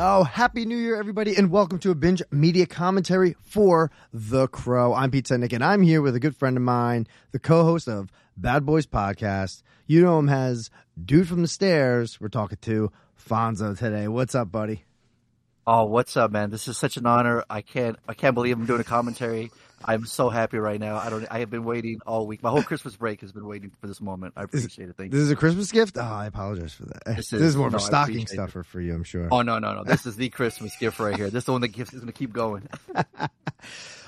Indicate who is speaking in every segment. Speaker 1: Oh, happy new year, everybody, and welcome to a binge media commentary for The Crow. I'm Pete Sennick, and I'm here with a good friend of mine, the co host of Bad Boys Podcast. You know him as Dude from the Stairs. We're talking to Fonzo today. What's up, buddy?
Speaker 2: Oh, what's up, man? This is such an honor. I can't, I can't believe I'm doing a commentary. I'm so happy right now. I don't, I have been waiting all week. My whole Christmas break has been waiting for this moment. I appreciate it. Thank you.
Speaker 1: This is a Christmas gift? Oh, I apologize for that. This
Speaker 2: This
Speaker 1: is,
Speaker 2: is-
Speaker 1: more
Speaker 2: no,
Speaker 1: of a
Speaker 2: I
Speaker 1: stocking
Speaker 2: appreciate
Speaker 1: stuffer for you, I'm sure.
Speaker 2: Oh no, no, no! This is the Christmas gift right here. This is the one that gift is going to keep going.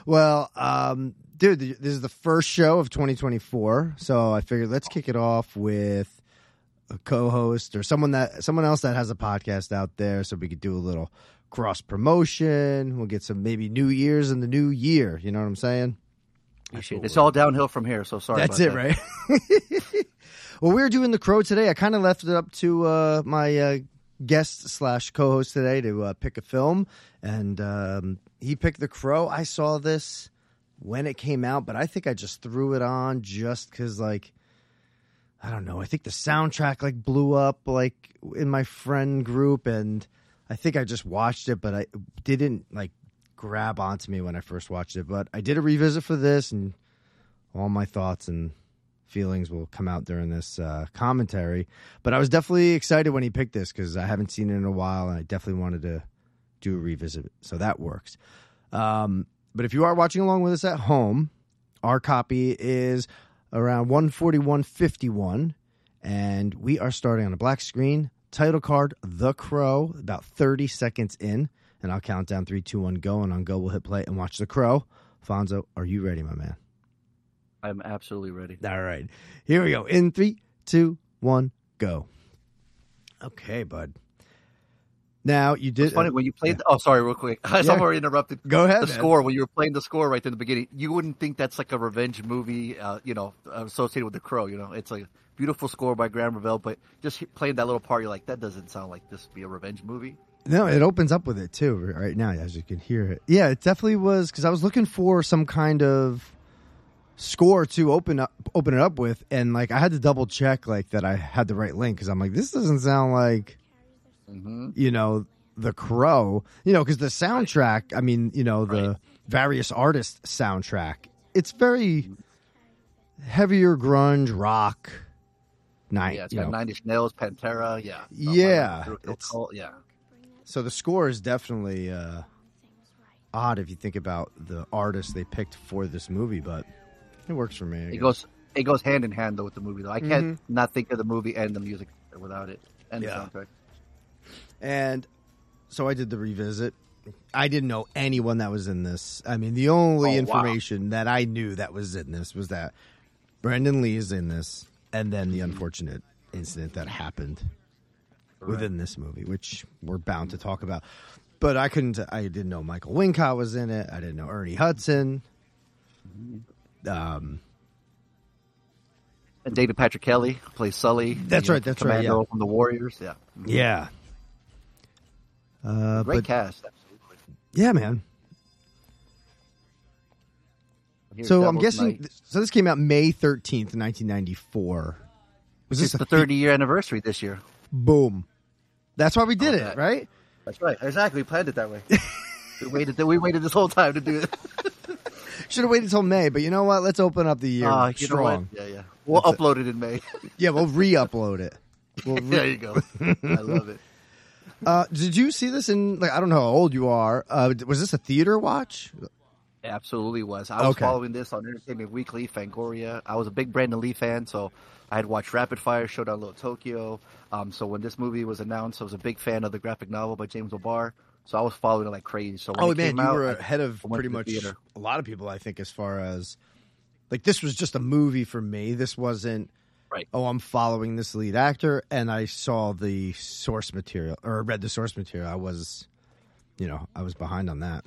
Speaker 1: Well, um, dude, th- this is the first show of 2024, so I figured let's kick it off with a co-host or someone that someone else that has a podcast out there, so we could do a little cross promotion. We'll get some maybe New Year's in the new year. You know what I'm saying?
Speaker 2: Appreciate it. It's all downhill from here. So sorry.
Speaker 1: That's
Speaker 2: about
Speaker 1: it, right?
Speaker 2: that.
Speaker 1: well, we were doing the crow today. I kind of left it up to uh, my uh, guest slash co-host today to uh, pick a film, and um, he picked the crow. I saw this when it came out, but I think I just threw it on just because, like, I don't know. I think the soundtrack like blew up like in my friend group, and I think I just watched it, but I it didn't like grab onto me when I first watched it. But I did a revisit for this and all my thoughts and feelings will come out during this uh, commentary. But I was definitely excited when he picked this because I haven't seen it in a while, and I definitely wanted to do a revisit. So that works. Um, but if you are watching along with us at home, our copy is around 141.51, and we are starting on a black screen. Title card: The Crow. About 30 seconds in, and I'll count down three, two, one, go, and on go we'll hit play and watch The Crow. Fonzo, are you ready, my man?
Speaker 2: I'm absolutely ready.
Speaker 1: All right. Here we go. In three, two, one, go. Okay, bud. Now you did.
Speaker 2: It's funny when you played. oh, sorry, real quick. I
Speaker 1: uh, Yeah.
Speaker 2: already interrupted.
Speaker 1: Go ahead.
Speaker 2: The
Speaker 1: man.
Speaker 2: score when you were playing the score right in the beginning, you wouldn't think that's like a revenge movie, uh, you know, associated with the Crow. You know, it's a beautiful score by Graham Revell, but just he- playing that little part, you're like, that doesn't sound like this would be a revenge movie.
Speaker 1: No, it opens up with it too right now, as you can hear it. Yeah, it definitely was because I was looking for some kind of score to open up, open it up with, and like I had to double check like that I had the right link because I'm like, this doesn't sound like
Speaker 2: hmm
Speaker 1: you know the crow you know because the soundtrack i mean you know the
Speaker 2: Right.
Speaker 1: various artist soundtrack it's very heavier grunge rock night
Speaker 2: Yeah, it's
Speaker 1: you
Speaker 2: got
Speaker 1: know.
Speaker 2: Nine Inch Nails, Pantera. Yeah.
Speaker 1: Yeah,
Speaker 2: Real- real
Speaker 1: it's-
Speaker 2: cult, yeah.
Speaker 1: so the score is definitely uh odd if you think about the artists they picked for this movie but it works for me I
Speaker 2: It
Speaker 1: guess.
Speaker 2: goes it goes hand in hand though with the movie though. I can't
Speaker 1: Mm-hmm.
Speaker 2: not think of the movie and the music without it and
Speaker 1: Yeah.
Speaker 2: the soundtrack.
Speaker 1: And so I did the revisit. I didn't know anyone that was in this. I mean, the only
Speaker 2: Oh, wow.
Speaker 1: information that I knew that was in this was that Brandon Lee is in this, and then the unfortunate incident that happened within this movie, which we're bound to talk about. But I couldn't. I didn't know Michael Wincott was in it. I didn't know Ernie Hudson. Um,
Speaker 2: And David Patrick Kelly plays Sully.
Speaker 1: That's right, that's right,
Speaker 2: Commando
Speaker 1: yeah.
Speaker 2: from the Warriors. Yeah.
Speaker 1: yeah. Uh,
Speaker 2: Great
Speaker 1: but
Speaker 2: cast. Absolutely.
Speaker 1: yeah, man.
Speaker 2: Here's
Speaker 1: So I'm
Speaker 2: Devil's
Speaker 1: guessing.
Speaker 2: Night.
Speaker 1: So this came out May 13th, 1994. Was this
Speaker 2: it's
Speaker 1: a
Speaker 2: the 30 year anniversary this year.
Speaker 1: boom? That's why we did it,
Speaker 2: Okay.
Speaker 1: right?
Speaker 2: That's right. Exactly. We planned it that way. we waited. We waited this whole time to do it.
Speaker 1: Should have waited until May, but you know what? Let's open up the year
Speaker 2: Ah, you know what?
Speaker 1: strong.
Speaker 2: Yeah, yeah. We'll
Speaker 1: That's it.
Speaker 2: upload it. in May.
Speaker 1: Yeah, we'll re-upload it. We'll
Speaker 2: there
Speaker 1: re-
Speaker 2: you go. I love it.
Speaker 1: uh, did you see this in? Like, I don't know how old you are. Uh, was this a theater watch?
Speaker 2: It absolutely was. I was
Speaker 1: Okay.
Speaker 2: following this on Entertainment Weekly, Fangoria. I was a big Brandon Lee fan, so I had watched Rapid Fire, Showdown Little Tokyo. Um, so when this movie was announced, I was a big fan of the graphic novel by James O'Barr. So I was following it like crazy. So when
Speaker 1: Oh
Speaker 2: it
Speaker 1: man,
Speaker 2: came
Speaker 1: you
Speaker 2: out,
Speaker 1: were
Speaker 2: I-
Speaker 1: ahead of
Speaker 2: I went
Speaker 1: pretty
Speaker 2: to the
Speaker 1: much
Speaker 2: theater.
Speaker 1: a lot of people, I think, as far as like this was just a movie for me. This wasn't
Speaker 2: Right.
Speaker 1: Oh, I'm following this lead actor, and I saw the source material or read the source material. I was, you know, I was behind on that.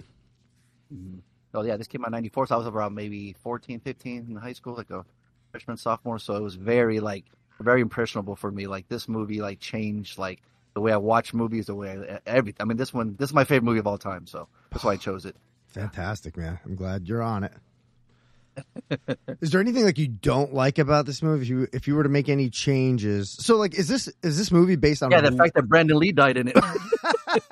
Speaker 2: Oh yeah, this came out in '94, so I was around maybe 14, 15 in high school, like a freshman, sophomore. So it was very like very impressionable for me. Like this movie, like changed like the way I watch movies, the way I, everything. I mean, this one, this is my favorite movie of all time, so that's why I chose it.
Speaker 1: Fantastic, man! I'm glad you're on it. Is there anything like you don't like about this movie? If you if you were to make any changes, so like is this is this movie based on?
Speaker 2: yeah,
Speaker 1: a
Speaker 2: the
Speaker 1: real-
Speaker 2: fact that Brandon Lee died in it.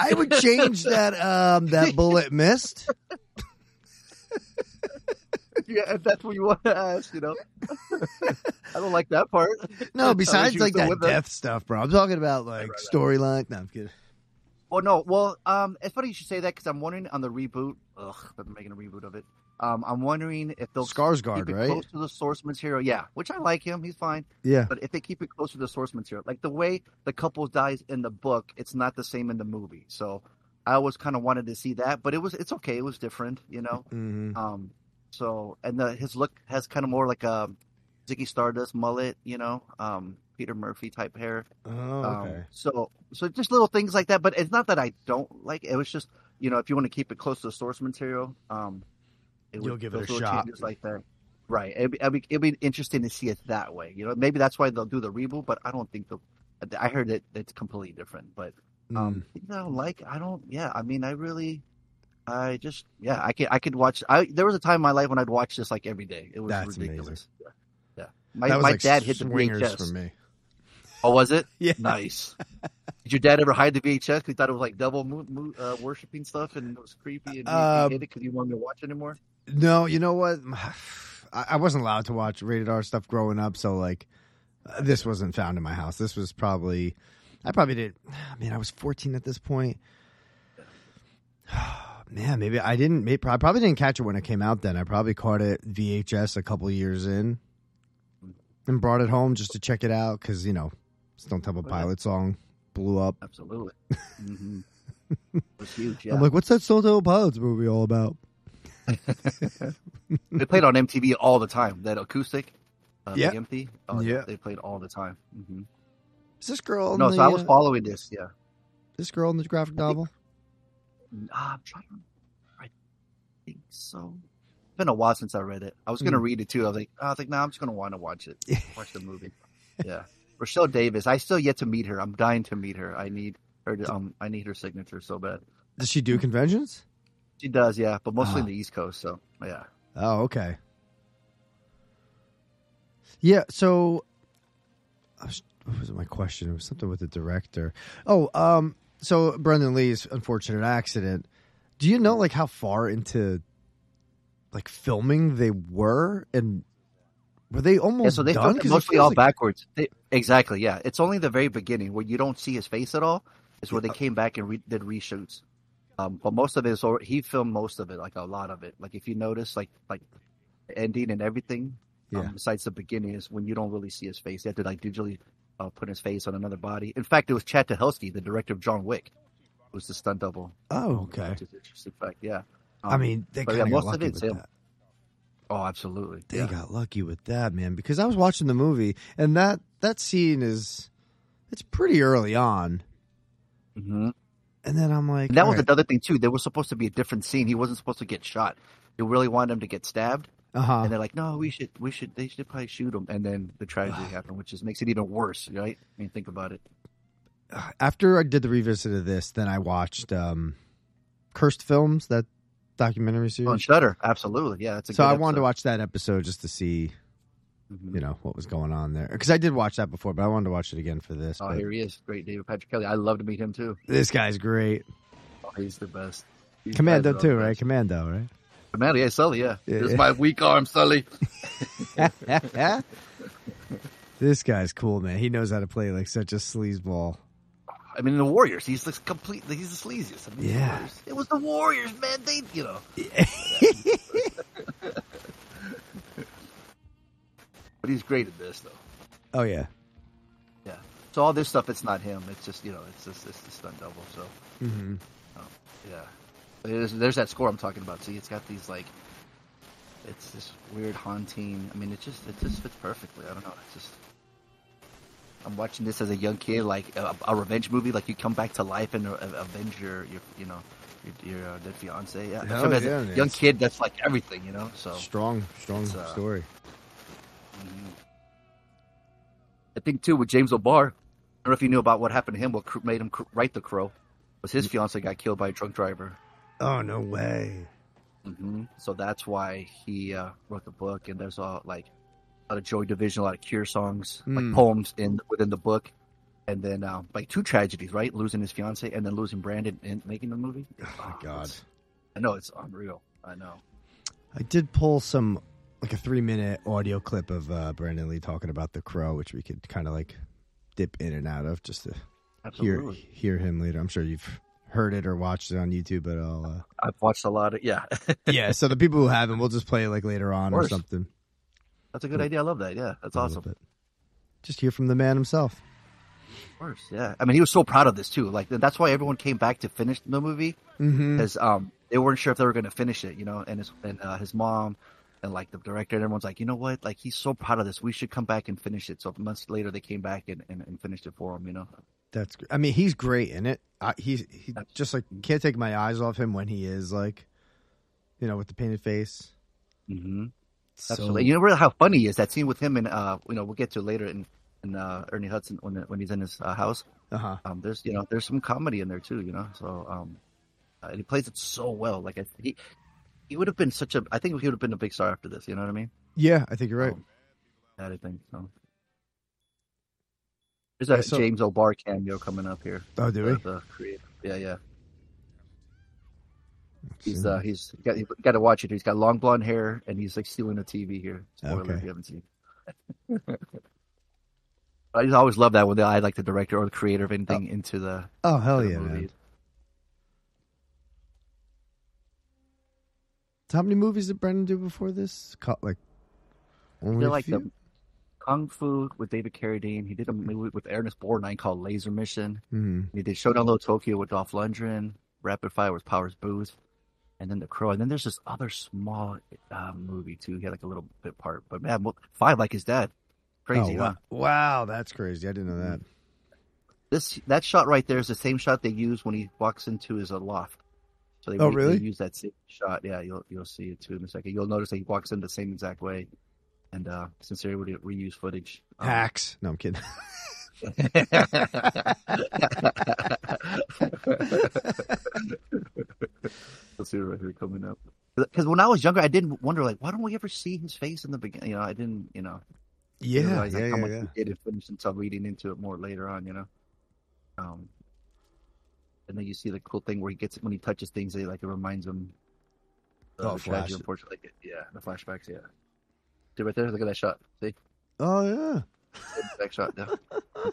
Speaker 1: I would change that um that bullet missed.
Speaker 2: yeah, if that's what you want to ask, you know. I don't like that part.
Speaker 1: No,
Speaker 2: Oh,
Speaker 1: besides
Speaker 2: she was
Speaker 1: like
Speaker 2: still
Speaker 1: that
Speaker 2: with us.
Speaker 1: death stuff, bro. I'm talking about like storyline. No, I'm kidding.
Speaker 2: Well, no. Well, um, it's funny you should say that because I'm wondering on the reboot. Ugh, they're making a reboot of it. Um, I'm wondering if they'll keep
Speaker 1: Skarsgård,
Speaker 2: it
Speaker 1: right?
Speaker 2: close to the source material. Yeah, which I like him. He's fine.
Speaker 1: Yeah,
Speaker 2: But if they keep it close to the source material, like the way the couple dies in the book, it's not the same in the movie. So I always kind of wanted to see that, but it was it's okay. It was different, you know.
Speaker 1: hmm
Speaker 2: Um, so and the, his look has kind of more like a Ziggy Stardust mullet, you know, um, Peter Murphy type hair.
Speaker 1: oh,
Speaker 2: Um,
Speaker 1: okay.
Speaker 2: so so just little things like that. But it's not that I don't like it. It was just you know if you want to keep it close to the source material, um, it
Speaker 1: You'll
Speaker 2: would-
Speaker 1: give it a
Speaker 2: those little
Speaker 1: shot.
Speaker 2: Changes like that, right? It'd be, it'd, be, it'd be interesting to see it that way. You know, maybe that's why they'll do the reboot. But I don't think they'll. I heard that it's completely different. But
Speaker 1: Mm.
Speaker 2: um, things I don't like. I don't. Yeah, I mean, I really. I just yeah, I could I could watch. I there was a time in my life when I'd watch this like every day. It was
Speaker 1: That's amazing.
Speaker 2: ridiculous. Yeah,
Speaker 1: Mm.
Speaker 2: my
Speaker 1: That was,
Speaker 2: my
Speaker 1: like,
Speaker 2: dad hit the
Speaker 1: swingers
Speaker 2: VHS.
Speaker 1: for me.
Speaker 2: Oh, was it?
Speaker 1: Yeah.
Speaker 2: Nice. Did your dad ever hide the VHS? 'Cause he thought it was like devil mo- mo- uh, worshiping stuff, and it was creepy, and he,
Speaker 1: Uh,
Speaker 2: he hid it because he wanted to watch it anymore.
Speaker 1: No, you know what? I, I wasn't allowed to watch rated R stuff growing up, so like uh, this wasn't found in my house. This was probably I probably did. I mean, I was 14 at this point. Man, maybe I didn't. Maybe, I probably didn't catch it when it came out. Then I probably caught it VHS a couple years in, and brought it home just to check it out because you know, just don't tell a
Speaker 2: yeah.
Speaker 1: pilot song blew up.
Speaker 2: Absolutely. hmm It was huge. Yeah.
Speaker 1: I'm like, what's that Stone Temple Pilots movie all about?
Speaker 2: they played on MTV all the time. That acoustic, uh,
Speaker 1: Yeah.
Speaker 2: the empty. Oh,
Speaker 1: Yeah.
Speaker 2: They played all the time. hmm
Speaker 1: Is this girl? in
Speaker 2: No,
Speaker 1: the,
Speaker 2: so I was
Speaker 1: uh,
Speaker 2: following this. Yeah.
Speaker 1: this girl in the graphic novel.
Speaker 2: Ah, I'm trying to. remember. I think so. It's been a while since I read it. I was
Speaker 1: Hmm.
Speaker 2: gonna read it too. I was like, I was like, nah, I'm just gonna want to watch it. Watch the movie. yeah, Rochelle Davis. I still yet to meet her. I'm dying to meet her. I need her. To, um, I need her signature so bad.
Speaker 1: Does she
Speaker 2: Mm-hmm.
Speaker 1: do conventions?
Speaker 2: She does, yeah, but mostly
Speaker 1: Ah.
Speaker 2: in the East Coast. So yeah,
Speaker 1: Oh, okay. Yeah, so I was, what was my question? It was something with the director. Oh, um, so Brendan Lee's unfortunate accident. Do you know like how far into like filming they were and were they almost
Speaker 2: yeah. So they
Speaker 1: done?
Speaker 2: filmed it
Speaker 1: 'Cause it
Speaker 2: mostly
Speaker 1: feels
Speaker 2: all
Speaker 1: like-
Speaker 2: backwards. They, exactly, yeah. It's only the very beginning where you don't see his face at all. Is where they
Speaker 1: uh
Speaker 2: came back and re- did reshoots. Um, but most of it is al- he filmed most of it, like a lot of it. Like if you notice, like like the ending and everything.
Speaker 1: Yeah.
Speaker 2: Um, besides the beginning is when you don't really see his face. They have to like digitally uh, put his face on another body. In fact, it was Chad Stahelski, the director of John Wick, was the stunt double.
Speaker 1: Oh, okay.
Speaker 2: Which is an interesting fact. Yeah.
Speaker 1: I
Speaker 2: Um,
Speaker 1: mean, they
Speaker 2: but
Speaker 1: kind
Speaker 2: yeah,
Speaker 1: of got
Speaker 2: most of
Speaker 1: lucky
Speaker 2: it's
Speaker 1: with
Speaker 2: him.
Speaker 1: that.
Speaker 2: Oh, absolutely.
Speaker 1: They
Speaker 2: yeah.
Speaker 1: got lucky with that, man, because I was watching the movie and that that scene is it's pretty early on.
Speaker 2: hmm
Speaker 1: And then I'm like
Speaker 2: And that
Speaker 1: all
Speaker 2: was
Speaker 1: right,
Speaker 2: another thing too. There was supposed to be a different scene. He wasn't supposed to get shot. They really wanted him to get stabbed,
Speaker 1: uh-huh.
Speaker 2: and they're like, "No, we should, we should, they should probably shoot him." And then the tragedy happened, which just makes it even worse, right? I mean, think about it.
Speaker 1: uh-huh." after I did the revisit of this, then I watched um, Cursed Films, that documentary
Speaker 2: On
Speaker 1: series.
Speaker 2: Shutter, absolutely, yeah. Oh, That's a
Speaker 1: so I wanted to watch that episode just to see,
Speaker 2: hmm
Speaker 1: you know, what was going on there. Because I did watch that before, but I wanted to watch it again for this.
Speaker 2: Oh,
Speaker 1: but
Speaker 2: here he is, great David Patrick Kelly. I love to meet him too.
Speaker 1: this guy's great.
Speaker 2: Oh, he's the best. These
Speaker 1: Commando
Speaker 2: guys are all
Speaker 1: too,
Speaker 2: the
Speaker 1: right?
Speaker 2: best.
Speaker 1: Commando, right?
Speaker 2: Commando, yeah, Sully, yeah.
Speaker 1: Yeah,
Speaker 2: Here's
Speaker 1: yeah.
Speaker 2: my weak arm, Sully.
Speaker 1: this guy's cool, man. He knows how to play like such a sleazeball.
Speaker 2: I mean, the Warriors. He's like completely. He's the sleaziest. I mean, the
Speaker 1: Yeah.
Speaker 2: Warriors. it was the Warriors, man. They, you know. but he's great at this, though.
Speaker 1: Oh yeah,
Speaker 2: Yeah. So all this stuff, it's not him. It's just you know, it's just it's the stunt double. So
Speaker 1: hmm
Speaker 2: yeah, there's, there's that score I'm talking about. See, it's got these like, it's this weird haunting. I mean, it just it just fits perfectly. I don't know. It's just. I'm watching this as a young kid, like a, a revenge movie. Like you come back to life and uh, avenge your, your you know, your, your uh, dead fiance. Yeah,
Speaker 1: Hell
Speaker 2: So as
Speaker 1: yeah,
Speaker 2: a
Speaker 1: man.
Speaker 2: young kid, that's like everything, you know. So
Speaker 1: strong, strong
Speaker 2: It's, uh,
Speaker 1: story.
Speaker 2: Mhm. I think too with James O'Barr. I don't know if you knew about what happened to him. What cr- made him
Speaker 1: Mm.
Speaker 2: cr- write the crow was his fiance got killed by a drunk driver.
Speaker 1: Oh no way!
Speaker 2: hmm So that's why he uh, wrote the book. And there's a like a lot of Joy Division, a lot of Cure songs,
Speaker 1: Mm.
Speaker 2: like poems in within the book. And then uh, like two tragedies, right? Losing his fiance and then losing Brandon and making the movie.
Speaker 1: Oh my god.
Speaker 2: it's- I know it's unreal. I know.
Speaker 1: I did pull some like a three minute audio clip of uh, Brandon Lee talking about the crow, which we could kind of like dip in and out of just to hear
Speaker 2: Absolutely.
Speaker 1: hear him later. I'm sure you've heard it or watched it on YouTube, but I'll
Speaker 2: I've watched a lot of yeah.
Speaker 1: uh... yeah. So the people who haven't, we'll just play it like later on or
Speaker 2: course.
Speaker 1: something.
Speaker 2: That's a good idea. I love that. Yeah, that's
Speaker 1: A
Speaker 2: awesome.
Speaker 1: little bit. Just hear from the man himself.
Speaker 2: Of course. Yeah. I mean, he was so proud of this too. Like that's why everyone came back to finish the movie
Speaker 1: Mm-hmm.
Speaker 2: because um they weren't sure if they were going to finish it, you know. And his and uh, his mom and like the director and everyone's like, you know what? Like he's so proud of this. We should come back and finish it. So months later, they came back and, and, and finished it for him. You know.
Speaker 1: That's. gr- I mean, he's great in it. I, he's he just like can't take my eyes off him when he is like, you know, with the painted face.
Speaker 2: Mm-hmm.
Speaker 1: So-
Speaker 2: Absolutely. you know really how funny he is that scene with him and uh you know we'll get to it later in in uh, Ernie Hudson when when he's in his uh, house.
Speaker 1: uh-huh.
Speaker 2: um, there's you know there's some comedy in there too you know so um uh, and he plays it so well like I, he he would have been such a I think he would have been a big star after this you know what I mean
Speaker 1: Yeah, I think you're right.
Speaker 2: Um, that I think so there's that
Speaker 1: I saw-
Speaker 2: James O'Barr cameo coming up here
Speaker 1: Oh, do
Speaker 2: the,
Speaker 1: we?
Speaker 2: the creator yeah yeah he's uh he's got you got to watch it he's got long blonde hair and he's like stealing a TV here spoiler
Speaker 1: Okay.
Speaker 2: if you haven't seen I just always love that when they add like the director or the creator of anything into the
Speaker 1: oh hell
Speaker 2: to the
Speaker 1: yeah, man.
Speaker 2: movie.
Speaker 1: So how many movies did Brendan do before this? Co- like, only
Speaker 2: They're
Speaker 1: a
Speaker 2: like
Speaker 1: few?
Speaker 2: the Kung Fu with David Carradine. He did a movie with Ernest Borgnine called Laser Mission.
Speaker 1: Mhm.
Speaker 2: He did Showdown Low Tokyo with Dolph Lundgren. Rapid Fire with Powers Booth, and then The Crow. And then there's this other small uh, movie too. He had like a little bit part, but man, well, five like his dad. Crazy, Mm-hmm.
Speaker 1: Oh,
Speaker 2: huh?
Speaker 1: wow. wow, that's crazy. I didn't know that.
Speaker 2: This that shot right there is the same shot they use when he walks into his uh, loft. So they,
Speaker 1: Oh,
Speaker 2: they
Speaker 1: really?
Speaker 2: use that same shot. Yeah, you'll you'll see it too in a second. You'll notice that he walks in the same exact way, and uh, sincerely would reuse footage. Um,
Speaker 1: Hacks. No, I'm kidding.
Speaker 2: Let's see right here coming up. Because when I was younger, I didn't wonder like, why don't we ever see his face in the beginning? You know, I didn't, you know,
Speaker 1: yeah,
Speaker 2: realize like,
Speaker 1: yeah,
Speaker 2: how
Speaker 1: yeah,
Speaker 2: much
Speaker 1: yeah.
Speaker 2: he did and finished until reading into it more later on. You know, um, and then you see the cool thing where he gets when he touches things, they like it reminds him. of
Speaker 1: Oh,
Speaker 2: the tragedy,
Speaker 1: flash.
Speaker 2: Unfortunately, like, yeah, the flashbacks. Yeah, dude, right there. Look at that shot. See
Speaker 1: Oh
Speaker 2: that shot? Yeah,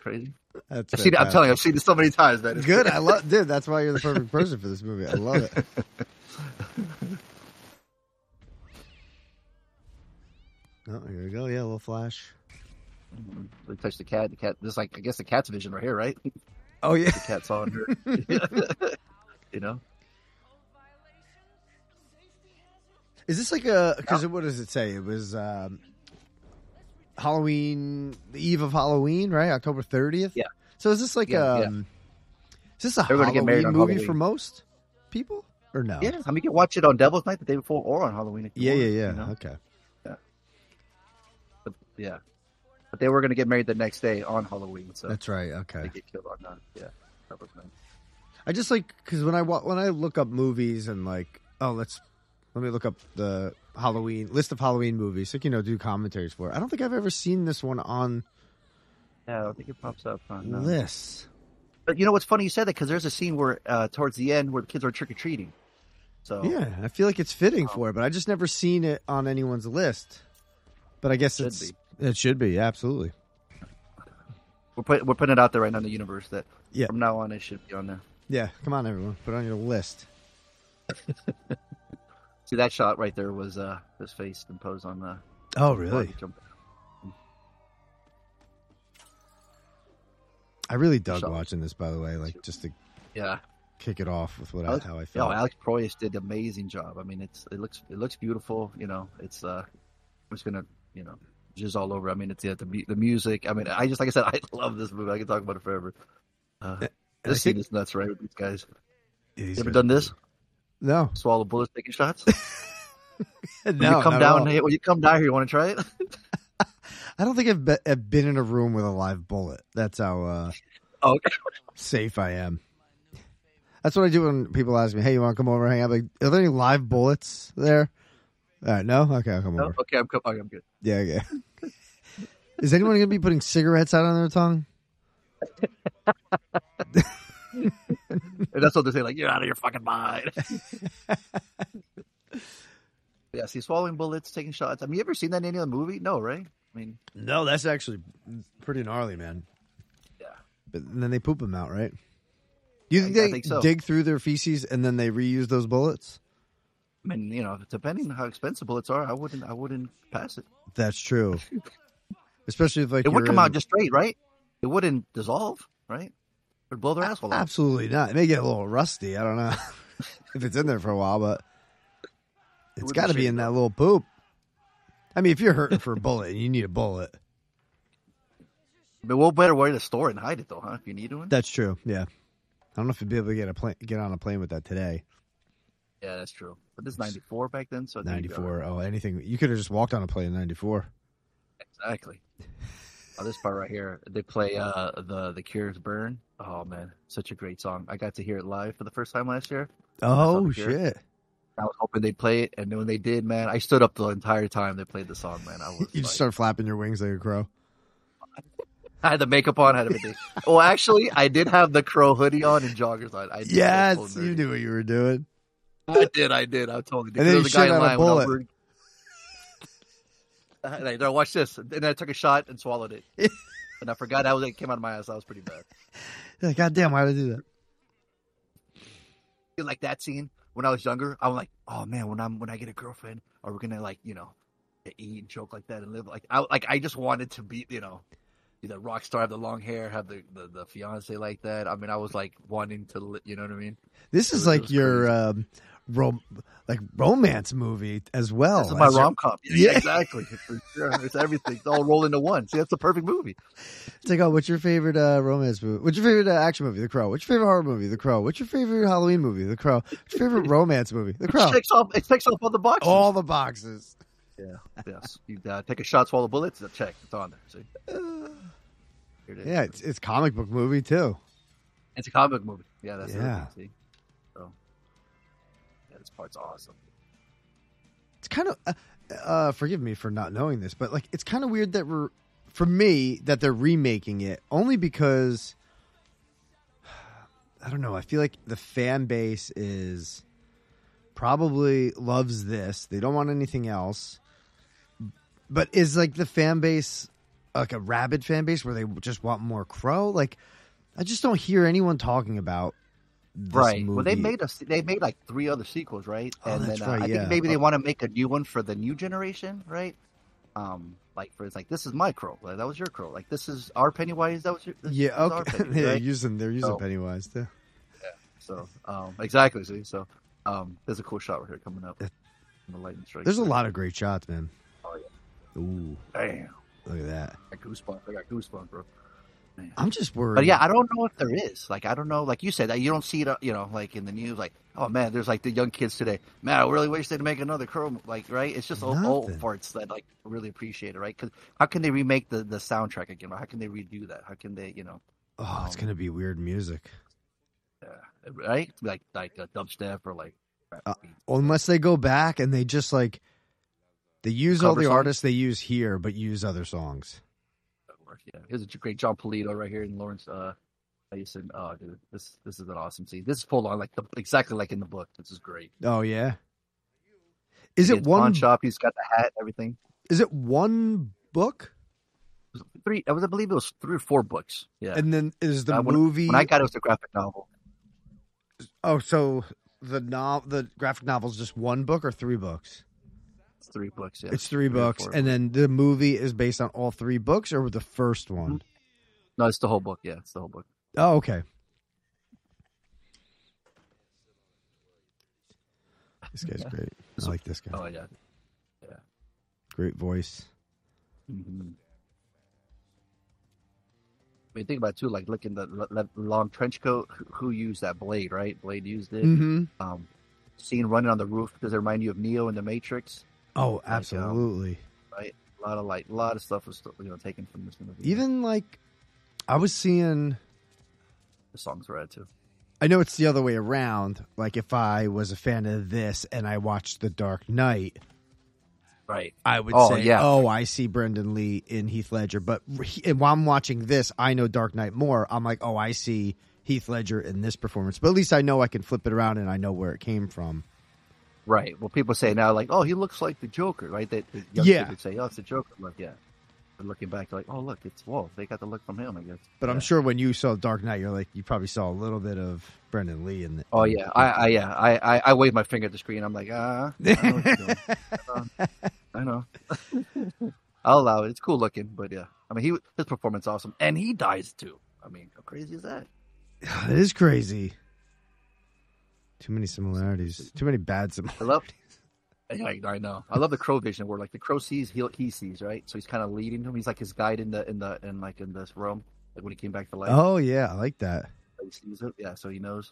Speaker 2: crazy.
Speaker 1: yeah, that's.
Speaker 2: I've seen it, I'm
Speaker 1: fantastic.
Speaker 2: telling you, I've seen it so many times, man. It's
Speaker 1: Good. I love, dude. That's why you're the perfect person for this movie. I love it. Oh, here we go. Yeah, a little flash.
Speaker 2: They touch the cat. The cat. This is like I guess the cat's vision right here, right?
Speaker 1: Oh yeah.
Speaker 2: The cat's on her. you know.
Speaker 1: Is this like a? Because what does it say? It was um, Halloween, the eve of Halloween, right? October thirtieth.
Speaker 2: Yeah.
Speaker 1: So is this like
Speaker 2: Yeah, yeah.
Speaker 1: um, is this a
Speaker 2: They're gonna get married
Speaker 1: Halloween
Speaker 2: on
Speaker 1: movie
Speaker 2: Halloween.
Speaker 1: for most people or no?
Speaker 2: Yeah. I mean, you can watch it on Devil's Night the day before or on Halloween. If you
Speaker 1: yeah, yeah,
Speaker 2: want,
Speaker 1: yeah.
Speaker 2: you know?
Speaker 1: Okay.
Speaker 2: But, yeah. But they were going to get married the next day on Halloween, so
Speaker 1: That's right. Okay.
Speaker 2: they get killed on that. Yeah. Devil's Night.
Speaker 1: I just like because when I wa- when I look up movies and like oh let's let me look up the Halloween list of Halloween movies like you know do commentaries for. it. I don't think I've ever seen this one on
Speaker 2: Yeah, I think it pops up on. uh,
Speaker 1: lists.
Speaker 2: But you know what's funny? You said that because there's a scene where uh, towards the end where the kids are trick or treating. So
Speaker 1: Yeah, I feel like it's fitting
Speaker 2: Oh.
Speaker 1: for it, but I just never seen it on anyone's list. But I guess
Speaker 2: Should
Speaker 1: it's it should be yeah, absolutely.
Speaker 2: we're put, we're putting it out there right now in the universe that
Speaker 1: Yeah.
Speaker 2: from now on it should be on there.
Speaker 1: Yeah, come on everyone, put it on your list.
Speaker 2: See that shot right there was uh his face imposed on the
Speaker 1: Oh
Speaker 2: Jump-
Speaker 1: I really dug
Speaker 2: Shot.
Speaker 1: watching this by the way, like just to
Speaker 2: Yeah.
Speaker 1: kick it off with what I,
Speaker 2: Alex-
Speaker 1: how I
Speaker 2: Yeah,
Speaker 1: felt.
Speaker 2: Alex Proyas did an amazing job. I mean, it's it looks it looks beautiful. You know, it's uh, I'm just gonna you know jizz all over. I mean, it's yeah, the mu- the music. I mean, I just like I said, I love this movie. I can talk about it forever. Uh,
Speaker 1: I
Speaker 2: this scene
Speaker 1: think-
Speaker 2: is nuts, right? With these guys.
Speaker 1: Yeah, he's
Speaker 2: You ever
Speaker 1: good.
Speaker 2: done this?
Speaker 1: No,
Speaker 2: Swallow bullets, taking shots. When
Speaker 1: no.
Speaker 2: you come
Speaker 1: not at all.
Speaker 2: down here. When you come down here, you want to try it?
Speaker 1: I don't think I've, be- I've been in a room with a live bullet. That's how uh,
Speaker 2: Oh, okay.
Speaker 1: safe I am. That's what I do when people ask me, "Hey, you want to come over and hang out?" I'm like, are there any live bullets there? All right, no. Okay, I'll come
Speaker 2: No?
Speaker 1: over.
Speaker 2: Okay, I'm, co- okay, I'm good.
Speaker 1: Yeah, okay. Is anyone going to be putting cigarettes out on their tongue?
Speaker 2: And that's what they say, like, you're out of your fucking mind. yeah, see, swallowing bullets, taking shots. I mean, you ever seen that in any other movie? No, right? I mean,
Speaker 1: No, that's actually pretty gnarly, man.
Speaker 2: yeah.
Speaker 1: But and then they poop them out, right? Do you
Speaker 2: I-
Speaker 1: think
Speaker 2: I
Speaker 1: they
Speaker 2: think so.
Speaker 1: dig through their feces and then they reuse those bullets?
Speaker 2: I mean, you know, depending on how expensive bullets are, I wouldn't, I wouldn't pass it.
Speaker 1: That's true. Especially if like
Speaker 2: It would
Speaker 1: you're
Speaker 2: come
Speaker 1: in-
Speaker 2: out just straight, right? Ah, It wouldn't dissolve, right? It would blow their asshole off.
Speaker 1: Absolutely not. It may get a little rusty. I don't know if it's in there for a while, but
Speaker 2: It
Speaker 1: it's
Speaker 2: would be
Speaker 1: got to be in that little poop. I mean, if you're hurting for a bullet, and you need a bullet.
Speaker 2: But what better way to store it and hide it though, huh? If you need one.
Speaker 1: That's true. Yeah, I don't know if you'd be able to get a plane, get on a plane with that today.
Speaker 2: yeah, that's true. But this is '94 back then, so I think
Speaker 1: Ninety
Speaker 2: you'd be all
Speaker 1: four. Oh, anything. You could have just walked on a plane in ninety four.
Speaker 2: right. Exactly. oh, this part right here, they play uh, the the Cure's "Burn." Oh man, such a great song. I got to hear it live for the first time last year.
Speaker 1: Oh
Speaker 2: not sure.
Speaker 1: shit!
Speaker 2: I was hoping they'd play it, and when they did, man, I stood up the entire time they played the song. Man, I was.
Speaker 1: You
Speaker 2: like-
Speaker 1: just start flapping your wings like a crow.
Speaker 2: I had the makeup on. I had everything. well, actually, I did have the crow hoodie on and joggers on. I did go full
Speaker 1: Yes,
Speaker 2: nerdy.
Speaker 1: you knew what you were doing.
Speaker 2: I did, I did. I totally
Speaker 1: And
Speaker 2: did.
Speaker 1: then
Speaker 2: there
Speaker 1: you
Speaker 2: was a guy
Speaker 1: shit
Speaker 2: in
Speaker 1: on a
Speaker 2: line when I was
Speaker 1: bullet.
Speaker 2: working- And I, I watched this, and I took a shot and swallowed it, and I forgot how it came out of my ass. That was pretty bad.
Speaker 1: You're like, God damn, why did I do that?
Speaker 2: You Like that scene when I was younger, I'm like, oh man, when I'm when I get a girlfriend, are we gonna like you know e-, eat and joke like that and live like I like I just wanted to be you know be the rock star, have the long hair, have the the, the fiance like that. I mean, I was like wanting to, li- you know what I mean?
Speaker 1: This
Speaker 2: It
Speaker 1: is
Speaker 2: was- it
Speaker 1: like
Speaker 2: was
Speaker 1: your
Speaker 2: crazy.
Speaker 1: um, rom- like romance movie as well.
Speaker 2: this is my
Speaker 1: That's your-
Speaker 2: rom com.
Speaker 1: Oh, Yeah.
Speaker 2: exactly. For sure, it's everything. It's all rolled into one. See, that's the perfect movie.
Speaker 1: It's like, oh, what's your favorite uh, romance movie? What's your favorite uh, action movie? The Crow. What's your favorite horror movie? The Crow. What's your favorite Halloween movie? The Crow. What's your favorite romance movie? The Crow.
Speaker 2: It takes off. It takes off all the boxes.
Speaker 1: All the boxes.
Speaker 2: yes. You uh, take a shot, swallow bullets. uh, Check. It's on there. See. Here it is.
Speaker 1: Yeah, it's, it's comic book movie too.
Speaker 2: It's a comic book movie. Yeah. That's
Speaker 1: Yeah.
Speaker 2: yeah. See. So. Yeah, this part's awesome.
Speaker 1: It's kind of uh, uh, forgive me for not knowing this, but like it's kind of weird that we're for me that they're remaking it only because I don't know. I feel like the fan base is probably loves this. They don't want anything else. But is like the fan base like a rabid fan base where they just want more crow? Like I just don't hear anyone talking about this
Speaker 2: right.
Speaker 1: Movie.
Speaker 2: Well, they made us. They made like three other sequels, right?
Speaker 1: Oh,
Speaker 2: and
Speaker 1: that's
Speaker 2: then uh,
Speaker 1: right,
Speaker 2: I
Speaker 1: yeah.
Speaker 2: think maybe they
Speaker 1: Uh,
Speaker 2: want to make a new one for the new generation, right? Um, like for it's like this is my crow. Like, that was your crow. Like this is our Pennywise. That was your. This
Speaker 1: yeah.
Speaker 2: is our
Speaker 1: Okay.
Speaker 2: Pennywise,
Speaker 1: they're
Speaker 2: right?
Speaker 1: using they're using
Speaker 2: So-
Speaker 1: Pennywise too.
Speaker 2: So um, exactly. See, so um, there's a cool shot right here coming up. The lightning strike.
Speaker 1: There's a lot of great shots, man.
Speaker 2: Oh,
Speaker 1: Ooh,
Speaker 2: Damn,
Speaker 1: look at that.
Speaker 2: I got goosebumps. I got goosebumps, bro.
Speaker 1: I'm just worried.
Speaker 2: But yeah, I don't know if there is. Like, I don't know. Like you said, that you don't see it. uh, You know, like in the news, like, oh man, there's like the young kids today. Man, I really wish they'd make another Chrome. Like, right? It's just old,
Speaker 1: Nothing.
Speaker 2: old parts that like really appreciate it, right? Because how can they remake the the soundtrack again? How can they redo that? How can they, you know,
Speaker 1: oh, it's gonna be weird music.
Speaker 2: uh, right? Like like a dubstep or like. rap
Speaker 1: Uh,
Speaker 2: beats.
Speaker 1: Unless they go back and they just like they use all
Speaker 2: Cover
Speaker 1: the
Speaker 2: songs?
Speaker 1: artists they use here, but use other songs.
Speaker 2: that work. Yeah, here's a great John Polito right here in Lawrence. Uh, Mason. Oh, dude, this this is an awesome scene. This is full on like the exactly like in the book. This is great.
Speaker 1: Oh yeah. Is it
Speaker 2: His pawn
Speaker 1: one?
Speaker 2: shop? He's got the hat, everything.
Speaker 1: Is it one book?
Speaker 2: It was three. I was, I believe it was three or four books. Yeah.
Speaker 1: And then is the
Speaker 2: Uh,
Speaker 1: movie?
Speaker 2: When I got it, it was a graphic novel.
Speaker 1: oh, so the no- the graphic novel's just one book or three books?
Speaker 2: It's three books. Yeah.
Speaker 1: it's three,
Speaker 2: or
Speaker 1: books,
Speaker 2: four.
Speaker 1: and then the movie is based on all three books or the first one?
Speaker 2: no, it's the whole book. Yeah, it's the whole book.
Speaker 1: Oh, okay. This guy's
Speaker 2: Yeah.
Speaker 1: great.
Speaker 2: This
Speaker 1: I
Speaker 2: one-
Speaker 1: like this guy.
Speaker 2: Oh yeah.
Speaker 1: Great voice.
Speaker 2: hmm I mean, think about it, too. Like, look in the le- le- long trench coat. Who- Who used that blade? Right, blade used it.
Speaker 1: Mm-hmm.
Speaker 2: um, scene running on the roof does it remind you of Neo in the Matrix?
Speaker 1: Oh,
Speaker 2: um,
Speaker 1: absolutely.
Speaker 2: A lot of like, a lot of stuff was you know taken from this movie.
Speaker 1: Even like, I was seeing.
Speaker 2: the songs were added too.
Speaker 1: I know it's the other way around. Like if I was a fan of this and I watched The Dark Knight,
Speaker 2: Right.
Speaker 1: I would
Speaker 2: Oh,
Speaker 1: say,
Speaker 2: yeah.
Speaker 1: "Oh, I see Brendan Lee in Heath Ledger." But he- and while I'm watching this, I know Dark Knight more. I'm like, "Oh, I see Heath Ledger in this performance." But at least I know I can flip it around and I know where it came from.
Speaker 2: Right. Well, people say now, like, oh, he looks like the Joker, right? That the young
Speaker 1: Yeah.
Speaker 2: kids would say, oh, it's the Joker. Like, yeah. But looking back, like, oh, look, it's Wolf. They got the look from him, I guess.
Speaker 1: But
Speaker 2: Yeah.
Speaker 1: I'm sure when you saw Dark Knight, you're like, you probably saw a little bit of Brendan Lee in the.
Speaker 2: Oh yeah, I, I yeah, I, I, I wave my finger at the screen. I'm like, ah, I know. What you're doing. Uh, I know. I'll allow it. It's cool looking, but yeah, I mean, he his performance awesome, and he dies too. I mean, how crazy is that?
Speaker 1: It is crazy. Too many similarities. Too many bad similarities.
Speaker 2: I love. Yeah, I, I know. I love the crow vision where like the crow sees, he he sees, right? So he's kind of leading him. He's like his guide in the in the in like in this realm, like when he came back to life.
Speaker 1: Oh yeah, I like that.
Speaker 2: He sees it. Yeah, so he knows.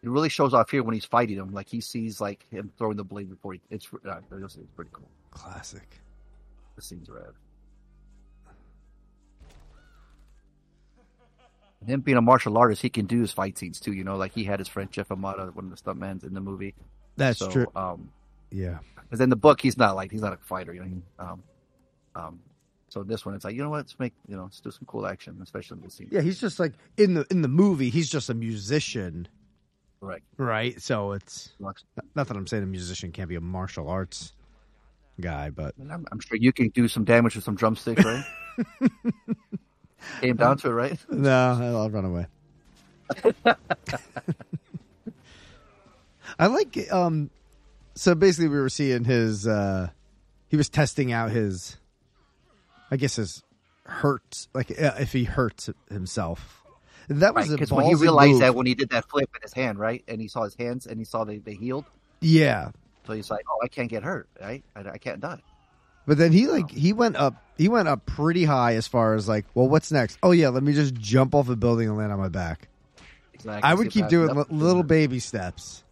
Speaker 2: It really shows off here when he's fighting him. Like he sees like him throwing the blade before he. It's uh, you'll see, it's pretty cool.
Speaker 1: Classic.
Speaker 2: This seems rad. And him being a martial artist, he can do his fight scenes too. You know, like he had his friend Jeff Amata, one of the stuntmans in the movie.
Speaker 1: That's
Speaker 2: so,
Speaker 1: true.
Speaker 2: Um,
Speaker 1: Yeah.
Speaker 2: because in the book, he's not like he's not a fighter. You know, he, um, um, so this one, it's like you know what, let's make you know, let's do some cool action, especially in this scene.
Speaker 1: Yeah, he's just like in the in the movie. He's just a musician,
Speaker 2: Right.
Speaker 1: right? So it's
Speaker 2: Lux-
Speaker 1: not that I'm saying a musician can't be a martial arts guy, but
Speaker 2: and I'm, I'm sure you can do some damage with some drumsticks, right? Came down to it, right?
Speaker 1: no, I'll run away. I like um. So basically, we were seeing his. uh He was testing out his. I guess his hurts, like uh, if he hurts himself. That was
Speaker 2: Right,
Speaker 1: a
Speaker 2: because when he
Speaker 1: ballsy
Speaker 2: realized
Speaker 1: move.
Speaker 2: that when he did that flip in his hand, right, and he saw his hands and he saw they, they healed,
Speaker 1: Yeah,
Speaker 2: so he's like, "Oh, I can't get hurt, right? I, I can't die."
Speaker 1: But then he like he went up he went up pretty high as far as like well what's next oh yeah let me just jump off a building and land on my back
Speaker 2: Exactly.
Speaker 1: I would keep doing li- little baby steps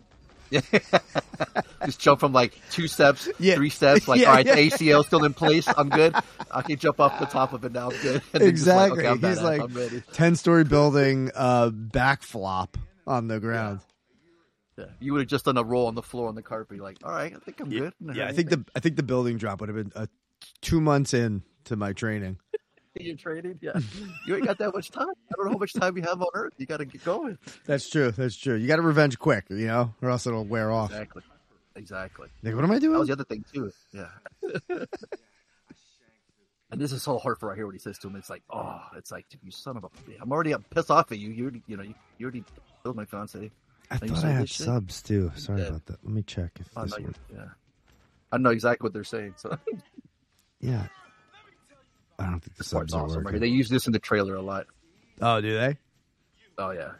Speaker 2: Just jump from like two steps,
Speaker 1: Yeah.
Speaker 2: three steps. Like,
Speaker 1: Yeah,
Speaker 2: all right,
Speaker 1: yeah.
Speaker 2: the ACL still in place. I'm good. I can jump off the top of it now. I'm good. And then just
Speaker 1: exactly
Speaker 2: Like, okay, I'm
Speaker 1: he's
Speaker 2: badass.
Speaker 1: like
Speaker 2: I'm ready.
Speaker 1: ten story building uh back flop on the ground
Speaker 2: Yeah. You would have just done a roll on the floor on the carpet. You're like, all right, I think I'm good.
Speaker 1: yeah, I think the I think the building drop would have been uh, two months in to my training
Speaker 2: you're training. Yeah, you ain't got that much time. I don't know how much time you have on Earth. You got to get going.
Speaker 1: that's true that's true you got to revenge quick you know or else it'll wear off
Speaker 2: Exactly. Exactly.
Speaker 1: like what am I doing
Speaker 2: That was the other thing too. Yeah. and this is so hard for I hear what he says to him. It's like, oh, it's like, dude, you son of a. I'm already pissed off at you. You, already, you know, you, you already killed my fiance.
Speaker 1: I
Speaker 2: Are you
Speaker 1: thought I
Speaker 2: saying
Speaker 1: had
Speaker 2: this shit?
Speaker 1: subs too sorry
Speaker 2: Yeah.
Speaker 1: about that let me check if
Speaker 2: Oh,
Speaker 1: this
Speaker 2: no, you,
Speaker 1: works.
Speaker 2: yeah. I know exactly what they're saying. So
Speaker 1: yeah I don't think the
Speaker 2: this
Speaker 1: subs
Speaker 2: part's
Speaker 1: are
Speaker 2: awesome. Right?
Speaker 1: working
Speaker 2: here. They use this in the trailer a lot.
Speaker 1: Oh, do they?
Speaker 2: Oh yeah.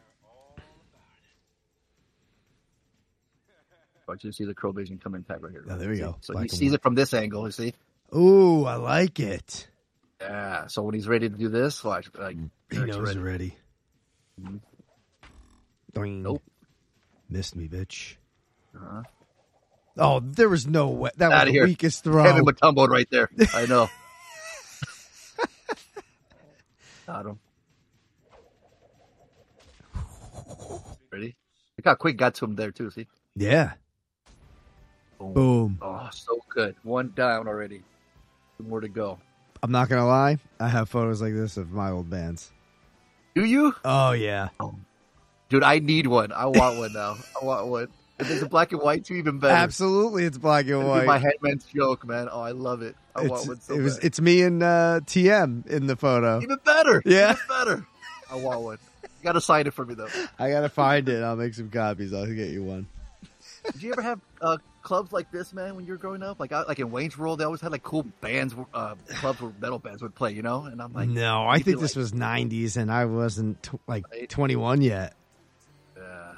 Speaker 2: But you see the crow vision come intact right here.
Speaker 1: Oh, there we
Speaker 2: See?
Speaker 1: go.
Speaker 2: So
Speaker 1: Black
Speaker 2: he
Speaker 1: and
Speaker 2: sees
Speaker 1: white.
Speaker 2: it from this angle. You see.
Speaker 1: Ooh, I like it.
Speaker 2: Yeah. So when he's ready to do this, watch. Like,
Speaker 1: Mm. He
Speaker 2: Eric's
Speaker 1: knows already.
Speaker 2: Mhm.
Speaker 1: Doing.
Speaker 2: Nope.
Speaker 1: Missed me, bitch.
Speaker 2: Uh-huh.
Speaker 1: Oh, there was no way. That was
Speaker 2: Outta
Speaker 1: the
Speaker 2: here.
Speaker 1: weakest throw.
Speaker 2: Kevin Matumbo right there. I know. Got him. Ready? Look how quick got to him there too. See?
Speaker 1: yeah.
Speaker 2: Boom.
Speaker 1: Boom.
Speaker 2: Oh, so good. One down already. Two more to go.
Speaker 1: I'm not gonna lie. I have photos like this of my old bands.
Speaker 2: Do you,
Speaker 1: Oh yeah.
Speaker 2: dude? I need one. I want one now. I want one. If there's a black and white, too, even better.
Speaker 1: Absolutely, it's black and
Speaker 2: That'd be My
Speaker 1: white.
Speaker 2: headman's joke, man. Oh, I love it. I want one
Speaker 1: It's,
Speaker 2: so
Speaker 1: it was.
Speaker 2: bad.
Speaker 1: It's me and uh, TM in the photo.
Speaker 2: even better.
Speaker 1: Yeah.
Speaker 2: even better. I want one. You gotta sign it for me though.
Speaker 1: I gotta find it. I'll make some copies. I'll get you one.
Speaker 2: Did you ever have uh, clubs like this, man, when you were growing up? Like, I, like in Wayne's World, they always had like cool bands, uh, clubs where metal bands would play, you know. And I'm like,
Speaker 1: no, I
Speaker 2: you'd be
Speaker 1: think this
Speaker 2: like-
Speaker 1: was '90s, and I wasn't t- like
Speaker 2: Right.
Speaker 1: 21 yet.
Speaker 2: yeah. Uh,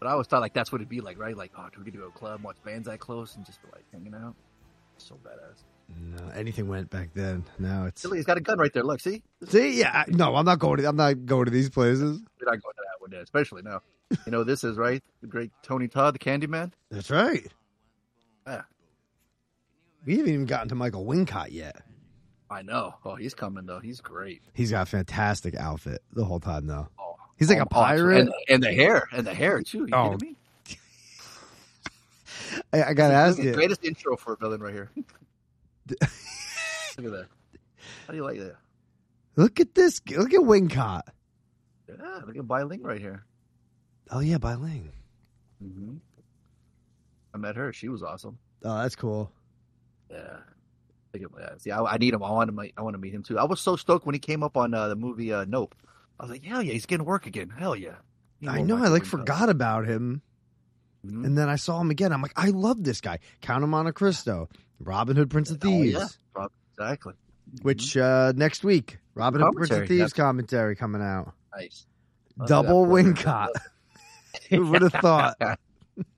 Speaker 2: But I always thought like that's what it'd be like, right? Like, oh, dude, we could go to a club, watch bands that close, and just be like hanging out. So badass.
Speaker 1: No, anything went back then. Now it's
Speaker 2: Silly, he's got a gun right there. Look, see,
Speaker 1: See, yeah, I- no, I'm not going. To, I'm not going to these places.
Speaker 2: we're not going to that one, day, especially now. You know, this is right. The great Tony Todd, the Candyman.
Speaker 1: That's right.
Speaker 2: Yeah,
Speaker 1: We haven't even gotten to Michael Wincott yet.
Speaker 2: I know. Oh, he's coming though. He's great.
Speaker 1: He's got a fantastic outfit the whole time, though.
Speaker 2: Oh,
Speaker 1: He's like
Speaker 2: Oh,
Speaker 1: a
Speaker 2: oh,
Speaker 1: pirate.
Speaker 2: and, and the hair, and the hair too. You
Speaker 3: Oh,
Speaker 2: kidding me?
Speaker 1: I, I gotta ask
Speaker 2: This is the
Speaker 1: you.
Speaker 2: greatest intro for a villain right here. Look at that. How do you like that?
Speaker 1: Look at this. Look at Wincott.
Speaker 2: Yeah, look at Bai Ling right here.
Speaker 1: Oh yeah, by Ling.
Speaker 2: hmm I met her. She was awesome.
Speaker 1: Oh, that's cool.
Speaker 2: Yeah. Look at that. See, I, I need him. I want to. I want to meet him too. I was so stoked when he came up on uh, the movie uh, Nope. I was like, hell yeah, he's getting work again. Hell yeah. You
Speaker 1: I know. I
Speaker 2: Michael
Speaker 1: like
Speaker 2: Wincott.
Speaker 1: forgot about him,
Speaker 2: Mhm.
Speaker 1: and then I saw him again. I'm like, I love this guy. Count of Monte Cristo, Robin Hood, Prince of
Speaker 2: Oh,
Speaker 1: Thieves.
Speaker 2: yeah. Rob- Exactly. Mhm.
Speaker 1: Which uh, next week, Robin Hood, Prince of
Speaker 2: Commentary, Oh,
Speaker 1: Thieves
Speaker 2: yes.
Speaker 1: commentary coming out.
Speaker 2: Mm-hmm. nice. Look at
Speaker 1: Double
Speaker 2: that brother.
Speaker 1: Wincott. Who would have thought?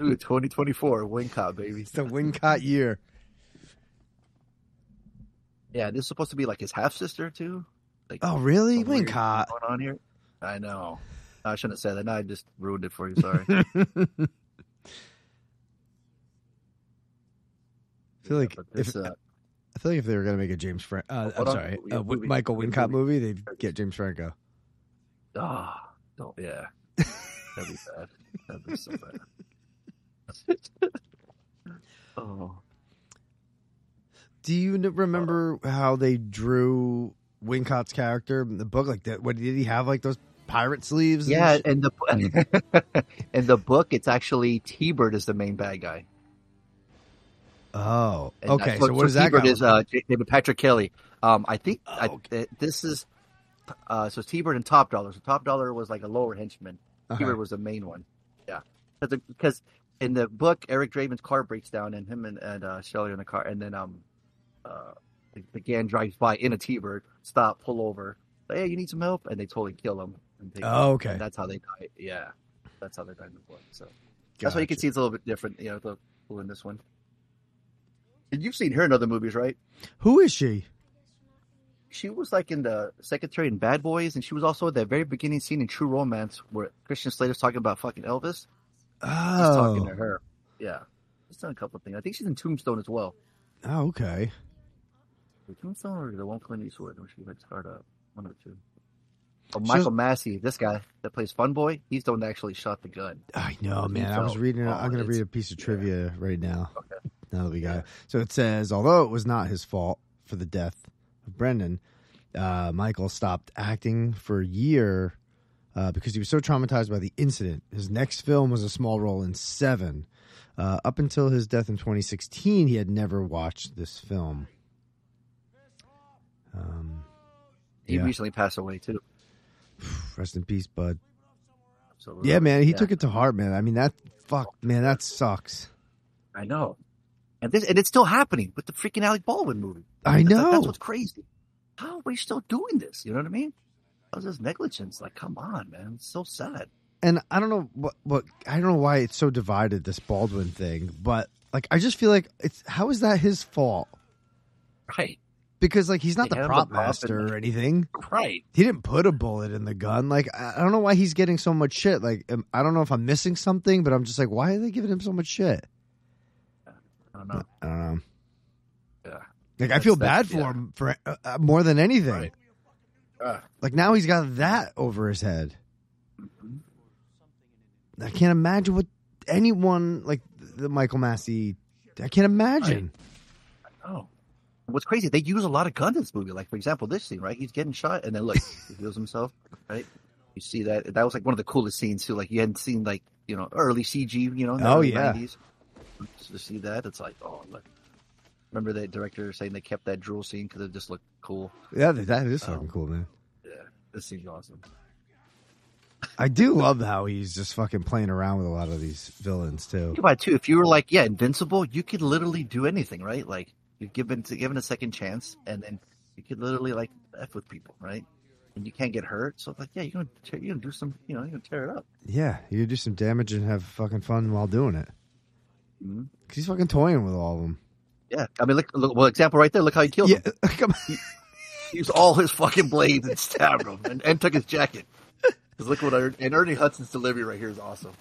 Speaker 2: Dude, 2024 Wincott baby.
Speaker 1: It's the Wincott year.
Speaker 2: Yeah, this is supposed to be like his half sister too. Like,
Speaker 1: Oh, really?
Speaker 2: some weird
Speaker 1: Wincott.
Speaker 2: thing going on here. I know. I shouldn't have said that. No, I just ruined it for you. Sorry.
Speaker 1: I feel like
Speaker 2: But
Speaker 1: if,
Speaker 2: this, uh,
Speaker 1: I feel like if they were gonna make a James Fran, uh, I'm
Speaker 2: Hold on.
Speaker 1: sorry,
Speaker 2: Movie,
Speaker 1: a Wi-
Speaker 2: movie,
Speaker 1: Michael
Speaker 2: movie,
Speaker 1: Wincott movie, they'd get James Franco.
Speaker 2: ah, don't. Yeah, that'd be bad. That'd be so bad. oh,
Speaker 1: Do you n- remember how they drew Wincott's character in the book? Like that, what did he have? Like those pirate sleeves? and
Speaker 2: yeah,
Speaker 1: sh-
Speaker 2: and the and the book, it's actually T Bird is the main bad guy.
Speaker 1: Oh,
Speaker 2: And that's
Speaker 1: okay. So what does that
Speaker 2: T-Bird
Speaker 1: guy?
Speaker 2: is uh, J- David Patrick Kelly. Um, I think I,
Speaker 1: Oh,
Speaker 2: th- this is uh, so T Bird and Top Dollar. So Top Dollar was like a lower henchman.
Speaker 1: look-
Speaker 2: T Bird
Speaker 1: okay.
Speaker 2: was the main one. Yeah, because in the book, Eric Draven's car breaks down, and him and, and uh, Shelly are in the car, and then um, uh, the, the gang drives by in a T Bird, stop, pull over. Hey, you need some help, and they totally kill him. And take
Speaker 1: Oh,
Speaker 2: him.
Speaker 1: okay.
Speaker 2: And that's how they die. Yeah, that's how they died in the book. So. That's why you can
Speaker 1: Gotcha.
Speaker 2: see it's a little bit different, you know, the cool in this one. And you've seen her in other movies, right?
Speaker 1: Who is she?
Speaker 2: She was like in the Secretary and Bad Boys, and she was also at that very beginning scene in True Romance where Christian Slater's talking about fucking Elvis. He's
Speaker 1: Oh,
Speaker 2: talking to her. Yeah. She's done a couple of things. I think she's in Tombstone as well.
Speaker 1: oh, okay.
Speaker 2: The Tombstone or the one Clint Eastwood, which she might start up. One or two. Oh,
Speaker 1: She
Speaker 2: Michael Massey, this guy that plays Fun Boy, he's the one that actually shot the gun.
Speaker 1: I know, man. I
Speaker 2: felt-
Speaker 1: was reading. I'm
Speaker 2: oh,
Speaker 1: going to read
Speaker 2: it's-
Speaker 1: a piece of
Speaker 2: yeah.
Speaker 1: trivia right now.
Speaker 2: Okay.
Speaker 1: Now that we got
Speaker 2: Yeah.
Speaker 1: it. So it says, although it was not his fault for the death of Brendan, uh, Michael stopped acting for a year uh, because he was so traumatized by the incident. His next film was a small role in Seven. Uh, up until his death in 2016, he had never watched this film. Um,
Speaker 2: He
Speaker 1: Yeah.
Speaker 2: recently passed away too.
Speaker 1: rest in peace, bud.
Speaker 2: So uh,
Speaker 1: Yeah, man, he
Speaker 2: Yeah.
Speaker 1: took it to heart, man. I mean, that fuck, man, that sucks.
Speaker 2: I know. And this and it's still happening with the freaking Alec Baldwin movie.
Speaker 1: I
Speaker 2: That's-
Speaker 1: know.
Speaker 2: That's what's crazy. How are we still doing this? You know what I mean? How's this negligence? Like, come on, man. It's so sad.
Speaker 1: and I don't know what what I don't know why it's so divided this Baldwin thing, but like I just feel like it's how is that his fault?
Speaker 2: Right.
Speaker 1: Because like he's not
Speaker 2: He had
Speaker 1: the
Speaker 2: him to
Speaker 1: prop
Speaker 2: prop
Speaker 1: master
Speaker 2: and-
Speaker 1: or anything.
Speaker 2: Right.
Speaker 1: He didn't put a bullet in the gun. Like I I don't know why he's getting so much shit. Like am- I don't know if I'm missing something, but I'm just like, why are they giving him so much shit?
Speaker 2: I don't know.
Speaker 1: I don't know.
Speaker 2: Yeah.
Speaker 1: Like I
Speaker 2: That's-
Speaker 1: feel bad
Speaker 2: that's-
Speaker 1: for
Speaker 2: yeah.
Speaker 1: him for uh, uh, more than anything.
Speaker 2: Right. Ah.
Speaker 1: Like now he's got that over his head. I can't imagine what anyone like the Michael Massey. I can't imagine.
Speaker 2: Oh. What's crazy, they use a lot of guns in this movie. Like, for example, this scene, right? He's getting shot, and then look, he heals himself, right? You see that? That was like one of the coolest scenes, too. Like, you hadn't seen, like, you know, early CG, you know, in the
Speaker 1: Oh,
Speaker 2: early
Speaker 1: yeah.
Speaker 2: 90s. So to see that, it's like, oh, look. Remember that director saying they kept that drool scene because it just looked cool?
Speaker 1: Yeah, that, that is
Speaker 2: Oh.
Speaker 1: fucking cool, man.
Speaker 2: Yeah, this seems awesome.
Speaker 1: I do love how he's just fucking playing around with a lot of these villains too.
Speaker 2: Think about it, too. If you were like, yeah, invincible, you could literally do anything, right? Like, you're given, given a second chance, and then you could literally, like, F with people, right? And you can't get hurt. So, like, yeah, you're going to you're gonna do some, you know, you're going to tear it up.
Speaker 1: Yeah, you do some damage and have fucking fun while doing it.
Speaker 2: Mhm.
Speaker 1: 'Cause he's fucking toying with all of them.
Speaker 2: Yeah. I mean, look, look, well, example right there. Look how he killed
Speaker 1: Yeah,
Speaker 2: him.
Speaker 1: come on.
Speaker 2: He used all his fucking blades and stabbed him and, and took his jacket. 'Cause look what I, and Ernie Hudson's delivery right here is awesome.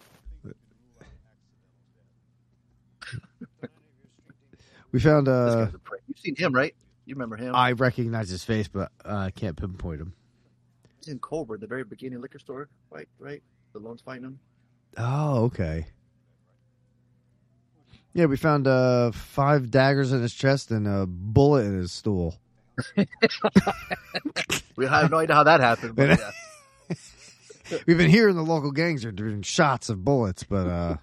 Speaker 1: We found.
Speaker 2: This
Speaker 1: uh
Speaker 2: guy's a prick. You've seen him, right? You remember him?
Speaker 1: I recognize his face, but uh, I can't pinpoint him.
Speaker 2: in Cobra, the very beginning liquor store fight, right? The loans fighting him.
Speaker 1: Oh, okay. Yeah, we found uh, five daggers in his chest and a bullet in his stool.
Speaker 2: We have no idea how that happened, but yeah.
Speaker 1: We've been hearing the local gangs are doing shots of bullets, but uh,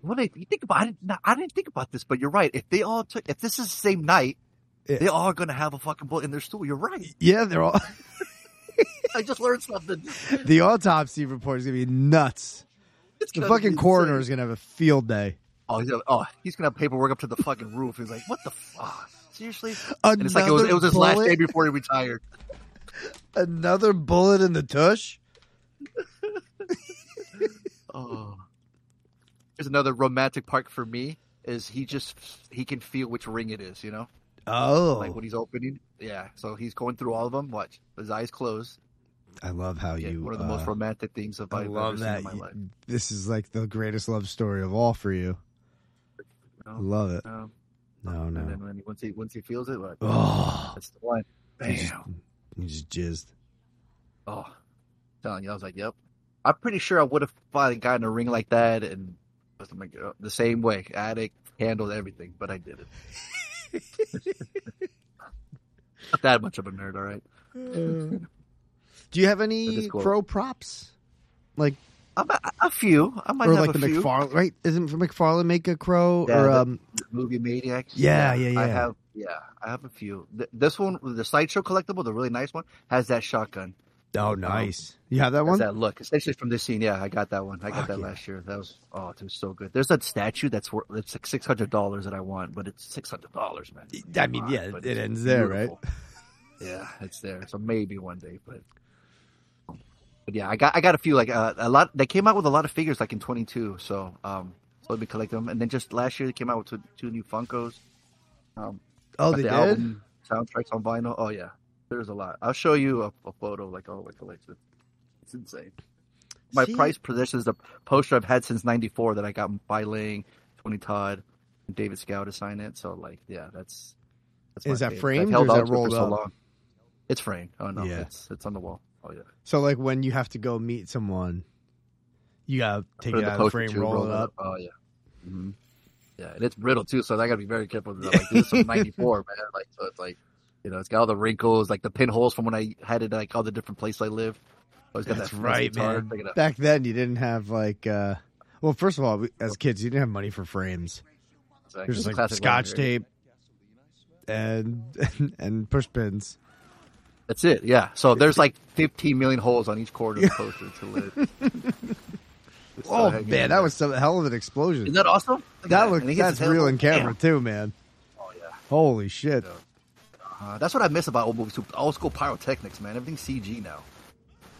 Speaker 2: What if you think about? I didn't, no, I didn't think about this, but you're right. If they all took, if this is the same night,
Speaker 1: Yeah.
Speaker 2: they all gonna have a fucking bullet in their stool. You're right.
Speaker 1: yeah, they're all.
Speaker 2: I just learned something.
Speaker 1: the autopsy report is gonna be nuts.
Speaker 2: It's
Speaker 1: The
Speaker 2: gonna be
Speaker 1: fucking
Speaker 2: insane.
Speaker 1: coroner is gonna have a field day.
Speaker 2: Oh, he's gonna, oh, he's gonna have paperwork up to the fucking roof. He's like, what the fuck? Seriously?
Speaker 1: Another
Speaker 2: And it's like it was, it was his last
Speaker 1: bullet-
Speaker 2: day before he retired.
Speaker 1: Another bullet in the tush.
Speaker 2: Oh, here's another romantic part for me. Is he just he can feel which ring it is? You know,
Speaker 1: Oh,
Speaker 2: like when he's opening. Yeah, so he's going through all of them. Watch his eyes closed.
Speaker 1: I love how
Speaker 2: Yeah,
Speaker 1: you.
Speaker 2: one of the
Speaker 1: uh,
Speaker 2: most romantic things of
Speaker 1: I
Speaker 2: I've
Speaker 1: love
Speaker 2: ever
Speaker 1: that.
Speaker 2: seen in
Speaker 1: you-
Speaker 2: my life.
Speaker 1: This is like the greatest love story of all for you. I
Speaker 2: No,
Speaker 1: love it.
Speaker 2: no.
Speaker 1: Oh, No,
Speaker 2: Um, And
Speaker 1: no.
Speaker 2: then when he, once he once he feels it, like,
Speaker 1: Oh,
Speaker 2: that's the one.
Speaker 1: you just,
Speaker 2: Bam.
Speaker 1: you just jizzed.
Speaker 2: Oh, I'm telling you, I was like, yep. I'm pretty sure I would have finally gotten a ring like that, and I was like, oh, the same way, addict handled everything, but I did it. Not that much of a nerd, all right. Mm.
Speaker 1: Do you have any
Speaker 2: Just go-
Speaker 1: crow props? Like
Speaker 2: I'm a, a few. I might
Speaker 1: or
Speaker 2: have
Speaker 1: like
Speaker 2: a
Speaker 1: the
Speaker 2: few.
Speaker 1: McFarlane, right? Isn't McFarlane make a crow
Speaker 2: Yeah,
Speaker 1: or
Speaker 2: the-
Speaker 1: um?
Speaker 2: Movie maniacs.
Speaker 1: Yeah, yeah, yeah.
Speaker 2: I have. Yeah, I have a few. Th- this one, the sideshow collectible, the really nice one, has that shotgun.
Speaker 1: Oh, nice. You have that
Speaker 2: Has
Speaker 1: one?
Speaker 2: that look, essentially from this scene. Yeah, I got that one. I got
Speaker 1: Fuck
Speaker 2: that
Speaker 1: yeah.
Speaker 2: last year. That was oh, it was so good. There's that statue that's worth that's like six hundred dollars that I want, but it's six hundred dollars, man.
Speaker 1: I mean, yeah,
Speaker 2: But
Speaker 1: it
Speaker 2: it's
Speaker 1: ends there, right?
Speaker 2: beautiful. Yeah, it's there. So maybe one day, but but yeah, I got I got a few like uh, a lot. They came out with a lot of figures like in twenty two, so um, so I've been collecting them. And then just last year they came out with two, two new Funkos. Um,
Speaker 1: Oh,
Speaker 2: got
Speaker 1: they
Speaker 2: the
Speaker 1: did.
Speaker 2: album soundtracks on vinyl. Oh yeah, there's a lot. I'll show you a, a photo like all my collection. It's insane. My
Speaker 1: See?
Speaker 2: price possession is the poster I've had since '94 that I got by Ling, Tony Todd, and David Scow to sign it. So like, yeah, that's that's my
Speaker 1: Is that
Speaker 2: favorite.
Speaker 1: framed
Speaker 2: I've
Speaker 1: or
Speaker 2: held
Speaker 1: is that
Speaker 2: on to it for
Speaker 1: rolled
Speaker 2: so
Speaker 1: up?
Speaker 2: long. It's framed. Oh no,
Speaker 1: Yeah.
Speaker 2: it's it's on the wall. Oh yeah,
Speaker 1: So like when you have to go meet someone, you gotta take
Speaker 2: Put
Speaker 1: it
Speaker 2: in
Speaker 1: out of the
Speaker 2: poster
Speaker 1: frame,
Speaker 2: too,
Speaker 1: roll it up.
Speaker 2: Oh yeah. hmm Yeah, and it's brittle too, so I gotta be very careful. With that. Like this is from '94, man. Like so, it's like you know, it's got all the wrinkles, like the pinholes from when I had it, like all the different places I live. Always got
Speaker 1: That's
Speaker 2: that
Speaker 1: right, man.
Speaker 2: Take it up.
Speaker 1: Back then, you didn't have like. uh Well, first of all, we- as kids, you didn't have money for frames.
Speaker 2: Exactly.
Speaker 1: There's
Speaker 2: It's a
Speaker 1: like
Speaker 2: classic
Speaker 1: scotch
Speaker 2: library.
Speaker 1: tape and, and and push pins.
Speaker 2: That's it. Yeah. So there's like 15 million holes on each corner of the poster to live.
Speaker 1: Oh man, that was some hell of an explosion.
Speaker 2: Isn't that awesome? Look at
Speaker 1: That
Speaker 2: And
Speaker 1: looks
Speaker 2: he hits
Speaker 1: that's
Speaker 2: his head
Speaker 1: real
Speaker 2: up.
Speaker 1: in camera too, man.
Speaker 2: Damn. Oh yeah.
Speaker 1: Holy shit!
Speaker 2: Yeah. Uh, that's what I miss about old movies too. Old school pyrotechnics, man. Everything's CG now.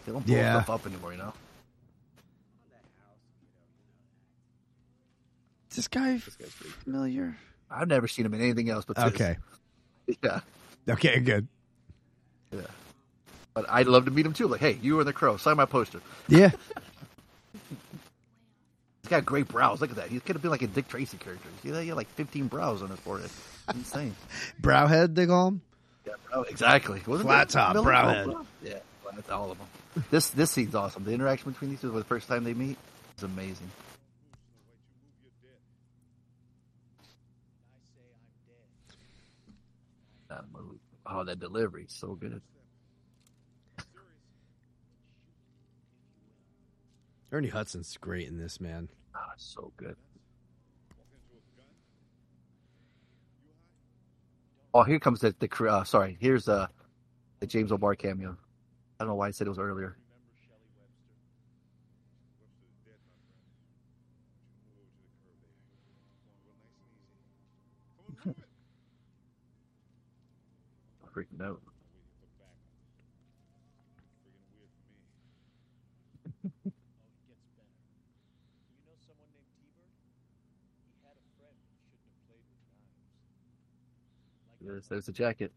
Speaker 2: They don't blow
Speaker 1: Yeah.
Speaker 2: stuff up anymore, you know.
Speaker 1: This guy
Speaker 2: guy's pretty-
Speaker 1: familiar?
Speaker 2: I've never seen him in anything else but this.
Speaker 1: Okay,
Speaker 2: Yeah.
Speaker 1: okay, good.
Speaker 2: Yeah. But I'd love to meet him too. Like, hey, you were in the crow. Sign my poster.
Speaker 1: Yeah,
Speaker 2: He's got great brows. Look at that. He could have been like a Dick Tracy character. You see that? He had like 15 brows on his forehead. Insane.
Speaker 1: browhead they call him.
Speaker 2: Yeah, bro, exactly. Wasn't
Speaker 1: Flat
Speaker 2: it
Speaker 1: top,
Speaker 2: Miller?
Speaker 1: brown
Speaker 2: Oh,
Speaker 1: head.
Speaker 2: bro. Yeah, that's all of them. This this scene's awesome. The interaction between these two for the first time they meet is amazing. That move. Oh, that delivery, so good.
Speaker 1: Ernie Hudson's great in this man.
Speaker 2: Ah, so good. Oh, here comes the the cre- uh, sorry. Here's uh the James O'Barr cameo. I don't know why I said it was earlier. Freaking out. There's, there's the jacket.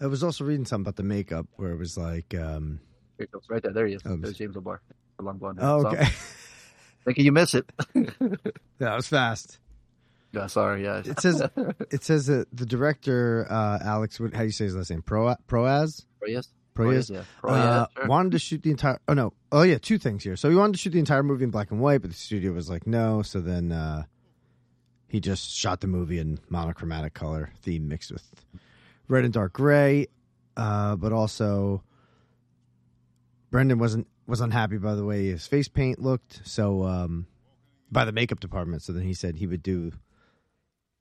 Speaker 1: I was also reading something about the makeup where it was like, um,
Speaker 2: Here it comes, right there. There he is.
Speaker 1: Oh,
Speaker 2: There's James O'Barr. The long blonde hair.
Speaker 1: oh,
Speaker 2: So,
Speaker 1: okay,
Speaker 2: thinking you miss it.
Speaker 1: that was fast.
Speaker 2: Yeah, sorry. Yeah,
Speaker 1: It says it says that the director uh, Alex. what- How do you say his last name? Pro Proaz.
Speaker 2: Proyas.
Speaker 1: Proyas.
Speaker 2: Oh, Yeah.
Speaker 1: uh,
Speaker 2: Proyas. sure.
Speaker 1: wanted to shoot the entire. Oh no! Oh yeah, two things here. So he wanted to shoot the entire movie in black and white, but the studio was like, no. So then uh, he just shot the movie in monochromatic color theme mixed with red and dark gray. Uh, but also, Brendan wasn't was unhappy by the way his face paint looked. So um, by the makeup department. So then he said he would do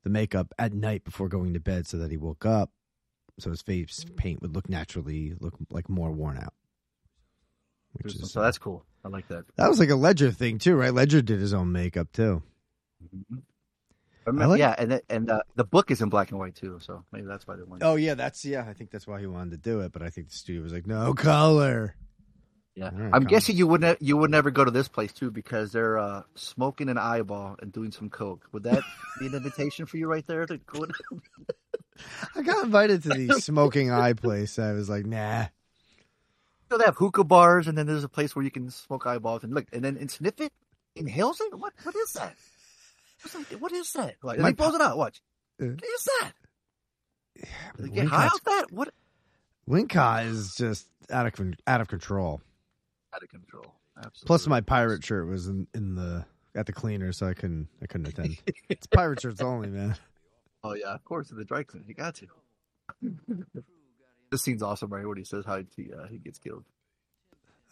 Speaker 1: the makeup at night before going to bed, so that he woke up. So his face paint would look naturally look like more worn out. Which is
Speaker 2: so that's cool. I like that.
Speaker 1: that was like a Ledger thing too, right? Ledger did his own makeup too.
Speaker 2: Remember-
Speaker 1: like-
Speaker 2: Mm-hmm. yeah, and it- and uh, the book is in black and white too, so maybe that's why they wanted.
Speaker 1: Oh yeah, that's yeah. I think that's why he wanted to do it, but I think the studio was like, no color.
Speaker 2: yeah,
Speaker 1: all right,
Speaker 2: I'm
Speaker 1: Colin.
Speaker 2: guessing you would ne- you would never go to this place too because they're uh, smoking an eyeball and doing some coke. Would that be an invitation for you right there to go? in?
Speaker 1: I got invited to the smoking eye place. I was like, nah.
Speaker 2: So they have hookah bars, and then there's a place where you can smoke eyeballs and look, and then and sniff it, inhales it. What what is that? What's that- What is that? Like, and
Speaker 1: My
Speaker 2: he blows it out. Watch.
Speaker 1: Uh.
Speaker 2: What is that? They get high
Speaker 1: Wincott,
Speaker 2: off that? What?
Speaker 1: Wincott is just out of con- out of control.
Speaker 2: Out of control. Absolutely.
Speaker 1: Plus, my pirate shirt was in, in the at the cleaner, so I couldn't I couldn't attend. it's pirate shirts only, man.
Speaker 2: Oh yeah, of course, in the dry cleaner, you got to. this scene's awesome, right? here, When he says how he uh, he gets killed.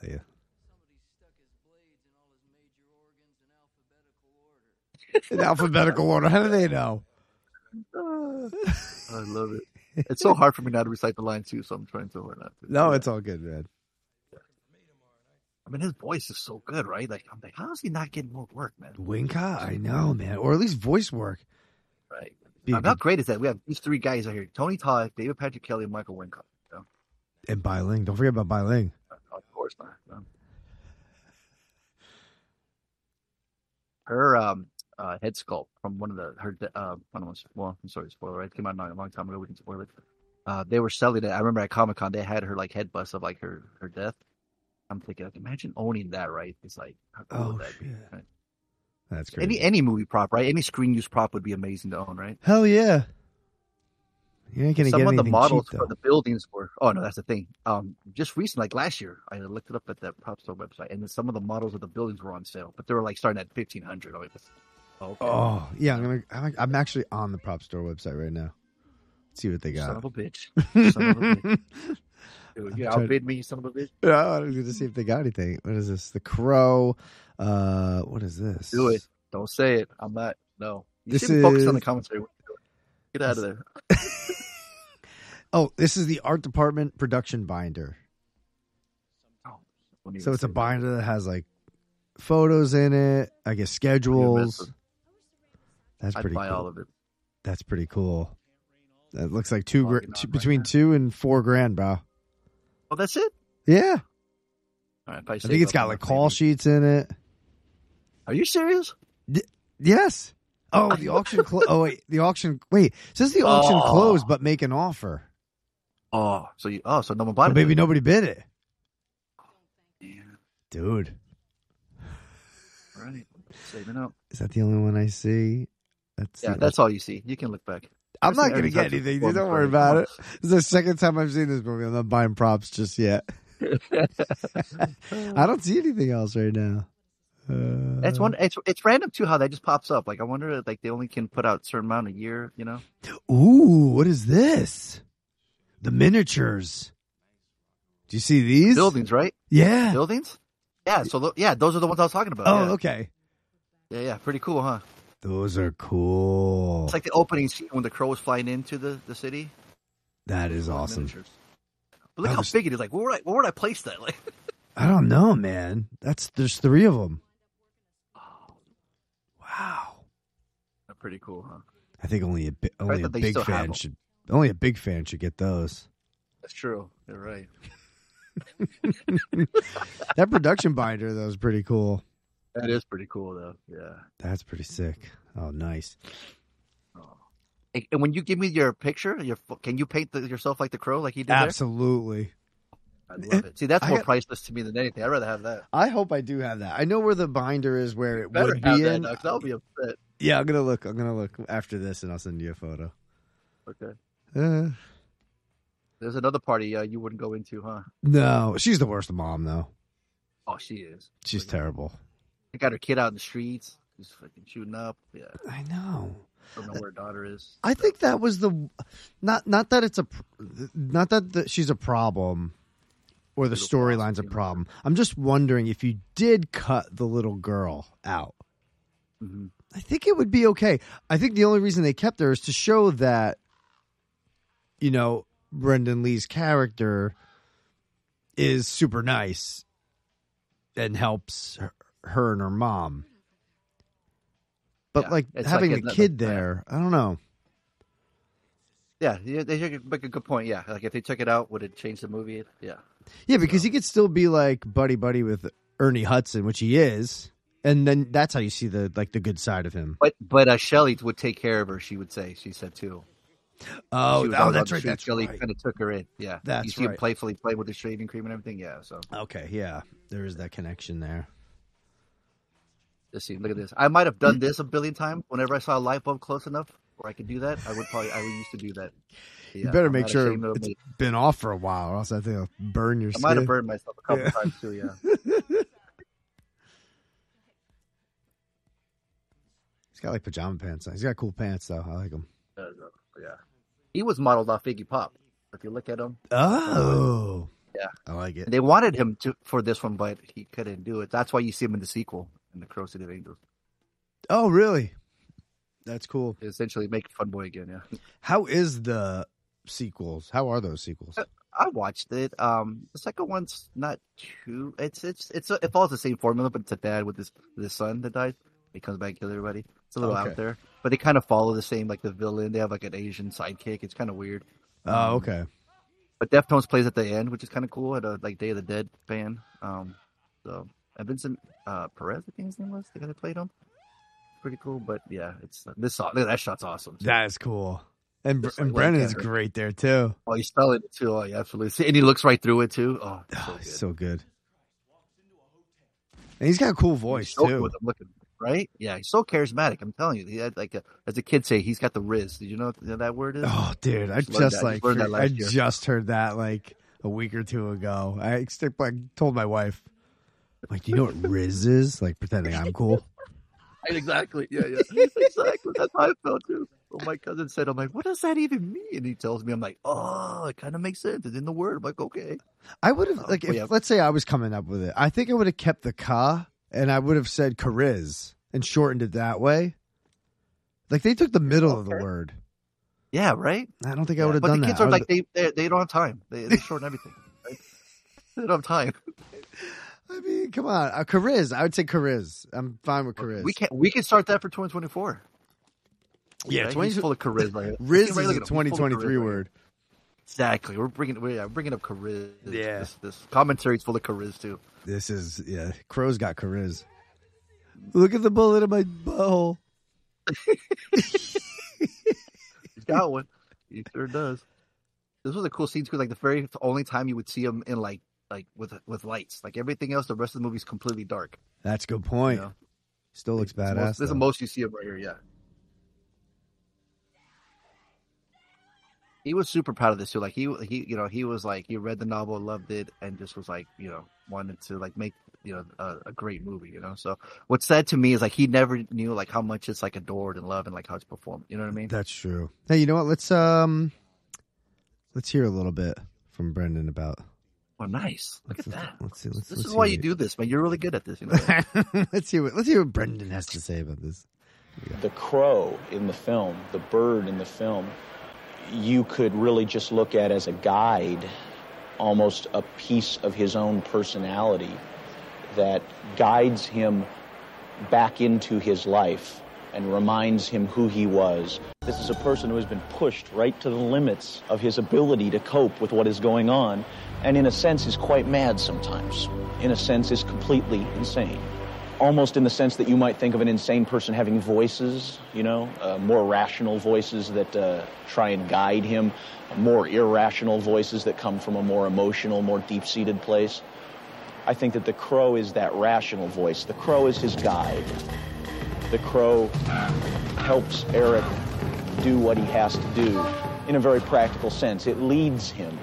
Speaker 1: Yeah. In alphabetical order. How do they know?
Speaker 2: I love it. It's so hard for me not to recite the line too, so I'm trying so hard not to.
Speaker 1: No,
Speaker 2: Yeah.
Speaker 1: it's all good, man.
Speaker 2: I mean, his voice is so good, right? Like I'm like, how is he not getting more work, man?
Speaker 1: Winka, I know, man. Or at least voice work.
Speaker 2: Right.
Speaker 1: Be-
Speaker 2: Uh, How great is that? We have these three guys out here: Tony Todd, David Patrick Kelly, and Michael Wincott.
Speaker 1: And Biling. Don't forget about Biling.
Speaker 2: Of course not. no. Her um, uh, head sculpt from one of the her uh, I don't know. Well, I'm sorry, spoiler. Right? It came out not a long time ago. We can spoil it. Uh, they were selling it. I remember at Comic Con they had her like head bust of like her her death. I'm thinking, like, imagine owning that, right? It's like, how cool
Speaker 1: Oh,
Speaker 2: would that be?
Speaker 1: shit.
Speaker 2: right?
Speaker 1: That's great.
Speaker 2: Any any movie prop, right? Any screen use prop would be amazing to own, right?
Speaker 1: Hell yeah. You ain't gonna
Speaker 2: some
Speaker 1: get
Speaker 2: of the
Speaker 1: anything
Speaker 2: models
Speaker 1: cheap,
Speaker 2: for
Speaker 1: though.
Speaker 2: the buildings were oh no that's the thing um just recently like last year i looked it up at that prop store website and then some of the models of the buildings were on sale but they were like starting at 1500 i'm like oh, okay.
Speaker 1: Oh yeah, I'm gonna. I'm, I'm actually on the prop store website right now. Let's see what they
Speaker 2: son
Speaker 1: got.
Speaker 2: of a bitch son of a bitch.
Speaker 1: yeah,
Speaker 2: Dude, you
Speaker 1: I'm trying-
Speaker 2: outbid me son of a bitch
Speaker 1: I was gonna see if they got anything. What is this? The Crow. Uh, what is this?
Speaker 2: do it don't say it i'm not no you
Speaker 1: This
Speaker 2: should be focused on the
Speaker 1: is-
Speaker 2: commentary get out of there
Speaker 1: Oh, this is the art department production binder.
Speaker 2: Oh, Don't even
Speaker 1: So it's a
Speaker 2: say it.
Speaker 1: binder that has like photos in it. I guess schedules. That's
Speaker 2: i'd
Speaker 1: pretty.
Speaker 2: buy
Speaker 1: cool.
Speaker 2: all of it
Speaker 1: That's pretty cool. That looks like two, gra-
Speaker 2: Fucking
Speaker 1: two
Speaker 2: on right
Speaker 1: between
Speaker 2: now.
Speaker 1: two and four grand, bro.
Speaker 2: oh that's it
Speaker 1: Yeah,
Speaker 2: all right if I,
Speaker 1: I think it's got like call sheets in it.
Speaker 2: are you serious
Speaker 1: Yes. Oh, the auction. Clo- oh wait, the auction. Wait, it says the auction
Speaker 2: Oh.
Speaker 1: closed, but make an offer.
Speaker 2: oh so you oh so no one bought
Speaker 1: But
Speaker 2: it
Speaker 1: maybe nobody bid it,
Speaker 2: Yeah,
Speaker 1: dude.
Speaker 2: all right saving up
Speaker 1: Is that the only one I see? That's
Speaker 2: yeah
Speaker 1: the-
Speaker 2: that's all you see you can look back
Speaker 1: I'm
Speaker 2: That's
Speaker 1: not
Speaker 2: the
Speaker 1: gonna
Speaker 2: only
Speaker 1: get
Speaker 2: type of
Speaker 1: anything. Dude,
Speaker 2: performance
Speaker 1: don't
Speaker 2: for
Speaker 1: worry
Speaker 2: me.
Speaker 1: about it. It's the second time I've seen this movie. I'm not buying props just yet. I don't see anything else right now. Uh,
Speaker 2: That's one. It's it's random too how that just pops up. Like I wonder, if, like they only can put out a certain amount a year. You know,
Speaker 1: Uh, Ooh, what is this? The miniatures. Do you see these?
Speaker 2: buildings, right?
Speaker 1: Yeah.
Speaker 2: Buildings. Yeah. So tho- yeah, those are the ones I was talking about.
Speaker 1: Oh,
Speaker 2: yeah.
Speaker 1: okay.
Speaker 2: yeah, yeah, pretty cool, huh?
Speaker 1: Those are cool.
Speaker 2: It's like the opening scene when the crow was flying into the the city.
Speaker 1: that is
Speaker 2: All the
Speaker 1: awesome.
Speaker 2: miniatures. But look
Speaker 1: I
Speaker 2: how
Speaker 1: was-
Speaker 2: big it is. Like where would I where would I place that? Like
Speaker 1: I don't know, man. That's there's three of them. Wow.
Speaker 2: pretty cool, huh?
Speaker 1: I think only a bi- only
Speaker 2: that
Speaker 1: a
Speaker 2: they
Speaker 1: big
Speaker 2: still have
Speaker 1: fan
Speaker 2: 'em.
Speaker 1: should only a big fan should get those.
Speaker 2: That's true. You're right.
Speaker 1: That production binder though is pretty cool.
Speaker 2: That is pretty cool though. Yeah.
Speaker 1: That's pretty sick. Oh, nice.
Speaker 2: And- And when you give me your picture, your pho- can you paint the, yourself like the crow, like he did? there?
Speaker 1: Absolutely.
Speaker 2: I love it. See, that's
Speaker 1: I
Speaker 2: more
Speaker 1: got-
Speaker 2: priceless to me than anything. I'd rather have that.
Speaker 1: I hope I do have that. I know where the binder is where it
Speaker 2: Better
Speaker 1: would
Speaker 2: have
Speaker 1: be
Speaker 2: that
Speaker 1: in.
Speaker 2: now, 'cause I'll be upset.
Speaker 1: Yeah, I'm gonna look. I'm gonna look after this, and I'll send you a photo.
Speaker 2: Okay.
Speaker 1: Uh,
Speaker 2: There's another party uh, you wouldn't go into, huh?
Speaker 1: no, she's the worst mom though.
Speaker 2: Oh, she is.
Speaker 1: She's
Speaker 2: Fucking-
Speaker 1: terrible.
Speaker 2: They got her kid out in the streets. She's fucking shooting up. Yeah.
Speaker 1: I know.
Speaker 2: Don't know where her daughter is.
Speaker 1: I think that was the not not that it's a pr- not that the, she's a problem or the
Speaker 2: Beautiful
Speaker 1: storyline's a
Speaker 2: philosophy.
Speaker 1: problem. I'm just wondering if you did cut the little girl out.
Speaker 2: hmm
Speaker 1: I think it would be okay. I think the only reason they kept her is to show that you know Brendan Lee's character is super nice and helps her, her and her mom. But
Speaker 2: Yeah,
Speaker 1: like
Speaker 2: it's
Speaker 1: having
Speaker 2: like
Speaker 1: the
Speaker 2: another-
Speaker 1: kid there, I don't know.
Speaker 2: Yeah, yeah, they should make a good point. Yeah, like if they took it out, would it change the movie? Yeah,
Speaker 1: Yeah, because he could still be like buddy buddy with Ernie Hudson, which he is, and then that's how you see the like the good side of him.
Speaker 2: but but uh, Shelley would take care of her. She would say. She said too.
Speaker 1: Oh,
Speaker 2: She was out on the streets. Shelley kind of took her in. Yeah,
Speaker 1: That's
Speaker 2: you see him
Speaker 1: right.
Speaker 2: playfully playing with the shaving cream and everything. Yeah, so
Speaker 1: Okay, yeah, there is that connection there.
Speaker 2: this scene. Look at this. I might have done this a billion times. Whenever I saw a light bulb close enough where I could do that, I would probably. I used to do that. Yeah,
Speaker 1: you better
Speaker 2: I'm
Speaker 1: make
Speaker 2: not
Speaker 1: sure
Speaker 2: ashamed of
Speaker 1: it's
Speaker 2: me.
Speaker 1: been off for a while, or else I think I'll burn your
Speaker 2: I might
Speaker 1: skin.
Speaker 2: have burned myself a couple
Speaker 1: Yeah.
Speaker 2: times too. Yeah,
Speaker 1: He's got like pajama pants. on. He's got cool pants though. I like them.
Speaker 2: Uh, yeah. He was modeled off Iggy Pop. If you look at him,
Speaker 1: Oh,
Speaker 2: Yeah.
Speaker 1: I like it.
Speaker 2: They wanted him to for this one, but he couldn't do it. That's why you see him in the sequel in the Crow City of Angels.
Speaker 1: Oh, really? That's cool.
Speaker 2: They essentially make Fun Boy again. Yeah,
Speaker 1: How is the sequels? How are those sequels?
Speaker 2: I watched it. Um, the second one's not too. It's it's it's it follows the same formula, but it's a dad with his with his son that died. He comes back and kills everybody. It's a little
Speaker 1: Okay.
Speaker 2: out there, but they kind of follow the same like the villain. They have like an Asian sidekick. It's kind of weird.
Speaker 1: Oh, okay.
Speaker 2: But Deftones plays at the end, which is kind of cool at a like Day of the Dead fan. Um, so and Vincent uh, Perez, I think his name was the guy that played him. Pretty cool, but yeah, it's this song. Look, at that shot's awesome. too.
Speaker 1: That is cool. And,
Speaker 2: Just
Speaker 1: and
Speaker 2: like
Speaker 1: Brennan's
Speaker 2: Lancaster.
Speaker 1: great there too.
Speaker 2: Oh, he's spelling it too. Oh, yeah, absolutely. See, and he looks right through it too. Oh, it's so
Speaker 1: Oh,
Speaker 2: good.
Speaker 1: he's so good. And he's got a cool voice
Speaker 2: He's so
Speaker 1: too.
Speaker 2: With him looking, right? Yeah, he's so charismatic. I'm telling you, he had like a, as the kids say, he's got the riz. Did you know what that word is?
Speaker 1: Oh, dude, I
Speaker 2: Just learned
Speaker 1: just
Speaker 2: that.
Speaker 1: like
Speaker 2: Just learned that
Speaker 1: I
Speaker 2: last year.
Speaker 1: just heard that like a week or two ago. I, stick- I told my wife, I'm like, do you know what Riz is? Like pretending I'm cool.
Speaker 2: Right, exactly. Yeah, yeah. exactly. That's how I felt too. Well, my cousin said, I'm like, what does that even mean? And he tells me, I'm like, oh, it kind of makes sense. It's in the word. I'm like, okay.
Speaker 1: I would have
Speaker 2: Oh,
Speaker 1: like if
Speaker 2: yeah.
Speaker 1: let's say I was coming up with it, I think I would have kept the ka and I would have said Kariz and shortened it that way. Like they took the middle of the
Speaker 2: Okay.
Speaker 1: word.
Speaker 2: Yeah, right?
Speaker 1: I don't think I
Speaker 2: Yeah,
Speaker 1: would have
Speaker 2: But
Speaker 1: done
Speaker 2: the kids
Speaker 1: that. I
Speaker 2: are
Speaker 1: would've-
Speaker 2: like, they, they, they don't have time. They, they shorten everything. right? They don't have time.
Speaker 1: I mean, come on, uh, Kariz. I would say Kariz. I'm fine with Kariz.
Speaker 2: We can not we can start that for 2024.
Speaker 1: Yeah,
Speaker 2: right?
Speaker 1: 20
Speaker 2: he's full of charisma.
Speaker 1: Riz
Speaker 2: Look
Speaker 1: is a
Speaker 2: at him. He's full of
Speaker 1: 2023
Speaker 2: charisma.
Speaker 1: word.
Speaker 2: Exactly. We're bringing we're, yeah, bringing up charisma.
Speaker 1: Yeah.
Speaker 2: This, this commentary's full of charisma too.
Speaker 1: This is yeah. Crow's got Kariz. Look at the bullet in my butthole.
Speaker 2: He's got one. He sure does. This was a cool scene too. Like the very only time you would see him in like like with with lights. Like everything else, the rest of the movie's completely dark.
Speaker 1: That's a good
Speaker 2: You
Speaker 1: point.
Speaker 2: know?
Speaker 1: Still looks
Speaker 2: It's most-
Speaker 1: badass.
Speaker 2: This is the
Speaker 1: though.
Speaker 2: most you see him right here. Yeah. He was super proud of this too. Like he he you know he was like he read the novel, loved it, and just was like you know wanted to like make you know a, a great movie. You know. So what's sad to me is like he never knew like how much it's like adored and loved and like how it's performed. You know what I mean?
Speaker 1: That's true. Hey, you know what? Let's um, let's hear a little bit from Brendan about.
Speaker 2: Oh, nice. Look at
Speaker 1: let's,
Speaker 2: that.
Speaker 1: Let's see. Let's,
Speaker 2: This
Speaker 1: let's
Speaker 2: is
Speaker 1: see
Speaker 2: why
Speaker 1: what
Speaker 2: you
Speaker 1: he-
Speaker 2: do this, man. You're really good at this. You know?
Speaker 1: let's hear what let's hear what Brendan has to say about this.
Speaker 3: the crow in the film, the bird in the film, you could really just look at as a guide, almost a piece of his own personality that guides him back into his life and reminds him who he was. This is a person who has been pushed right to the limits of his ability to cope with what is going on, and in a sense is quite mad sometimes. In a sense is completely insane. Almost in the sense that you might think of an insane person having voices, you know, uh, more rational voices that uh, try and guide him, more irrational voices that come from a more emotional, more deep seated place. I think that the crow is that rational voice. The crow is his guide. The Crow helps Eric do what he has to do in a very practical sense. It leads him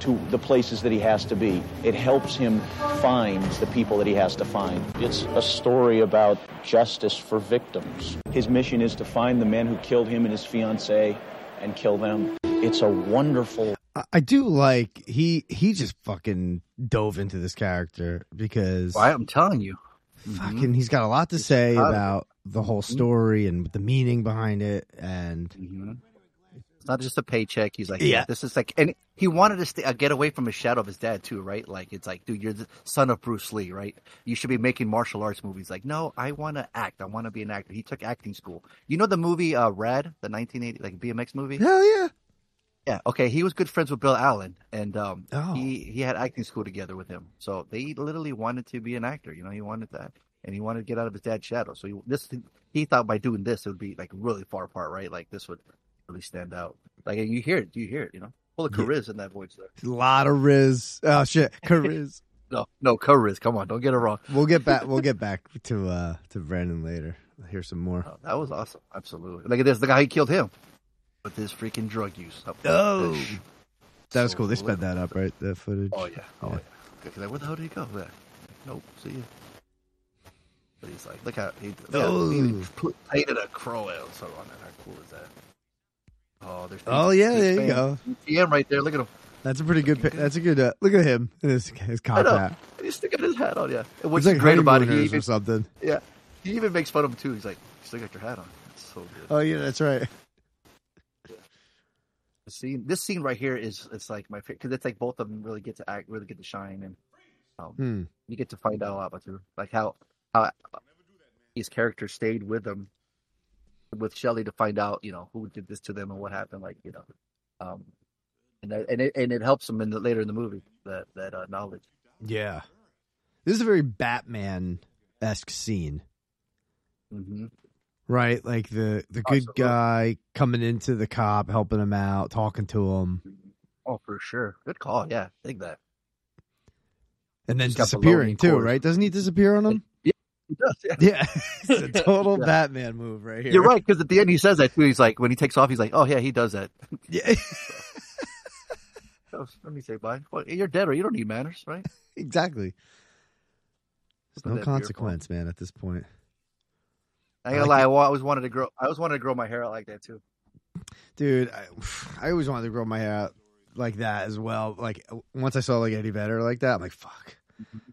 Speaker 3: to the places that he has to be. It helps him find the people that he has to find. It's a story about justice for victims. His mission is to find the men who killed him and his fiancee and kill them. It's a wonderful
Speaker 1: I- I do like he he just fucking dove into this character because
Speaker 2: Well, I'm telling you. Mhm.
Speaker 1: fucking he's got a lot to
Speaker 2: He's
Speaker 1: say
Speaker 2: proud of it. Mm-hmm.
Speaker 1: about the whole story and the meaning behind it and
Speaker 2: Mhm. It's not just a paycheck. He's like,
Speaker 1: Yeah.
Speaker 2: yeah, this is like, and he wanted to stay, uh, get away from his shadow of his dad too, right? Like, it's like, dude, you're the son of Bruce Lee, right? You should be making martial arts movies. Like, no, I want to act. I want to be an actor. He took acting school. You know the movie uh, Red, the 1980 like BMX movie?
Speaker 1: hell yeah
Speaker 2: Yeah. Okay. He was good friends with Bill Allen, and um,
Speaker 1: Oh.
Speaker 2: he he had acting school together with him. So they literally wanted to be an actor. You know, he wanted that, and he wanted to get out of his dad's shadow. So he, this he thought by doing this it would be like really far apart, right? Like this would really stand out. Like and you hear it, you hear it. You know, full of
Speaker 1: Yeah.
Speaker 2: charisma in that voice. There.
Speaker 1: a lot of riz oh shit Riz.
Speaker 2: No, no charisma. Come on, don't get it wrong.
Speaker 1: we'll get back we'll get back to uh to Brandon later hear some more
Speaker 2: No, that was awesome. Absolutely. Look at this. The guy who killed him with his freaking drug use.
Speaker 1: Oh. that was
Speaker 2: So
Speaker 1: cool they sped that
Speaker 2: believable.
Speaker 1: up right that footage
Speaker 2: Oh yeah. Oh
Speaker 1: Yeah.
Speaker 2: yeah. Good. 'cause like, where the hell did he go? There. Nope. See you. But he's like, look how he, look how
Speaker 1: Oh.
Speaker 2: he pl- painted a crow out. So on that, how cool is that? Oh, there's.
Speaker 1: oh yeah
Speaker 2: there's
Speaker 1: there you
Speaker 2: fans.
Speaker 1: go
Speaker 2: TM right there. Look at him.
Speaker 1: that's a pretty good pi-
Speaker 2: Looking good.
Speaker 1: that's a good uh, look at him in his his
Speaker 2: I
Speaker 1: cop
Speaker 2: know.
Speaker 1: hat
Speaker 2: And He's still got his hat on. Yeah. And
Speaker 1: it's
Speaker 2: What's
Speaker 1: like
Speaker 2: great about it? He
Speaker 1: Honeymooners or
Speaker 2: even,
Speaker 1: something
Speaker 2: yeah. He even makes fun of him too. He's like, you still got your hat on. That's so good.
Speaker 1: oh yeah that's right
Speaker 2: The scene. This scene right here is it's like my favorite because it's like both of them really get to act, really get to shine, and um,
Speaker 1: hmm
Speaker 2: you get to find out a lot about her, like how how these characters stayed with them, with Shelley to find out, you know, who did this to them and what happened, like you know, um, and that, and it and it helps them in the later in the movie that that uh, knowledge.
Speaker 1: yeah this is a very Batman esque scene
Speaker 2: Mm-hmm.
Speaker 1: Right, like the the good
Speaker 2: Absolutely.
Speaker 1: guy coming into the cop, helping him out, talking to him,
Speaker 2: Oh, for sure. Good call. Yeah, take that.
Speaker 1: and then
Speaker 2: He's got the
Speaker 1: disappearing
Speaker 2: loaning
Speaker 1: too.
Speaker 2: cord.
Speaker 1: Right? Doesn't he disappear on him?
Speaker 2: He does, yeah.
Speaker 1: Yeah, it's a total
Speaker 2: Yeah.
Speaker 1: Batman move right here.
Speaker 2: You're right because at the end he says that too. He's like when he takes off, he's like, oh yeah, he does that.
Speaker 1: Yeah,
Speaker 2: Oh, let me say bye. Well, you're dead or you don't need manners, right?
Speaker 1: exactly. There's
Speaker 2: Isn't
Speaker 1: no
Speaker 2: that beautiful?
Speaker 1: consequence, man. At this point,
Speaker 2: I
Speaker 1: I
Speaker 2: ain't
Speaker 1: like
Speaker 2: gonna lie, I wa- I always wanted to grow. I always wanted to grow my hair out like that too.
Speaker 1: dude, I, I always wanted to grow my hair out like that as well. Like once I saw like Eddie Vedder like that, I'm like, fuck,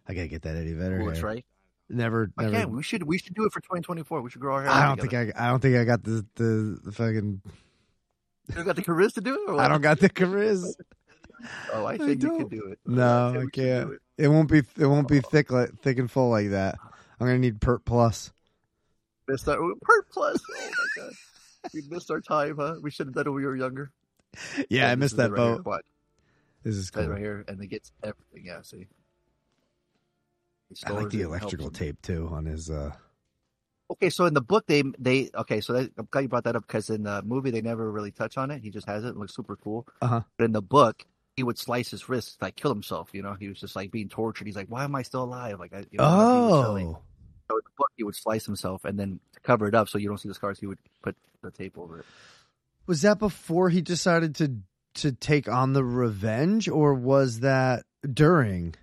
Speaker 1: I gotta get that Eddie Vedder
Speaker 2: Cool,
Speaker 1: hair.
Speaker 2: Oh, right.
Speaker 1: Never,
Speaker 2: I
Speaker 1: never.
Speaker 2: can't. We should. We should do it for 2024. We should grow our hair.
Speaker 1: I don't think I. I don't think I got the the, the fucking.
Speaker 2: I you got the charisma to do it. Or what?
Speaker 1: I don't got the charisma.
Speaker 2: Oh, I
Speaker 1: I
Speaker 2: think you
Speaker 1: don't.
Speaker 2: could do it.
Speaker 1: No, I
Speaker 2: think we should
Speaker 1: can't.
Speaker 2: do it.
Speaker 1: It won't be. It won't be thick, like, thick and full like that. I'm gonna need pert plus.
Speaker 2: Missed our oh, Pert Plus. Oh my god, we missed our time, huh? We should have done it when we were younger.
Speaker 1: Yeah, I
Speaker 2: this
Speaker 1: missed
Speaker 2: is it
Speaker 1: that
Speaker 2: right Here.
Speaker 1: boat.
Speaker 2: Watch,
Speaker 1: This is
Speaker 2: that
Speaker 1: cool.
Speaker 2: right here, and it gets everything. Yeah, see. It
Speaker 1: I like
Speaker 2: stores it
Speaker 1: the
Speaker 2: and helps
Speaker 1: electrical
Speaker 2: them.
Speaker 1: tape too on his. uh
Speaker 2: Okay, so in the book they they okay, so that, I'm glad you brought that up because in the movie they never really touch on it. He just has it; it looks super cool.
Speaker 1: Uh-huh.
Speaker 2: But in the book, he would slice his wrist, like kill himself. You know, he was just like being tortured. He's like, "Why am I still alive?" Like, I, you know, I was being silly.
Speaker 1: Oh,
Speaker 2: so in the book he would slice himself, and then to cover it up so you don't see the scars, he would put the tape over it.
Speaker 1: was that before he decided to to take on the revenge, or was that during?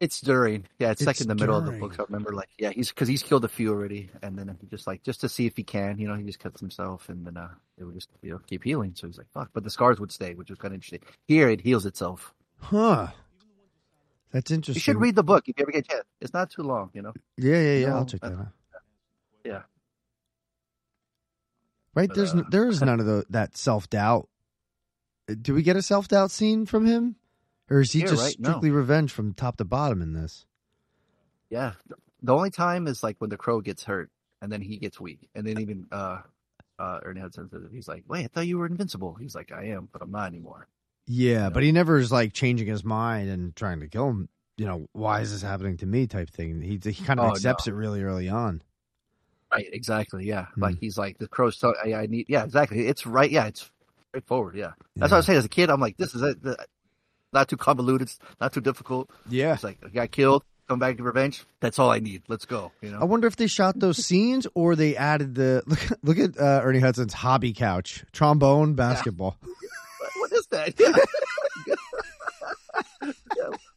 Speaker 2: It's during, yeah, it's, like
Speaker 1: It's
Speaker 2: in the middle of the
Speaker 1: during.
Speaker 2: book. So I remember, like, yeah, he's because he's killed a few already, and then he just like just to see if he can, you know, he just cuts himself, and then uh, it would just you know keep healing. So he's like, fuck, but the scars would stay, which was kind of interesting. Here it heals itself.
Speaker 1: Huh. That's interesting.
Speaker 2: You should read the book if you ever get a chance. It's not too long, you know.
Speaker 1: Yeah, yeah, yeah. I'll
Speaker 2: No,
Speaker 1: check that
Speaker 2: that's-
Speaker 1: out.
Speaker 2: yeah.
Speaker 1: Right
Speaker 2: But,
Speaker 1: there's n
Speaker 2: uh,
Speaker 1: there is none of the, that self doubt. Do we get a self doubt scene from him, or is he
Speaker 2: Here,
Speaker 1: just
Speaker 2: right? No.
Speaker 1: strictly revenge from top to bottom in this?
Speaker 2: Yeah, the only time is like when the crow gets hurt, and then he gets weak, and then even uh, uh, Ernie Hudson says it. He's like, wait, I thought you were invincible. He's like, I am, but I'm not anymore.
Speaker 1: Yeah,
Speaker 2: know?
Speaker 1: but he never is like changing his mind and trying to kill him. You know, why is this happening to me? Type thing. He he kind of
Speaker 2: Oh,
Speaker 1: accepts it really early on.
Speaker 2: Right, exactly. Yeah,
Speaker 1: Hmm.
Speaker 2: like he's like the crow's. T- I, I need. Yeah, exactly. It's right. Yeah, it's straightforward. Yeah, that's what I was saying as a kid. I'm like, this is it. The- Not too convoluted. Not too difficult.
Speaker 1: Yeah,
Speaker 2: It's like I got killed. come back to revenge. That's all I need. Let's go. You
Speaker 1: I
Speaker 2: know,
Speaker 1: wonder if they shot those scenes or they added the look. Look at uh, Ernie Hudson's hobby couch, trombone, basketball.
Speaker 2: what is that? Yeah. yeah.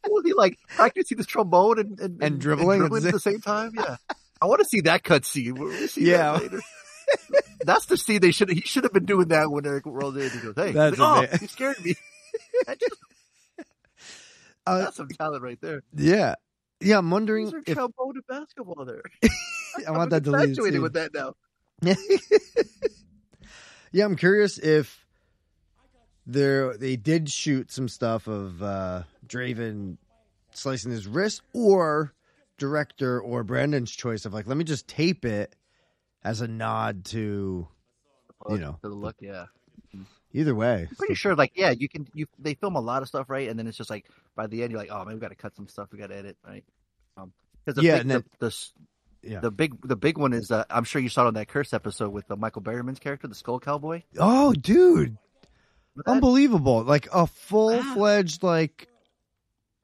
Speaker 2: What was he like practicing his trombone and and,
Speaker 1: dribbling and
Speaker 2: at the same time? Yeah, I want to see that cut scene. We'll we'll see
Speaker 1: Yeah.
Speaker 2: that later. That's the scene they should. He should have been doing that when Eric rolled in. He goes, "Hey,
Speaker 1: That's
Speaker 2: oh,
Speaker 1: ama-
Speaker 2: you scared me." That just-
Speaker 1: Uh,
Speaker 2: That's some talent right there.
Speaker 1: Yeah, yeah. I'm wondering
Speaker 2: These are
Speaker 1: if
Speaker 2: trombone and basketball there.
Speaker 1: I want that deleted.
Speaker 2: infatuated
Speaker 1: scene.
Speaker 2: with that now.
Speaker 1: yeah, I'm curious if there they did shoot some stuff of uh, Draven slicing his wrist, or director or Brandon's choice of like, let me just tape it as a nod to You know.
Speaker 2: the look. Yeah,
Speaker 1: either way.
Speaker 2: I'm pretty sure. Like, yeah, you can. You they film a lot of stuff, right? And then it's just like by the end, you're like, oh man, we got to cut some stuff. We got to edit, right? Um, because the,
Speaker 1: Yeah,
Speaker 2: big-
Speaker 1: and
Speaker 2: the,
Speaker 1: then-
Speaker 2: the s-
Speaker 1: Yeah.
Speaker 2: the big the big one is uh, I'm sure you saw it on that curse episode with uh, Michael Berryman's character, the Skull Cowboy.
Speaker 1: Oh, dude,
Speaker 2: Remember
Speaker 1: unbelievable! Like a full fledged like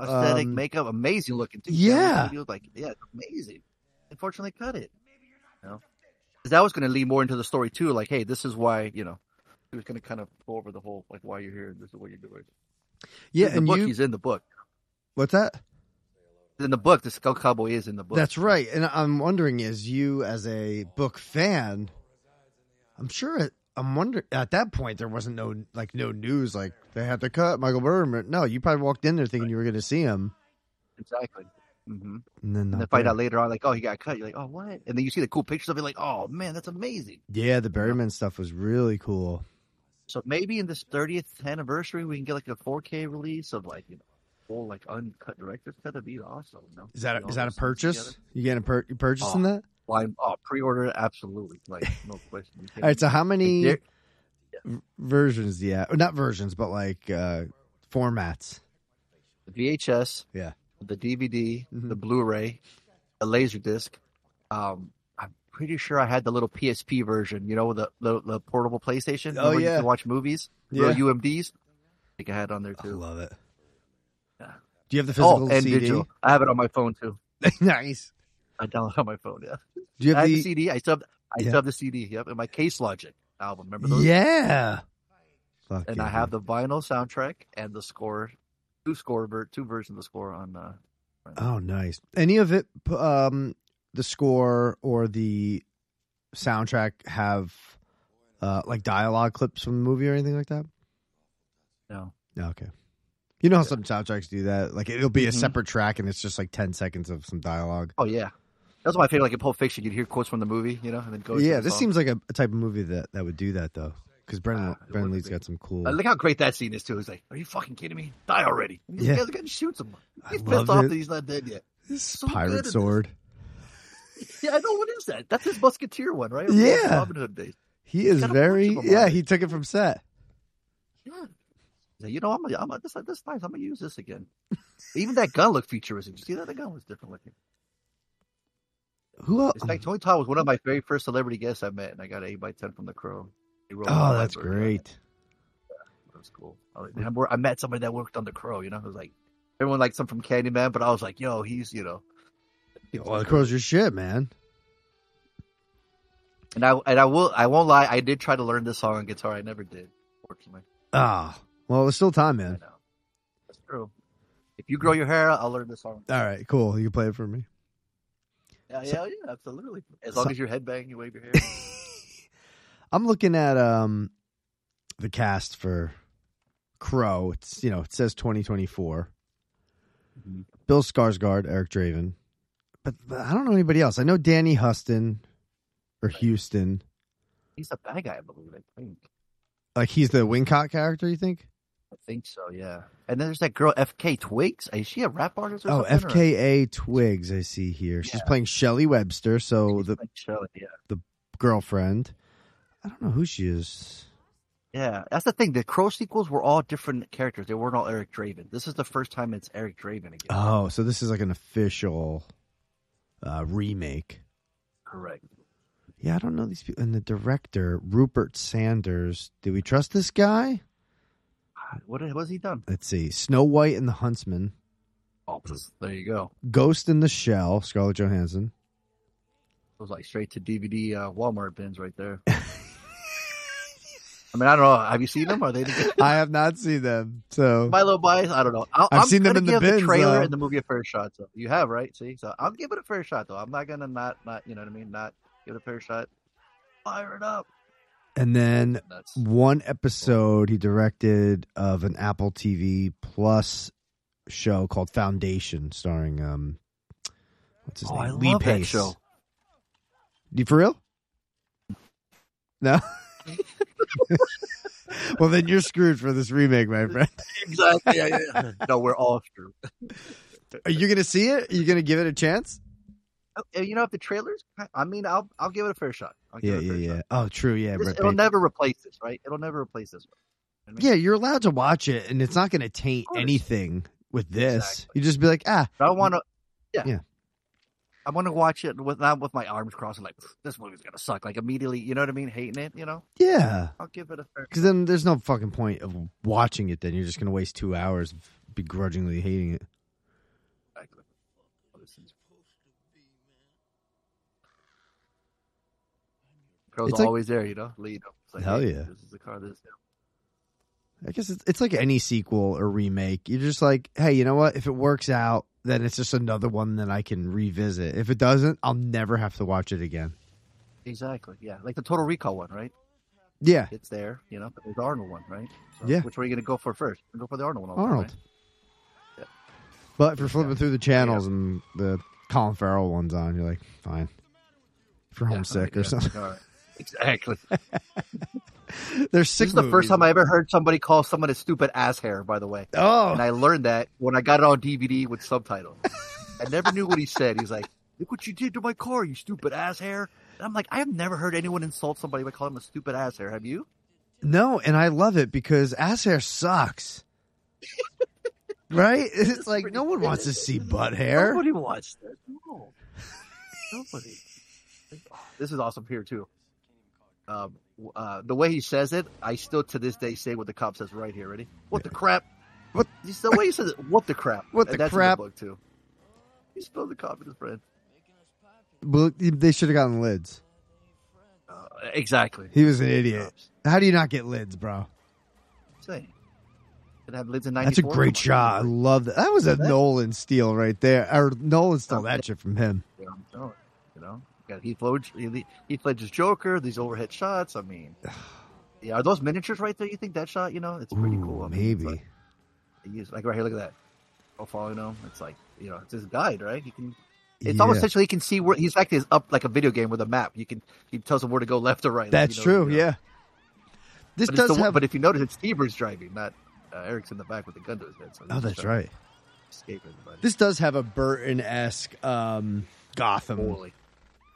Speaker 2: that? Aesthetic
Speaker 1: um,
Speaker 2: makeup, amazing looking. Too.
Speaker 1: yeah.
Speaker 2: Studio, like yeah, amazing. Unfortunately, cut it. You know? 'Cause that was going to lead more into the story too. Like, hey, this is why you know. He was going to kind of go over the whole like why you're here and this is what you're doing.
Speaker 1: yeah,
Speaker 2: In the
Speaker 1: and
Speaker 2: book,
Speaker 1: you
Speaker 2: he's in the book.
Speaker 1: what's that?
Speaker 2: in the book, the Skull Cowboy is in the book.
Speaker 1: That's right. And I'm wondering, as you as a book fan, I'm sure it, I'm wondering at that point there wasn't no like no news like they had to cut Michael Berman. No, you probably walked in there thinking you were going to see him,
Speaker 2: exactly. hmm
Speaker 1: and then
Speaker 2: And
Speaker 1: not
Speaker 2: then find
Speaker 1: there.
Speaker 2: out later on, like, oh, he got cut. You're like, oh, what? And then you see the cool pictures of it, like, oh man, that's amazing.
Speaker 1: Yeah, the Berryman stuff was really cool.
Speaker 2: So maybe in this 30th anniversary, we can get like a 4K release of like, you know, full like uncut director's cut. That'd be awesome. You know?
Speaker 1: Is that
Speaker 2: You
Speaker 1: a,
Speaker 2: know,
Speaker 1: is that a
Speaker 2: those things
Speaker 1: purchase?
Speaker 2: together.
Speaker 1: You getting a pur- you purchasing
Speaker 2: Oh.
Speaker 1: that?
Speaker 2: Why? Oh, pre-order it, absolutely. Like, no question. You
Speaker 1: All
Speaker 2: can't-
Speaker 1: right. So how many
Speaker 2: There-
Speaker 1: v- versions? do you have? Or not versions, but like uh formats.
Speaker 2: the VHS,
Speaker 1: Yeah.
Speaker 2: the DVD,
Speaker 1: Mhm.
Speaker 2: the Blu-ray, the Laserdisc. Um, I'm pretty sure I had the little PSP version. You know, the the, the portable PlayStation.
Speaker 1: Oh,
Speaker 2: where
Speaker 1: yeah.
Speaker 2: you can watch movies.
Speaker 1: Yeah.
Speaker 2: Little UMDs. I think I had on there
Speaker 1: I
Speaker 2: too.
Speaker 1: love it.
Speaker 2: Yeah. Oh,
Speaker 1: Do you have the physical
Speaker 2: and
Speaker 1: CD?
Speaker 2: digital. I have it on my phone too.
Speaker 1: nice.
Speaker 2: I download it on my phone. Yeah,
Speaker 1: Do you have
Speaker 2: I have the
Speaker 1: the?
Speaker 2: CD. I still have, I
Speaker 1: Yeah.
Speaker 2: still have the CD. Yep, and my Case Logic album. Remember those?
Speaker 1: Yeah. Fuck
Speaker 2: And
Speaker 1: yeah,
Speaker 2: I
Speaker 1: dude.
Speaker 2: have the vinyl soundtrack and the score, two score ver- two versions of the score on. Uh,
Speaker 1: Oh, nice. Any of it, p- um, the score or the soundtrack have uh, like dialogue clips from the movie or anything like that?
Speaker 2: no.
Speaker 1: No, okay. You know how some soundtracks do that? Like it'll be a
Speaker 2: Mhm.
Speaker 1: separate track and it's just like 10 seconds of some dialogue.
Speaker 2: Oh yeah, that's my favorite. Like in Pulp Fiction, you'd hear quotes from the movie, you know, and then go. into
Speaker 1: yeah,
Speaker 2: the
Speaker 1: this
Speaker 2: song.
Speaker 1: seems like a, a type of movie that, that would do that though. Because Brendan,
Speaker 2: Ah, it
Speaker 1: Brendan
Speaker 2: would
Speaker 1: Lee's
Speaker 2: be.
Speaker 1: got some cool.
Speaker 2: Uh, look how great that scene is too. He's like, "Are you fucking kidding me? Die already!" And These
Speaker 1: Yeah.
Speaker 2: guys are gonna shoot someone.
Speaker 1: I
Speaker 2: He's
Speaker 1: loved
Speaker 2: pissed off
Speaker 1: it.
Speaker 2: that he's not dead yet.
Speaker 1: This
Speaker 2: so good
Speaker 1: pirate
Speaker 2: at this.
Speaker 1: sword.
Speaker 2: Yeah, I know what is that? That's his Musketeer one, right?
Speaker 1: Yeah.
Speaker 2: Robin Hood days.
Speaker 1: He is
Speaker 2: got a bunch
Speaker 1: very.
Speaker 2: of 'em
Speaker 1: Yeah,
Speaker 2: on
Speaker 1: he took it from set.
Speaker 2: Yeah. He's like, you know, I'm, a, I'm a, this, this nice. I'm gonna use this again. Even that gun looked futuristic. You see that? The gun was different looking.
Speaker 1: Who else?
Speaker 2: It's like Tony Todd was one of my very first celebrity guests I met, and I got an eight by ten from the Crow. He rolled
Speaker 1: Oh,
Speaker 2: my
Speaker 1: that's
Speaker 2: birthday.
Speaker 1: great.
Speaker 2: That was cool. I, was- I wor- I met somebody that worked on the Crow. You know, it was like everyone liked some from Candyman, but I was like, yo, he's you know.
Speaker 1: Well, the crow's your shit, man.
Speaker 2: And I and I will I won't lie, I did try to learn this song on guitar. I never did, fortunately.
Speaker 1: Ah, well, there's still time,
Speaker 2: I
Speaker 1: man.
Speaker 2: know. That's true. If you grow your hair out, I'll learn this song.
Speaker 1: All right, cool. You can play it for me.
Speaker 2: Yeah,
Speaker 1: So-
Speaker 2: yeah, yeah, absolutely. As
Speaker 1: So-
Speaker 2: long as you're headbang, you wave your hair.
Speaker 1: I'm looking at um the cast for Crow. It's you know it says 2024.
Speaker 2: Mhm.
Speaker 1: Bill Skarsgård, Eric Draven, but, but I don't know anybody else. I know Danny Huston or Houston.
Speaker 2: He's a bad guy, I believe, I think.
Speaker 1: Like he's the Wincott character. You think?
Speaker 2: I think so, yeah. And then there's that girl FK Twigs. Is she a rap artist or
Speaker 1: Oh,
Speaker 2: something? or-
Speaker 1: FKA Twigs. I see here. She's playing Shelley Webster, so oh, the
Speaker 2: Like Shirley, yeah.
Speaker 1: girlfriend. I don't know who she is.
Speaker 2: Yeah, that's the thing. The Crow sequels were all different characters. They weren't all Eric Draven. This is the first time it's Eric Draven again.
Speaker 1: Oh, so this is like an official uh, remake.
Speaker 2: Correct.
Speaker 1: Yeah, I don't know these people. And the director, Rupert Sanders. Do we trust this guy?
Speaker 2: What, what has he done? Oh,
Speaker 1: Let's see. Snow White and the Huntsman.
Speaker 2: There you go.
Speaker 1: Ghost in the Shell, Scarlett Johansson.
Speaker 2: It was like straight to DVD uh, Walmart bins right there. I mean, I don't know. Have you seen them? Are they? The-
Speaker 1: I have not seen them, so
Speaker 2: Milo Bias? I don't know. i
Speaker 1: I've
Speaker 2: am
Speaker 1: seen them in the
Speaker 2: give
Speaker 1: bins, uh,
Speaker 2: the trailer
Speaker 1: though.
Speaker 2: and the movie a fair shot. So you have right. See, so I'm giving it a fair shot though. I'm not gonna not not you know what I mean. Not give it a fair shot. Fire it up.
Speaker 1: and then
Speaker 2: That's
Speaker 1: one episode he directed of an Apple TV Plus show called Foundation, starring um, what's his
Speaker 2: oh,
Speaker 1: name?
Speaker 2: I
Speaker 1: Lee
Speaker 2: love that
Speaker 1: Pace.
Speaker 2: show.
Speaker 1: You for real? No. well, then you're screwed for this remake, my friend.
Speaker 2: Exactly. Yeah, yeah, yeah. no, we're all screwed.
Speaker 1: Are you gonna see it? Are you gonna give it a chance?
Speaker 2: Uh, You know, if the trailers, I mean, I'll I'll give it a fair shot. I'll give
Speaker 1: Yeah,
Speaker 2: it a fair
Speaker 1: yeah,
Speaker 2: shot.
Speaker 1: yeah. Oh, true. Yeah,
Speaker 2: This-
Speaker 1: Brett
Speaker 2: it'll
Speaker 1: Baker.
Speaker 2: never replace this, right? It'll never replace this. One.
Speaker 1: yeah. You're allowed to watch it, and it's not gonna taint
Speaker 2: course.
Speaker 1: anything with this.
Speaker 2: Exactly.
Speaker 1: You just be like, ah,
Speaker 2: But I want to. Yeah.
Speaker 1: Yeah.
Speaker 2: I want to watch it with not with my arms crossed, like this movie's gonna suck. Like immediately, you know what I mean? Hating it, you know.
Speaker 1: yeah.
Speaker 2: I'll give it a fair.
Speaker 1: Because then there's no fucking point of watching it. Then you're just gonna waste two hours of begrudgingly hating it.
Speaker 2: Exactly. This is- Crow's
Speaker 1: It's like-
Speaker 2: always there, you know. Lead. up. It's like,
Speaker 1: Hell
Speaker 2: hey,
Speaker 1: yeah.
Speaker 2: This is the car. This.
Speaker 1: I guess it's, it's like any sequel or remake. You're just like, hey, you know what? If it works out, then it's just another one that I can revisit. If it doesn't, I'll never have to watch it again.
Speaker 2: Exactly. Yeah. Like the Total Recall one, right?
Speaker 1: Yeah,
Speaker 2: It's there, you know. But there's the Arnold one, right? So
Speaker 1: Yeah.
Speaker 2: Which one are you gonna go for first? Go for the Arnold one. all the time,
Speaker 1: Arnold.
Speaker 2: right?
Speaker 1: But if you're flipping through the channels and the Colin Farrell one's on, you're like, fine. If you're
Speaker 2: Yeah,
Speaker 1: homesick or
Speaker 2: alright, yeah,
Speaker 1: something.
Speaker 2: alright. Exactly.
Speaker 1: There's
Speaker 2: This
Speaker 1: six.
Speaker 2: is the first
Speaker 1: movies.
Speaker 2: time I ever heard somebody call someone a stupid ass hair, by the way.
Speaker 1: Oh,
Speaker 2: And I learned that when I got it on DVD with subtitles. I never knew what he said. He's like, Look what you did to my car, you stupid ass hair. And I'm like, I have never heard anyone insult somebody by calling them a stupid ass hair. Have you?
Speaker 1: no, and I love it because ass hair sucks. right? It's like no one wants to see butt hair.
Speaker 2: Nobody wants that. No. Nobody. This is awesome here, too. Um, w- uh, the way he says it, I still to this day say what the cop says right here. Ready? What the crap?
Speaker 1: What-
Speaker 2: Just the way he says it? What the crap?
Speaker 1: What the
Speaker 2: And that's
Speaker 1: crap?
Speaker 2: In the book too. He spilled the coffee to his friend.
Speaker 1: Well, they should have gotten lids.
Speaker 2: Uh, exactly.
Speaker 1: He was an idiot. How do you not get lids, bro?
Speaker 2: Same. It had lids in
Speaker 1: That's a
Speaker 2: 94.
Speaker 1: great shot. I love that. That was a
Speaker 2: That-
Speaker 1: Nolan steal right there. Or Nolan stole that shit from him.
Speaker 2: Yeah, I'm telling you, you know, You got Heath Ledger, Heath Ledger's Joker. These overhead shots. I mean, yeah, are those miniatures right there? You think that shot? You know, it's pretty
Speaker 1: Ooh,
Speaker 2: cool. I mean, it's
Speaker 1: maybe.
Speaker 2: Like, they use- like right here, look at that. Oh, following him. It's like you know, it's his guide, right? He can. It's almost
Speaker 1: Yeah.
Speaker 2: essentially he can see where he's like he's up like a video game with a map. You can he tells him where to go left or right.
Speaker 1: That's
Speaker 2: you know,
Speaker 1: true.
Speaker 2: you know.
Speaker 1: Yeah. This
Speaker 2: But, it's
Speaker 1: does
Speaker 2: the,
Speaker 1: have.
Speaker 2: but if you notice, it's Stever's driving, not uh, Eric's in the back with the gun to his head. So he's
Speaker 1: oh,
Speaker 2: just
Speaker 1: that's
Speaker 2: trying to
Speaker 1: right.
Speaker 2: Escape everybody.
Speaker 1: This does have a Burton esque um, Gotham.
Speaker 2: Totally.
Speaker 1: feel.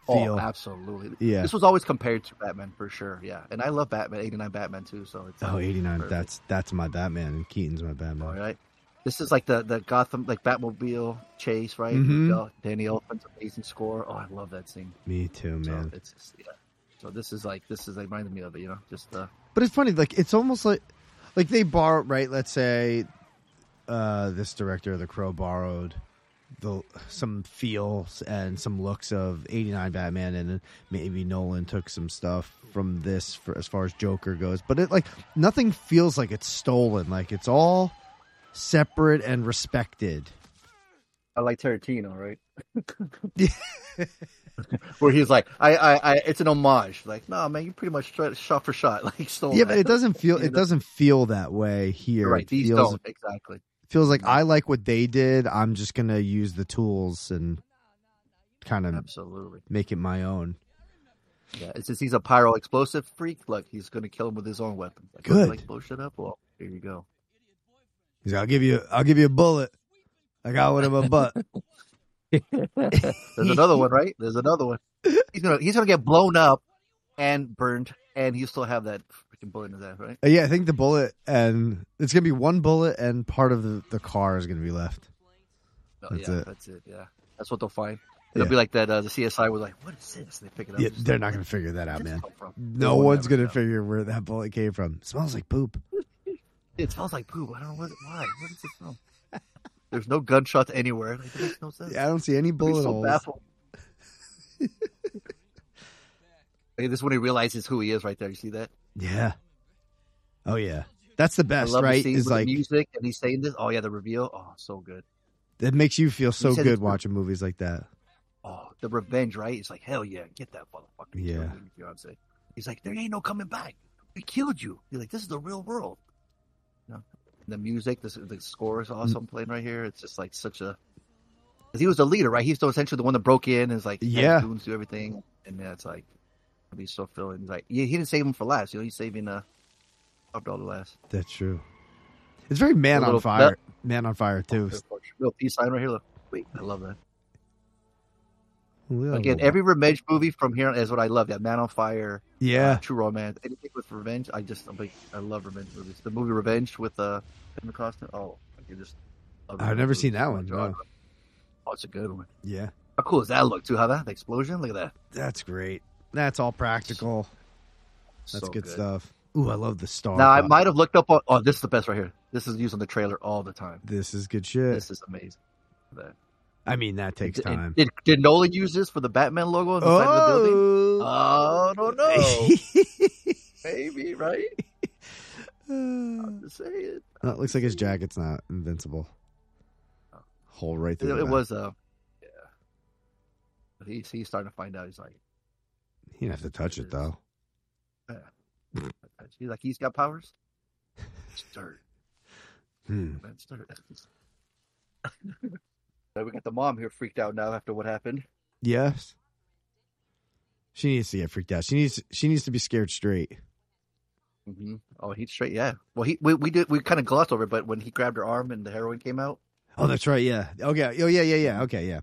Speaker 2: Mm. Oh, absolutely.
Speaker 1: Yeah.
Speaker 2: This was always compared to Batman for sure. Yeah. And I love Batman, 89 Batman too. So it's.
Speaker 1: Oh,
Speaker 2: like,
Speaker 1: 89.
Speaker 2: perfect.
Speaker 1: That's that's my Batman, and Keaton's my Batman.
Speaker 2: All right. This is like the, the Gotham, like Batmobile chase, right?
Speaker 1: Mhm.
Speaker 2: Yeah, Danny Elfman's amazing score. Oh, I love that scene.
Speaker 1: Me too, man.
Speaker 2: So it's just, yeah. So this is like, this is like reminding me of it, you know? Just, uh,
Speaker 1: But it's funny, like it's almost like like they borrow right, let's say uh this director of the crow borrowed the some feels and some looks of 89 Batman and maybe Nolan took some stuff from this for as far as Joker goes but it like nothing feels like it's stolen like it's all separate and respected
Speaker 2: I like Tarantino, right?
Speaker 1: Yeah.
Speaker 2: Where he's like, I, I, I, it's an homage. Like, no, man, you pretty much shot shot for shot, like, stole
Speaker 1: yeah
Speaker 2: that.
Speaker 1: but it doesn't feel
Speaker 2: You
Speaker 1: it
Speaker 2: know?
Speaker 1: doesn't feel that way here
Speaker 2: You're right.
Speaker 1: It
Speaker 2: These
Speaker 1: feels
Speaker 2: don't. Exactly.
Speaker 1: feels like I like what they did. I'm just gonna use the tools and kind of
Speaker 2: Absolutely.
Speaker 1: make it my own.
Speaker 2: Yeah, it's just he's a pyro explosive freak. Look, he's going to kill him with his own weapon. Like,
Speaker 1: Good.
Speaker 2: Like, blow shit up. Well, here you go.
Speaker 1: He's like, I'll give you, I'll give you a bullet. I got one in my butt. Uh,
Speaker 2: There's another one, right? There's another one. He's going to he's going to get blown up and burned, and you still have that freaking bullet in his ass, right?
Speaker 1: Uh, yeah, I think the bullet, and it's gonna be one bullet, and part of the, the car is gonna be left.
Speaker 2: No,
Speaker 1: That's
Speaker 2: Oh, yeah,
Speaker 1: it.
Speaker 2: that's it. Yeah, that's what they'll find. It'll
Speaker 1: Yeah.
Speaker 2: be like that. Uh, the CSI was like, "What is this?" They pick it up.
Speaker 1: Yeah,
Speaker 2: Just
Speaker 1: they're
Speaker 2: like,
Speaker 1: not gonna figure that
Speaker 2: "Where
Speaker 1: out,
Speaker 2: did this
Speaker 1: man.
Speaker 2: come from?"
Speaker 1: No
Speaker 2: They will
Speaker 1: one's
Speaker 2: never
Speaker 1: gonna
Speaker 2: know.
Speaker 1: figure where that bullet came from. smells like poop.
Speaker 2: It smells like poop. I don't know what, why. Where did it smell? There's no gunshots anywhere. Like, that makes no sense.
Speaker 1: Yeah, I don't see any
Speaker 2: I'd be
Speaker 1: bullet
Speaker 2: so
Speaker 1: holes.
Speaker 2: baffled. Hey, this is when he realizes who he is right there. You see that?
Speaker 1: Yeah. Oh yeah. That's the
Speaker 2: I
Speaker 1: best,
Speaker 2: love the
Speaker 1: right?
Speaker 2: scene
Speaker 1: Is
Speaker 2: with the
Speaker 1: like
Speaker 2: music and he's saying this. Oh yeah, the reveal. Oh, so good.
Speaker 1: it makes you feel so
Speaker 2: said
Speaker 1: good
Speaker 2: it's-
Speaker 1: watching movies like that.
Speaker 2: Oh, the revenge, right? It's like hell yeah, get that motherfucker. He's
Speaker 1: Yeah.
Speaker 2: killing your fiance. He's like, there ain't no coming back. We killed you. He's like, this is the real world. You know? The music, the, the score
Speaker 1: Mm.
Speaker 2: is awesome playing right here. It's just like such a. Because he was the leader, right? He's still essentially the one that broke in. and Is like,
Speaker 1: Yeah.
Speaker 2: yeah, goons do everything, and that's like, he's so feeling. He's like, yeah, he didn't save him for last. You know, he's saving uh, Abdul the last.
Speaker 1: That's true. It's very man on
Speaker 2: A little-
Speaker 1: fire. Man on fire too.
Speaker 2: Real peace sign right here. Look, wait, I love that.
Speaker 1: Little-
Speaker 2: Again, every revenge movie from here on is what I love. That Man on Fire,
Speaker 1: yeah.
Speaker 2: uh, True Romance, anything with revenge. I just, I'm like, I love revenge movies. The movie Revenge with uh, Kevin Costner. Oh, I can just. love
Speaker 1: I've
Speaker 2: revenge
Speaker 1: never
Speaker 2: movies.
Speaker 1: seen that
Speaker 2: Oh,
Speaker 1: one,
Speaker 2: my God. Oh, it's a good one.
Speaker 1: Yeah.
Speaker 2: How cool is that look too? How that the explosion? Look at that.
Speaker 1: That's great. That's all practical. That's
Speaker 2: So
Speaker 1: good, stuff. Ooh, I love the star.
Speaker 2: Now I
Speaker 1: pop.
Speaker 2: might have looked up on. Oh, this is the best right here. This is used on the trailer all the time.
Speaker 1: This is good shit.
Speaker 2: This is amazing. That
Speaker 1: I mean, that takes
Speaker 2: And-
Speaker 1: time.
Speaker 2: Did, did Nolan use this for the Batman logo on the side of the building?
Speaker 1: Oh.
Speaker 2: Oh, I don't know. Maybe right. I'm just saying.
Speaker 1: No, it looks like his jacket's not invincible. Hole right
Speaker 2: It,
Speaker 1: through. the
Speaker 2: it
Speaker 1: back.
Speaker 2: was uh, yeah. But He's he's starting to find out. He's like,
Speaker 1: He didn't have to touch it though.
Speaker 2: he's like he's got powers. Start,
Speaker 1: Hmm.
Speaker 2: man, start. so we got the mom here freaked out now after what happened.
Speaker 1: Yes. She needs to get freaked out. She needs. She needs to be scared straight.
Speaker 2: hmm Oh, he's straight. Yeah. Well, he we we did we kind of glossed over, it, but when he grabbed her arm and the heroin came out,
Speaker 1: Oh, that's right. Yeah. Okay. Oh, yeah. Yeah. Yeah. Okay. Yeah.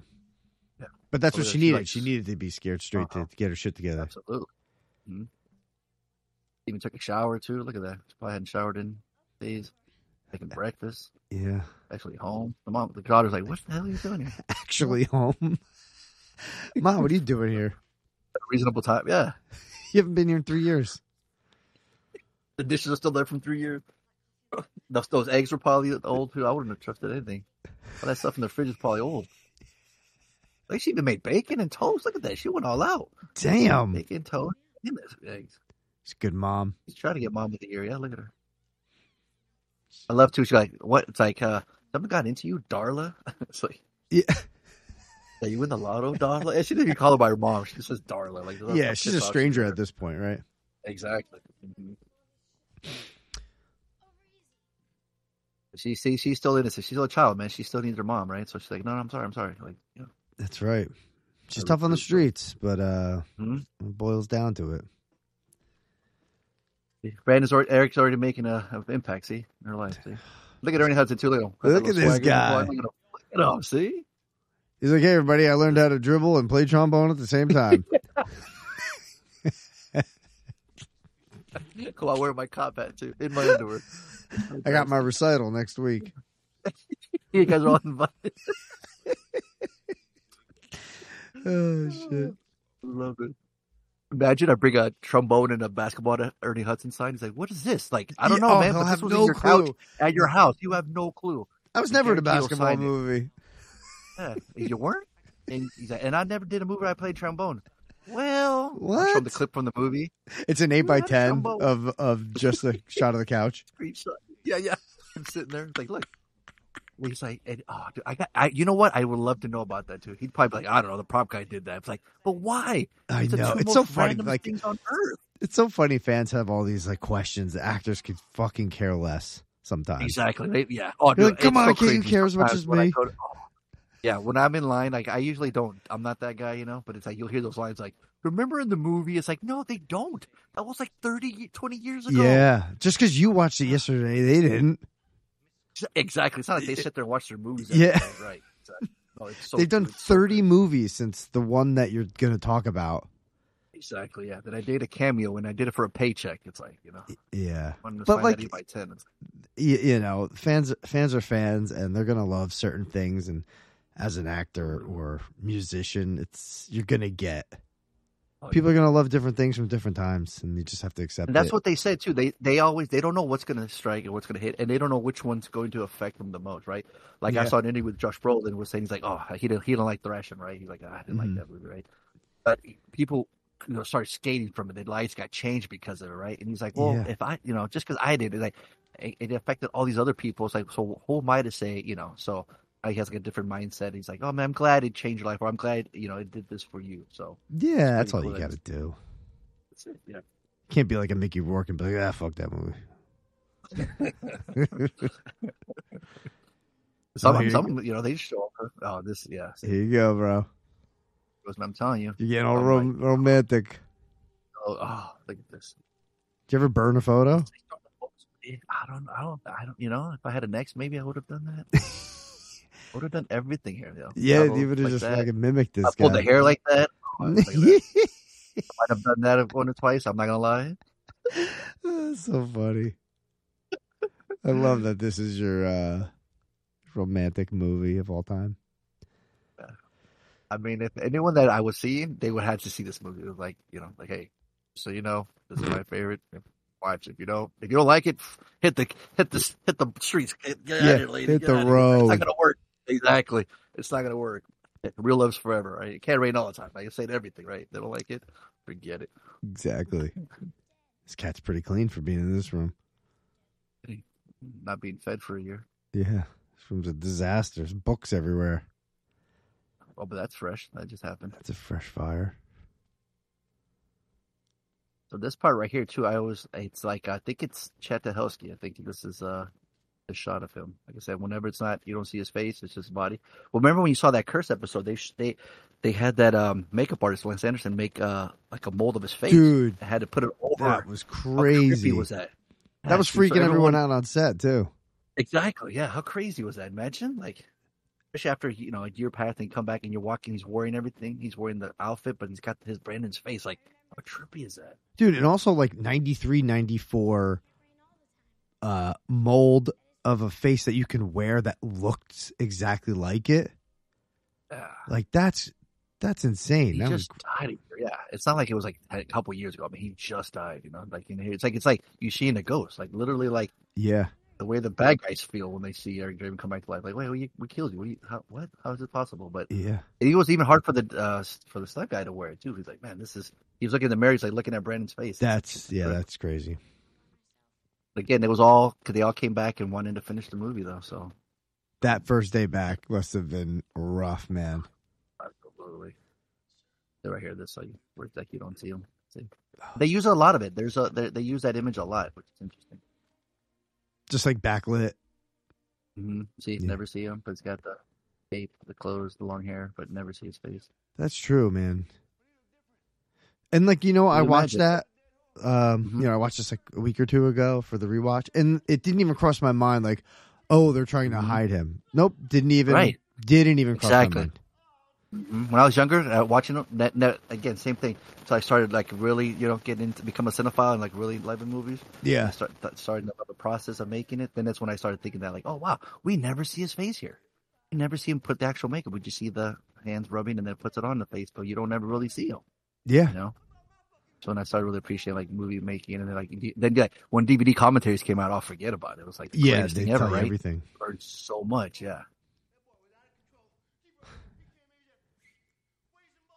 Speaker 2: Yeah.
Speaker 1: But that's
Speaker 2: Oh,
Speaker 1: what
Speaker 2: yeah,
Speaker 1: she
Speaker 2: she
Speaker 1: needed.
Speaker 2: likes-
Speaker 1: she needed to be scared straight
Speaker 2: Uh-huh.
Speaker 1: to get her shit together.
Speaker 2: absolutely. Mhm. Even took a shower too. Look at that. She probably hadn't showered in days. Making breakfast.
Speaker 1: Yeah.
Speaker 2: Actually, home. The mom, the daughter's like, "What the hell are you doing here?"
Speaker 1: Actually, home. Mom, what are you doing here?
Speaker 2: reasonable time. Yeah.
Speaker 1: You haven't been here in three years.
Speaker 2: The dishes are still there from three years. Those, those eggs were probably old too. I wouldn't have trusted anything. All that stuff in the fridge is probably old. Like she even made bacon and toast. Look at that. She went all out.
Speaker 1: Damn.
Speaker 2: Bacon, toast, and this eggs.
Speaker 1: She's a good mom.
Speaker 2: She's trying to get mom of the year. Yeah, look at her. I love too. She's like, what? It's like, uh, something got into you, Darla. it's like,
Speaker 1: Yeah.
Speaker 2: are you in the lotto, Darla? And she didn't even call her by her mom. She just says Darla. Like, that's
Speaker 1: Yeah.
Speaker 2: how
Speaker 1: She's a
Speaker 2: pissed off she
Speaker 1: stranger
Speaker 2: is.
Speaker 1: at this point, right?
Speaker 2: Exactly.
Speaker 1: Mm-hmm.
Speaker 2: She see, she's still innocent. She's still a child, man. She still needs her mom, right? So she's like, "No, no I'm sorry, I'm sorry." Like, yeah.
Speaker 1: That's right. She's
Speaker 2: I
Speaker 1: tough on the
Speaker 2: recruit
Speaker 1: streets, but uh,
Speaker 2: Mhm.
Speaker 1: it boils down to it.
Speaker 2: Brandon's already, Eric's already making a, an impact. See in her life. See? Look at Ernie Hudson too. Look, at him.
Speaker 1: Look at this
Speaker 2: Swagger,
Speaker 1: guy.
Speaker 2: boy, Look at him. Look at him. See,
Speaker 1: He's like, hey, everybody, I learned how to dribble and play trombone at the same time.
Speaker 2: cool. I wear my cop hat too in my underwear.
Speaker 1: I got my recital next week.
Speaker 2: You guys are all invited.
Speaker 1: Oh, shit.
Speaker 2: Love it. Imagine I bring a trombone and a basketball to Ernie Hudson sign. He's like, "What is this?" Like, I don't
Speaker 1: Yeah,
Speaker 2: know,
Speaker 1: oh,
Speaker 2: man.
Speaker 1: he'll
Speaker 2: But
Speaker 1: have
Speaker 2: this was
Speaker 1: no
Speaker 2: in your couch
Speaker 1: clue.
Speaker 2: at your house. You have no clue.
Speaker 1: I was
Speaker 2: I
Speaker 1: never in a
Speaker 2: guarantee he'll
Speaker 1: basketball
Speaker 2: sign it.
Speaker 1: movie.
Speaker 2: Yeah, you weren't. And he's like, and I never did a movie where I played trombone. Well,
Speaker 1: What?
Speaker 2: From the clip from the movie,
Speaker 1: It's an 8 by
Speaker 2: had
Speaker 1: 10
Speaker 2: trombone.
Speaker 1: of, of just a shot of the couch.
Speaker 2: screenshot. Yeah, yeah. I'm sitting there, it's like, look. And He's like, and, oh, dude, I got, I, you know what? I would love to know about that too. He'd probably be like, I don't know, the prop guy did that. It's like, but why?
Speaker 1: I
Speaker 2: It's the
Speaker 1: know.
Speaker 2: two
Speaker 1: It's
Speaker 2: most
Speaker 1: so funny.
Speaker 2: random
Speaker 1: Like,
Speaker 2: things on earth.
Speaker 1: it's so funny fans have all these like questions. The actors could fucking care less sometimes.
Speaker 2: Exactly. Right? Yeah. Oh,
Speaker 1: You're
Speaker 2: dude,
Speaker 1: like, come
Speaker 2: it's
Speaker 1: on,
Speaker 2: so
Speaker 1: can't you
Speaker 2: crazy
Speaker 1: care as much
Speaker 2: sometimes
Speaker 1: as
Speaker 2: when I
Speaker 1: me?
Speaker 2: go to- oh. Yeah, when I'm in line, like I usually don't. I'm not that guy, you know. But it's like you'll hear those lines, like "Remember in the movie?" It's like, no, they don't. That was like 30, ye- 20 years ago.
Speaker 1: Yeah. Just because you watched it yesterday, they didn't.
Speaker 2: Exactly. It's not like they sit there and watch their movies.
Speaker 1: Yeah.
Speaker 2: Yeah. Right. Exactly. Oh, it's so
Speaker 1: They've done
Speaker 2: good, so
Speaker 1: 30
Speaker 2: good.
Speaker 1: movies since the one that you're going to talk about.
Speaker 2: Exactly. Yeah. That I did a cameo and I did it for a paycheck. It's like, you know,
Speaker 1: Yeah.
Speaker 2: one
Speaker 1: But,
Speaker 2: but
Speaker 1: like-
Speaker 2: like, by 10. It's
Speaker 1: you, you know, fans fans are fans, and they're gonna love certain things. And as an actor or musician, it's you're gonna get
Speaker 2: oh,
Speaker 1: People are gonna love different things from different times, and you just have to accept.
Speaker 2: And that's
Speaker 1: it.
Speaker 2: what they said too. They they always they don't know what's going to strike and what's going to hit, and they don't know which one's going to affect them the most, right? Like I
Speaker 1: Yeah.
Speaker 2: saw an interview with Josh Brolin was saying he's like, oh, he didn't he didn't like thrashing, right? He's like, "Ah, I didn't
Speaker 1: Mhm.
Speaker 2: like that movie, right? But people you know started skating from it. Their lives got changed because of it, right? And he's like, well,
Speaker 1: Yeah.
Speaker 2: if I you know just because I did it, like it, it affected all these other people. It's like, so who am I to say, you know? So he has like a different mindset. He's like, oh man, I'm glad it changed your life, or I'm glad you know it did this for you. So
Speaker 1: yeah, that's all
Speaker 2: pretty
Speaker 1: you
Speaker 2: cool.
Speaker 1: gotta do.
Speaker 2: that's it, you know.
Speaker 1: Can't be like a Mickey Rourke and be like, ah, fuck that movie.
Speaker 2: Some,
Speaker 1: Oh, here you
Speaker 2: some, you know, they show up. Oh, this, yeah. see,
Speaker 1: Here you go, bro.
Speaker 2: that's what I'm telling you.
Speaker 1: You're getting all
Speaker 2: I'm
Speaker 1: rom- romantic.
Speaker 2: Oh, oh, look at this.
Speaker 1: Did you ever burn a photo?
Speaker 2: I don't, I don't, I don't. You know, if I had an ex, maybe I would have done that. would have done everything here, though.
Speaker 1: Yeah,
Speaker 2: Traveled
Speaker 1: you would have
Speaker 2: like
Speaker 1: just
Speaker 2: that.
Speaker 1: fucking mimicked this
Speaker 2: I
Speaker 1: guy.
Speaker 2: pulled the hair like that. Oh, look at that. Might have done that if one or twice. I'm not gonna lie.
Speaker 1: That's so funny. I love that this is your uh, romantic movie of all time.
Speaker 2: I mean, if anyone that I was seeing, they would have to see this movie. It was Like, you know, like, hey, so you know, this is my favorite. Watch if you don't. If you don't like it, hit the hit the hit the streets. Get, get out
Speaker 1: Yeah,
Speaker 2: of here, lady.
Speaker 1: hit
Speaker 2: Get
Speaker 1: the
Speaker 2: out of here. It's
Speaker 1: road.
Speaker 2: not gonna work. Exactly. It's not gonna work. Real love's forever. Right? It can't rain all the time. I can say to everything. Right? They don't like it. Forget it.
Speaker 1: Exactly. This cat's pretty clean for being in this room.
Speaker 2: Not being fed for a year.
Speaker 1: Yeah. This room's a disaster. There's books everywhere.
Speaker 2: Oh, but that's fresh. That just happened.
Speaker 1: That's a fresh fire.
Speaker 2: So this part right here too, I always it's like I think it's Chatahelsky. I think this is uh a shot of him. Like I said, whenever it's not you don't see his face, it's just his body. Well, remember when you saw that curse episode? They sh- they they had that um makeup artist Lance Anderson make uh like a mold of his face.
Speaker 1: Dude,
Speaker 2: I had to put it over.
Speaker 1: that was
Speaker 2: How creepy
Speaker 1: crazy.
Speaker 2: was that?
Speaker 1: That was
Speaker 2: Actually,
Speaker 1: freaking
Speaker 2: so
Speaker 1: everyone out on set, too.
Speaker 2: Exactly. Yeah. How crazy was that? Imagine like. Especially after you know a year passed and you come back and you're walking, he's wearing everything. He's wearing the outfit, but he's got his Brandon's face. Like, how trippy is that?
Speaker 1: dude and also like 93 94 uh mold of a face that you can wear that looked exactly like it
Speaker 2: Ah.
Speaker 1: like that's that's insane
Speaker 2: He
Speaker 1: that was
Speaker 2: just died. a year- Yeah, it's not like it was like a couple years ago. I mean, he just died. You know, like in here, it's like it's like you seeing a ghost. Like literally, like
Speaker 1: yeah
Speaker 2: the way the bad guys feel when they see Eric Draven come back to life. Like, wait, we, we killed you. What? do you, how, what? How is it possible? But
Speaker 1: yeah
Speaker 2: it was even hard for the uh s- for the stunt guy to wear it too. He's like, man, this is. He was looking at the mirror. He's like looking at Brandon's face.
Speaker 1: that's yeah that's crazy
Speaker 2: But again, it was all because they all came back and wanted to finish the movie though. So
Speaker 1: that first day back must have been rough man
Speaker 2: absolutely, they're right here. This so you like you don't see them. See? They use a lot of it. There's a they, they use that image a lot, which is interesting.
Speaker 1: just like backlit
Speaker 2: hmm See,
Speaker 1: Yeah.
Speaker 2: never see him, but he's got the cape, the clothes, the long hair, but never see his face.
Speaker 1: that's true man and like you know i
Speaker 2: you
Speaker 1: watched
Speaker 2: imagine?
Speaker 1: that um
Speaker 2: Mhm.
Speaker 1: you know i watched this like a week or two ago for the rewatch and it didn't even cross my mind like oh they're trying to
Speaker 2: Mhm.
Speaker 1: hide him nope didn't even
Speaker 2: Right.
Speaker 1: Didn't even cross
Speaker 2: Exactly.
Speaker 1: my mind.
Speaker 2: When I was younger, uh, watching him, that, that, again, same thing. So I started like really, you know, getting into become a cinephile and like really loving movies. I
Speaker 1: Yeah.
Speaker 2: start, th- started about the process of making it. Then that's when I started thinking that like, oh wow, we never see his face here. We never see him put the actual makeup. We just see the hands rubbing and then puts it on the face, but you don't ever really see him.
Speaker 1: Yeah.
Speaker 2: you know. So when I started really appreciating like movie making, and then like d- then like when DVD commentaries came out, I'll forget about it. It was like the
Speaker 1: Yeah.
Speaker 2: greatest
Speaker 1: They
Speaker 2: thing
Speaker 1: tell
Speaker 2: ever,
Speaker 1: you
Speaker 2: right?
Speaker 1: everything.
Speaker 2: Learned so much, yeah.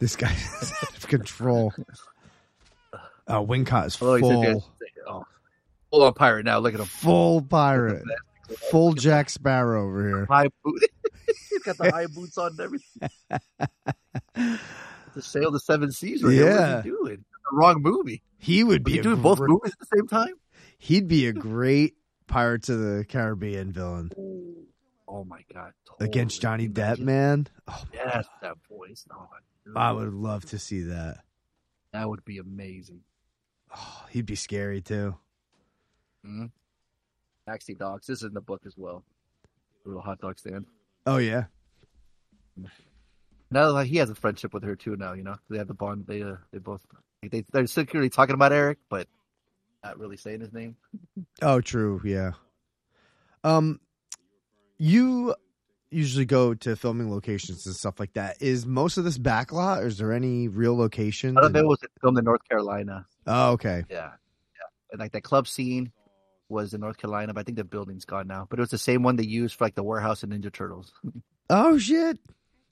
Speaker 1: This guy is out of control. Uh, Wincott is
Speaker 2: Although he's in there-
Speaker 1: full,
Speaker 2: oh, full on pirate now. Look at him,
Speaker 1: full pirate, full Jack Sparrow over here.
Speaker 2: high boot. he's got the high boots on and everything. to sail the seven seas, right? here. What
Speaker 1: Yeah.
Speaker 2: is he doing? The wrong movie.
Speaker 1: He would
Speaker 2: Are
Speaker 1: be
Speaker 2: you
Speaker 1: a
Speaker 2: doing both
Speaker 1: gr-
Speaker 2: movies at the same time?
Speaker 1: He'd be a great Pirates of the Caribbean villain
Speaker 2: Oh my god!
Speaker 1: against
Speaker 2: totally.
Speaker 1: Johnny Depp,
Speaker 2: Oh, Imagine-
Speaker 1: man. Oh,
Speaker 2: Yes, that voice. Oh, dude,
Speaker 1: I would love to see that.
Speaker 2: That would be amazing.
Speaker 1: Oh, he'd be scary too.
Speaker 2: Taxi Dogs. This is in the book as well. Little hot dog stand.
Speaker 1: Oh yeah.
Speaker 2: Now like, he has a friendship with her too. Now you know they have the bond. They uh, they both they they're secretly talking about Eric, but not really saying his name.
Speaker 1: Oh, true. Yeah. Um, you usually go to filming locations and stuff like that. Is most of this backlot, or is there any real locations?
Speaker 2: A lot of it was filmed in North Carolina.
Speaker 1: Oh, okay.
Speaker 2: Yeah, yeah. And like that club scene was in North Carolina, but I think the building's gone now. But it was the same one they used for like the warehouse and Ninja Turtles.
Speaker 1: Oh shit.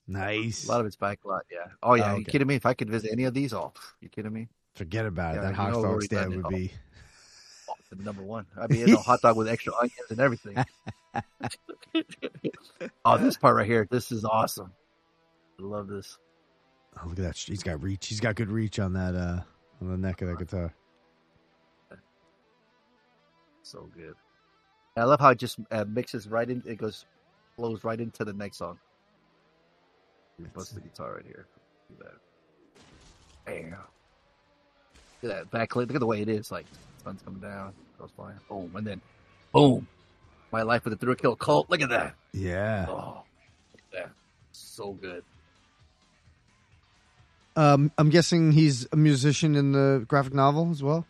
Speaker 1: Nice.
Speaker 2: A lot of it's back lot, yeah. Oh yeah,
Speaker 1: Oh,
Speaker 2: you
Speaker 1: okay.
Speaker 2: kidding me? If I could visit any of these, all you kidding me?
Speaker 1: Forget about it.
Speaker 2: Yeah,
Speaker 1: that
Speaker 2: you
Speaker 1: hot
Speaker 2: know where
Speaker 1: dog
Speaker 2: we
Speaker 1: stand
Speaker 2: done it
Speaker 1: would be.
Speaker 2: Oh, the number one. I'd be in a hot dog with extra onions and everything. oh, this part right here, this is awesome. I love this.
Speaker 1: Oh, look at that. He's got reach. He's got good reach on that uh on the neck of that guitar.
Speaker 2: So good. And I love how it just uh, mixes right in. It goes flows right into the next song. What's the guitar right here? Look at that. Bam. Look at that back. Look at the way it is. Like sun's coming down, goes flying. Boom, and then boom. My life with the thrill kill cult. Look at that.
Speaker 1: Yeah.
Speaker 2: Oh, look at that. So good.
Speaker 1: Um I'm guessing he's a musician in the graphic novel as well.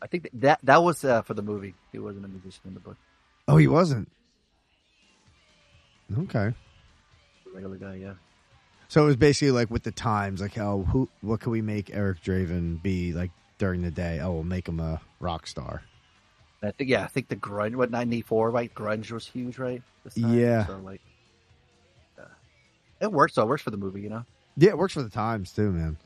Speaker 2: I think that that was uh, for the movie. He wasn't a musician in the book.
Speaker 1: Oh, he wasn't. Okay.
Speaker 2: The regular guy, yeah.
Speaker 1: So it was basically like with the times, like how who what can we make Eric Draven be like during the day? Oh, we'll make him a rock star.
Speaker 2: I think yeah, I think the grunge what ninety four right grunge was huge right. This
Speaker 1: Yeah.
Speaker 2: so like yeah. it works. So it works for the movie, you know.
Speaker 1: Yeah, it works for the times too, man.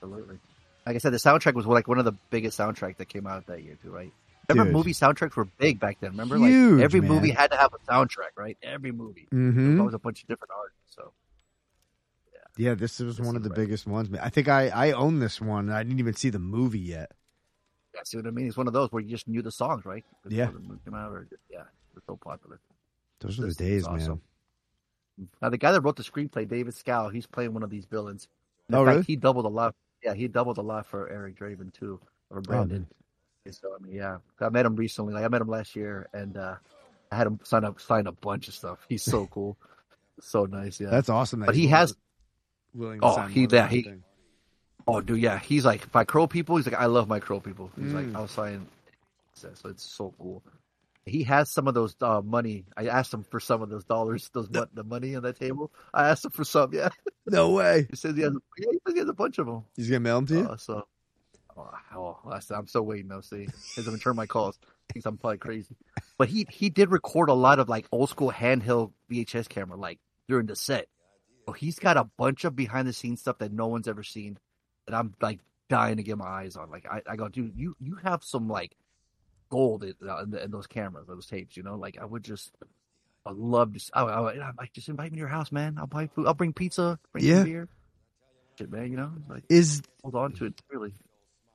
Speaker 2: Absolutely. Like I said, the soundtrack was like one of the biggest soundtrack that came out that year too, right? Remember,
Speaker 1: Dude.
Speaker 2: movie soundtracks were big back then. Remember,
Speaker 1: Huge,
Speaker 2: like every
Speaker 1: man.
Speaker 2: movie had to have a soundtrack, right? Every movie. There
Speaker 1: Mm-hmm.
Speaker 2: was a bunch of different artists. So
Speaker 1: Yeah, this was
Speaker 2: This
Speaker 1: one of
Speaker 2: is
Speaker 1: the
Speaker 2: right.
Speaker 1: biggest ones. man. I think I I own this one. I didn't even see the movie yet.
Speaker 2: yeah, see what I mean? It's one of those where you just knew the songs, right? Before
Speaker 1: Yeah.
Speaker 2: the movie came out, or- yeah, it was so popular.
Speaker 1: Those were the
Speaker 2: This
Speaker 1: days,
Speaker 2: is awesome.
Speaker 1: man.
Speaker 2: Now the guy that wrote the screenplay, David Scow, he's playing one of these villains. In
Speaker 1: Oh,
Speaker 2: fact,
Speaker 1: really?
Speaker 2: He doubled a lot. Yeah, he doubled a lot for Eric Draven too,
Speaker 1: Oh,
Speaker 2: or Brandon. so I mean, yeah, I met him recently. Like I met him last year, and uh, I had him sign up, sign a bunch of stuff. He's so cool, so nice. Yeah.
Speaker 1: That's awesome. that
Speaker 2: but he
Speaker 1: he's
Speaker 2: has.
Speaker 1: willing
Speaker 2: oh, he-
Speaker 1: more than
Speaker 2: yeah, he-
Speaker 1: one thing.
Speaker 2: Oh, dude, yeah. He's like, if I crow people, he's like, I love my crow people. He's
Speaker 1: Mm.
Speaker 2: like, I'll sign. So it's so cool. He has some of those uh, money. I asked him for some of those dollars, those mon- the money on that table. I asked him for some. Yeah.
Speaker 1: no way.
Speaker 2: He says he has, yeah, he says he has a bunch of them.
Speaker 1: He's gonna mail him to you.
Speaker 2: Uh, so, oh, oh, that's- I'm still waiting though. See, he's gonna return my calls. Thinks I'm probably crazy, but he he did record a lot of like old school handheld VHS camera like during the set. So he's got a bunch of behind the scenes stuff that no one's ever seen, that I'm like dying to get my eyes on. Like I, I go, dude, you you have some like gold in, uh, in, the- in those cameras, those tapes. You know, like I would just. I would love to. s- I, I, I, like, just invite me to your house, man. I'll buy food. I'll bring pizza. Bring
Speaker 1: Yeah.
Speaker 2: some beer. Shit, man. You know, like
Speaker 1: Is
Speaker 2: hold on to it really.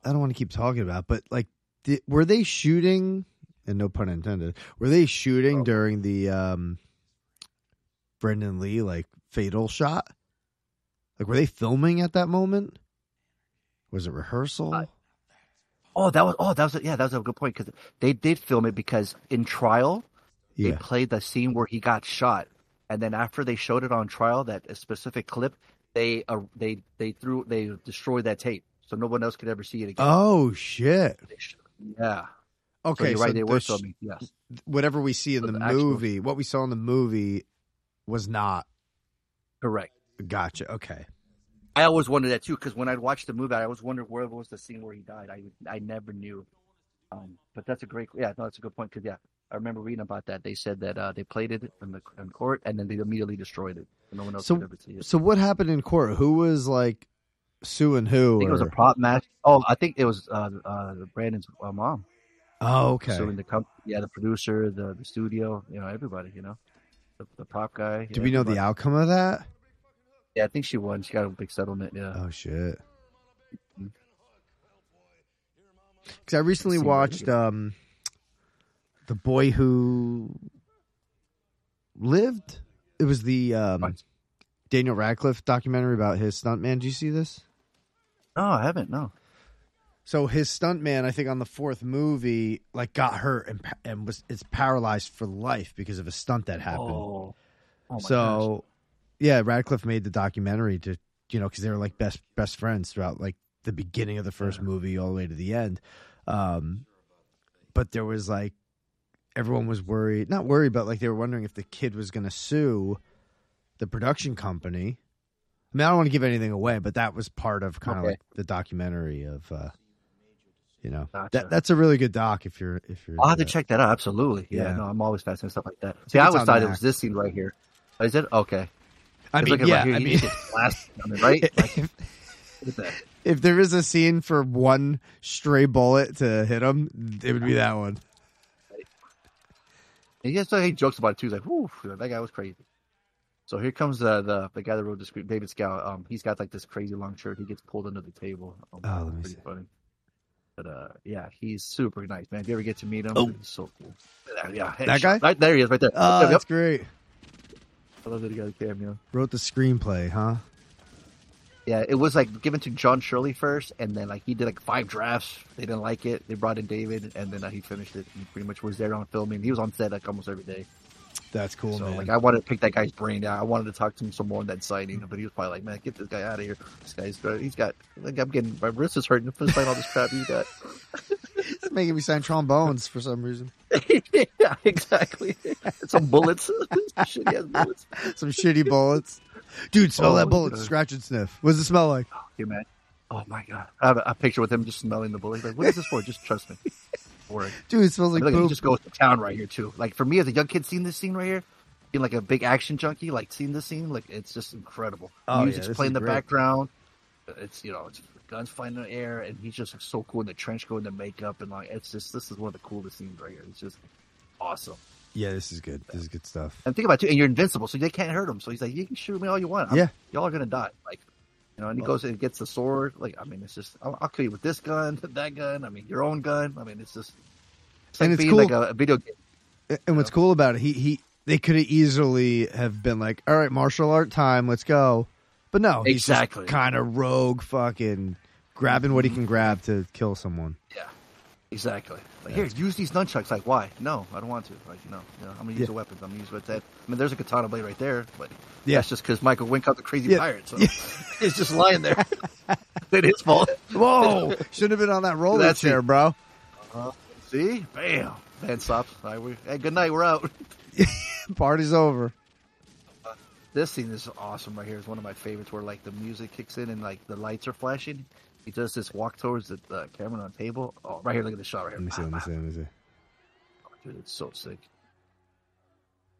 Speaker 1: I don't want to keep talking about, but like, di were they shooting? And no pun intended. Were they shooting
Speaker 2: Oh.
Speaker 1: during the um, Brendan Lee like fatal shot? Like, were they filming at that moment? Was it rehearsal?
Speaker 2: I- Oh, that was oh that was a, yeah that was a good point because they did film it because in trial they
Speaker 1: yeah.
Speaker 2: played the scene where he got shot and then after they showed it on trial that a specific clip they uh, they they threw they destroyed that tape so no one else could ever see it again.
Speaker 1: Oh shit.
Speaker 2: They sh- yeah. so
Speaker 1: Okay,
Speaker 2: you're
Speaker 1: so
Speaker 2: right. they were
Speaker 1: the sh-
Speaker 2: filming. Yes.
Speaker 1: whatever we see in
Speaker 2: So
Speaker 1: the,
Speaker 2: the actual-
Speaker 1: movie, what we saw in the movie, was not.
Speaker 2: Correct.
Speaker 1: Gotcha. Okay.
Speaker 2: I always wondered that too because when I'd watch the movie, I always wondered where was the scene where he died. I I never knew. Um, but that's a great yeah, no, that's a good point because yeah, I remember reading about that. They said that uh, they played it in the in court and then they immediately destroyed it. And no one else
Speaker 1: So-
Speaker 2: could ever see it.
Speaker 1: So what happened in court? Who was like suing who?
Speaker 2: I think it was a
Speaker 1: or-
Speaker 2: prop match. Oh, I think it was uh, uh, Brandon's uh, mom.
Speaker 1: oh, okay.
Speaker 2: So in the company, yeah, the producer, the, the studio, you know, everybody, you know, the, the prop guy.
Speaker 1: Do we know the
Speaker 2: everybody.
Speaker 1: outcome of that?
Speaker 2: Yeah, I think she won. She got a big settlement. Yeah.
Speaker 1: Oh shit!
Speaker 2: Mhm.
Speaker 1: Because I recently
Speaker 2: Seems
Speaker 1: watched um, the boy who lived. It was the um,
Speaker 2: Right.
Speaker 1: Daniel Radcliffe documentary about his stuntman. Do you see this?
Speaker 2: No, I haven't. No.
Speaker 1: So his stuntman, I think, on the fourth movie, like got hurt and pa- and was it's paralyzed for life because of a stunt that happened.
Speaker 2: Oh. Oh my gosh.
Speaker 1: so yeah radcliffe made the documentary to you know because they were like best best friends throughout like the beginning of the first
Speaker 2: Yeah.
Speaker 1: movie all the way to the end um but there was like everyone was worried, not worried, but like they were wondering if the kid was going to sue the production company. I mean, I don't want to give anything away, but that was part of kind of
Speaker 2: Okay.
Speaker 1: like the documentary of, uh, you know,
Speaker 2: Gotcha.
Speaker 1: that that's a really good doc if you're if you're.
Speaker 2: I'll have to
Speaker 1: into
Speaker 2: check that out. Absolutely. Yeah.
Speaker 1: Yeah.
Speaker 2: No, I'm always fascinated with stuff like that. See,
Speaker 1: it's
Speaker 2: I always
Speaker 1: on
Speaker 2: thought it
Speaker 1: Mac.
Speaker 2: was this scene right here. Is it okay?
Speaker 1: that. I
Speaker 2: 'Cause
Speaker 1: mean,
Speaker 2: look at
Speaker 1: yeah,
Speaker 2: right here,
Speaker 1: I
Speaker 2: you
Speaker 1: mean,
Speaker 2: just blast on it, right? Like,
Speaker 1: if,
Speaker 2: look at that.
Speaker 1: if there is a scene for one stray bullet to hit him, it would be that one.
Speaker 2: And he just he jokes about it too. He's like, "Whoo, that guy was crazy." So here comes the the, the guy that wrote the script, David Scout. Um, he's got like this crazy long shirt. He gets pulled under the table. Um,
Speaker 1: Oh, let me
Speaker 2: pretty
Speaker 1: see.
Speaker 2: funny. But uh, yeah, he's super nice, man. If you ever get to meet him,
Speaker 1: Oh.
Speaker 2: he's so cool. Yeah, yeah,
Speaker 1: That guy?
Speaker 2: Right there, he is, right there.
Speaker 1: Oh,
Speaker 2: Yep, yep.
Speaker 1: that's great.
Speaker 2: I love that he got a cameo.
Speaker 1: Wrote the screenplay, huh?
Speaker 2: Yeah, it was like given to John Shirley first, and then like he did like five drafts. They didn't like it. They brought in David, and then uh, he finished it. He pretty much was there on filming. He was on set like almost every day.
Speaker 1: That's cool,
Speaker 2: so
Speaker 1: man.
Speaker 2: like I wanted to pick that guy's brain out. I wanted to talk to him some more on that signing, but he was probably like, "Man, get this guy out of here. This guy's he's got like I'm getting my wrist is hurting from signing all this crap you got."
Speaker 1: It's making me sound trombones for some reason.
Speaker 2: yeah, exactly. some bullets. Shit, he has bullets.
Speaker 1: Some shitty bullets. Dude, smell
Speaker 2: Oh,
Speaker 1: that bullet.
Speaker 2: God.
Speaker 1: Scratch and sniff. What's it smell like?
Speaker 2: Yeah, man. Oh my god, I have a, a picture with him just smelling the bullet. He's like, "What is this for?" Just trust me. Work.
Speaker 1: Dude, it smells like
Speaker 2: Look, he
Speaker 1: poop.
Speaker 2: just goes to town right here too. Like for me as a young kid, seeing this scene right here, being like a big action junkie, like seeing this scene, like it's just incredible.
Speaker 1: Oh, yeah,
Speaker 2: Music's
Speaker 1: this is
Speaker 2: playing in the
Speaker 1: great.
Speaker 2: background. It's you know, it's guns flying in the air, and he's just like, so cool in the trench coat and the makeup, and like it's just this is one of the coolest scenes right here. It's just awesome.
Speaker 1: Yeah, this is good. This is good stuff.
Speaker 2: And think about it too, and you're invincible, so they can't hurt him. So he's like, you can shoot me all you want. I'm-
Speaker 1: Yeah.
Speaker 2: y'all are gonna die. Like. You know, and he
Speaker 1: Well-
Speaker 2: goes and gets the sword. Like, I mean, it's just, I'll, I'll kill you with this gun, that gun. I mean, your own gun. I mean, it's just, it's like
Speaker 1: And it's
Speaker 2: being
Speaker 1: cool-
Speaker 2: like a, a video game.
Speaker 1: And what's cool about it, he he they could have easily have been like, all right, martial art time, let's go. But no, he's
Speaker 2: Exactly.
Speaker 1: kind of rogue fucking grabbing what he can grab to kill someone.
Speaker 2: Yeah, exactly. Like, here, use these nunchucks. Like, why? No, I don't want to. Like, no, no I'm gonna use
Speaker 1: Yeah.
Speaker 2: a weapon. I'm gonna use what that. I mean, there's a katana blade right there, but
Speaker 1: Yeah.
Speaker 2: that's just because Michael Wink caught the crazy
Speaker 1: Yeah.
Speaker 2: pirate, so it's just lying there. it is fault.
Speaker 1: Whoa! Shouldn't have been on that roller
Speaker 2: That's
Speaker 1: chair,
Speaker 2: it.
Speaker 1: bro.
Speaker 2: See, bam, van stops. All right, we, hey, good night. We're out.
Speaker 1: Party's over.
Speaker 2: This scene is awesome right here. It's one of my favorites where like the music kicks in and like the lights are flashing. He does this walk towards the uh, camera on the table. Oh, right here. Look at the shot right here.
Speaker 1: Let me see, let me see, let me see.
Speaker 2: Dude, it's so sick.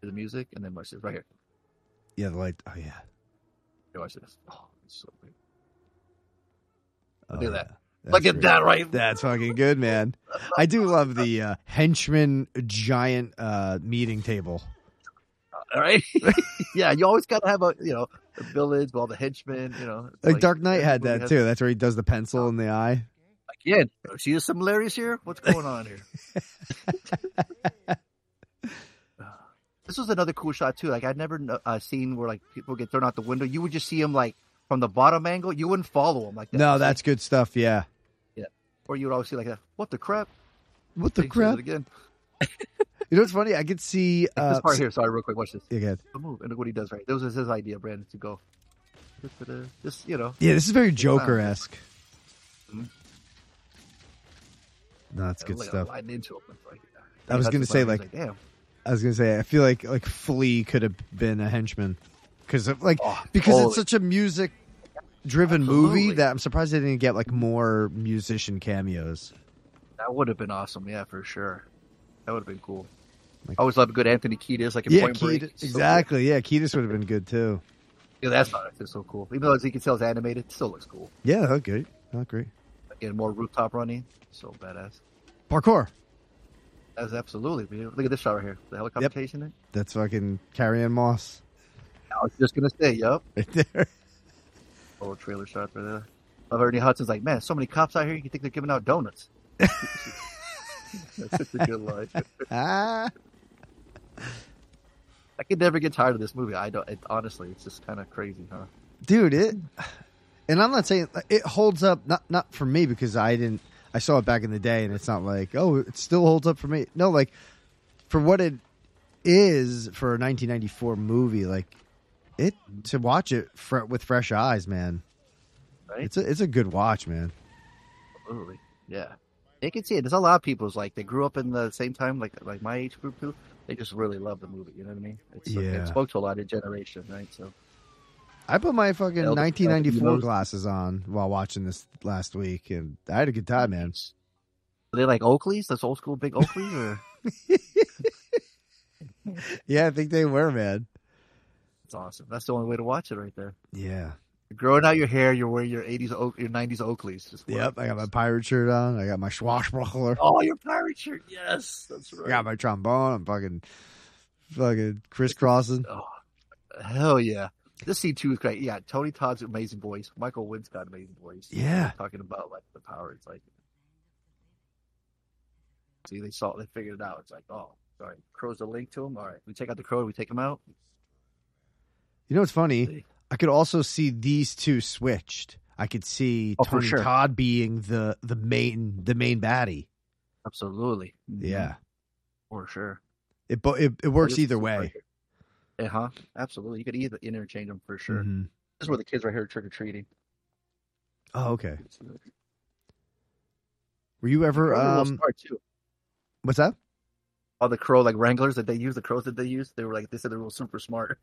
Speaker 2: The music and then watch this right here.
Speaker 1: Yeah, the light. Oh, yeah.
Speaker 2: Here, Watch this. Oh, it's so big.
Speaker 1: Oh,
Speaker 2: Look at
Speaker 1: yeah.
Speaker 2: that.
Speaker 1: That's
Speaker 2: Look at
Speaker 1: great.
Speaker 2: that right
Speaker 1: That's fucking good, man. I do love the uh, henchman giant uh, meeting table.
Speaker 2: All right. yeah, you always gotta have a you know the village with all the henchmen. You know, it's
Speaker 1: Like, Dark Knight had
Speaker 2: everybody
Speaker 1: that
Speaker 2: has-
Speaker 1: too. That's where he does the pencil in the eye.
Speaker 2: Again, see the similarities here. What's going on here? this was another cool shot too. Like I'd never kn- uh, seen where like people get thrown out the window. You would just see him like from the bottom angle. You wouldn't follow him like that.
Speaker 1: No, that's good stuff. Yeah.
Speaker 2: or you would always see like a, what the crap?
Speaker 1: What the
Speaker 2: Thanks for that
Speaker 1: crap?
Speaker 2: again.
Speaker 1: You know what's funny? I could see. Uh,
Speaker 2: this part here. Sorry, real quick. Watch this.
Speaker 1: yeah, go ahead.
Speaker 2: the move. And look what he does, right? This was his idea, Brandon, to go. Da-da-da. Just, you know,
Speaker 1: Yeah, this is very Joker esque.
Speaker 2: Mhm.
Speaker 1: No, that's good
Speaker 2: like,
Speaker 1: stuff.
Speaker 2: Line into him. It's Like,
Speaker 1: I was gonna say, like-
Speaker 2: damn.
Speaker 1: I was gonna say, I feel like like Flea could have been a henchman because like
Speaker 2: Oh,
Speaker 1: because
Speaker 2: totally.
Speaker 1: it's such a music driven movie
Speaker 2: Absolutely.
Speaker 1: that I'm surprised they didn't get like more musician cameos.
Speaker 2: That would have been awesome. Yeah, for sure. That would have been cool.
Speaker 1: Like-
Speaker 2: I always love a good Anthony Kiedis, like in
Speaker 1: yeah,
Speaker 2: Point Break.
Speaker 1: Kiedis-
Speaker 2: So cool.
Speaker 1: exactly. Yeah, Kiedis would have been good too.
Speaker 2: Yeah, that's not it's so cool. Even though as you can tell it's animated, it still looks cool.
Speaker 1: Yeah, that looked great. That looked great.
Speaker 2: Again, more rooftop running, so badass.
Speaker 1: Parkour.
Speaker 2: That's absolutely. man. Look at this shot right here. The helicopter
Speaker 1: Yep.
Speaker 2: chasing it.
Speaker 1: That's fucking Carrie Ann Moss
Speaker 2: I was just gonna say, yup.
Speaker 1: right there.
Speaker 2: Little trailer shot right there. Love Ernie Hudson's like, man, so many cops out here. You think they're giving out donuts? that's such a good line.
Speaker 1: ah,
Speaker 2: I could never get tired of this movie. I don't. It, honestly, it's just kind of crazy, huh?
Speaker 1: dude, it. And I'm not saying it holds up. Not not for me because I didn't. I saw it back in the day, and it's not like oh, it still holds up for me. No, like for what it is for a 1994 movie, like it to watch it fr- with fresh eyes, man.
Speaker 2: Right?
Speaker 1: It's a it's a good watch, man.
Speaker 2: Absolutely. Yeah. They can see it. There's a lot of people who's like they grew up in the same time, like like my age group too. They just really love the movie. You know what I mean? It's,
Speaker 1: Yeah.
Speaker 2: It spoke to a lot of generation, right? So
Speaker 1: I put my fucking
Speaker 2: Elder-
Speaker 1: 1994
Speaker 2: Elder-
Speaker 1: glasses on while watching this last week, and I had a good time, man.
Speaker 2: are they like Oakleys? That's old school big Oakleys, or
Speaker 1: Yeah, I think they were, man.
Speaker 2: it's awesome. That's the only way to watch it right there.
Speaker 1: Yeah.
Speaker 2: You're growing out your hair, you're wearing your 80s, Oak, your 90s Oakleys. Just wear
Speaker 1: Yep.
Speaker 2: it.
Speaker 1: I got my pirate shirt on. I got my swashbuckler.
Speaker 2: oh, your pirate shirt. Yes, that's right.
Speaker 1: I got my trombone. I'm fucking, fucking crisscrossing.
Speaker 2: Hell yeah. This scene too is great. Yeah, Tony Todd's amazing voice. Michael Wynn's got amazing voice.
Speaker 1: Yeah.
Speaker 2: Talking about like the power. It's like See, they saw they figured it out. It's like, oh, sorry. Crow's a link to him. All right. We take out the crow, we take him out.
Speaker 1: You know what's funny?
Speaker 2: See.
Speaker 1: I could also see these two switched. I could see
Speaker 2: Oh, for
Speaker 1: Tony
Speaker 2: sure.
Speaker 1: Todd being the the main the main baddie.
Speaker 2: Absolutely.
Speaker 1: Yeah.
Speaker 2: For sure.
Speaker 1: It bo- it, it works either way.
Speaker 2: Uh huh. Absolutely. You could either interchange them for sure.
Speaker 1: Mhm.
Speaker 2: This is where the kids right here trick or treating.
Speaker 1: Oh, okay. Were you ever um
Speaker 2: too.
Speaker 1: what's that?
Speaker 2: all the crow like wranglers that they use, the crows that they use, they were like they said they were super smart.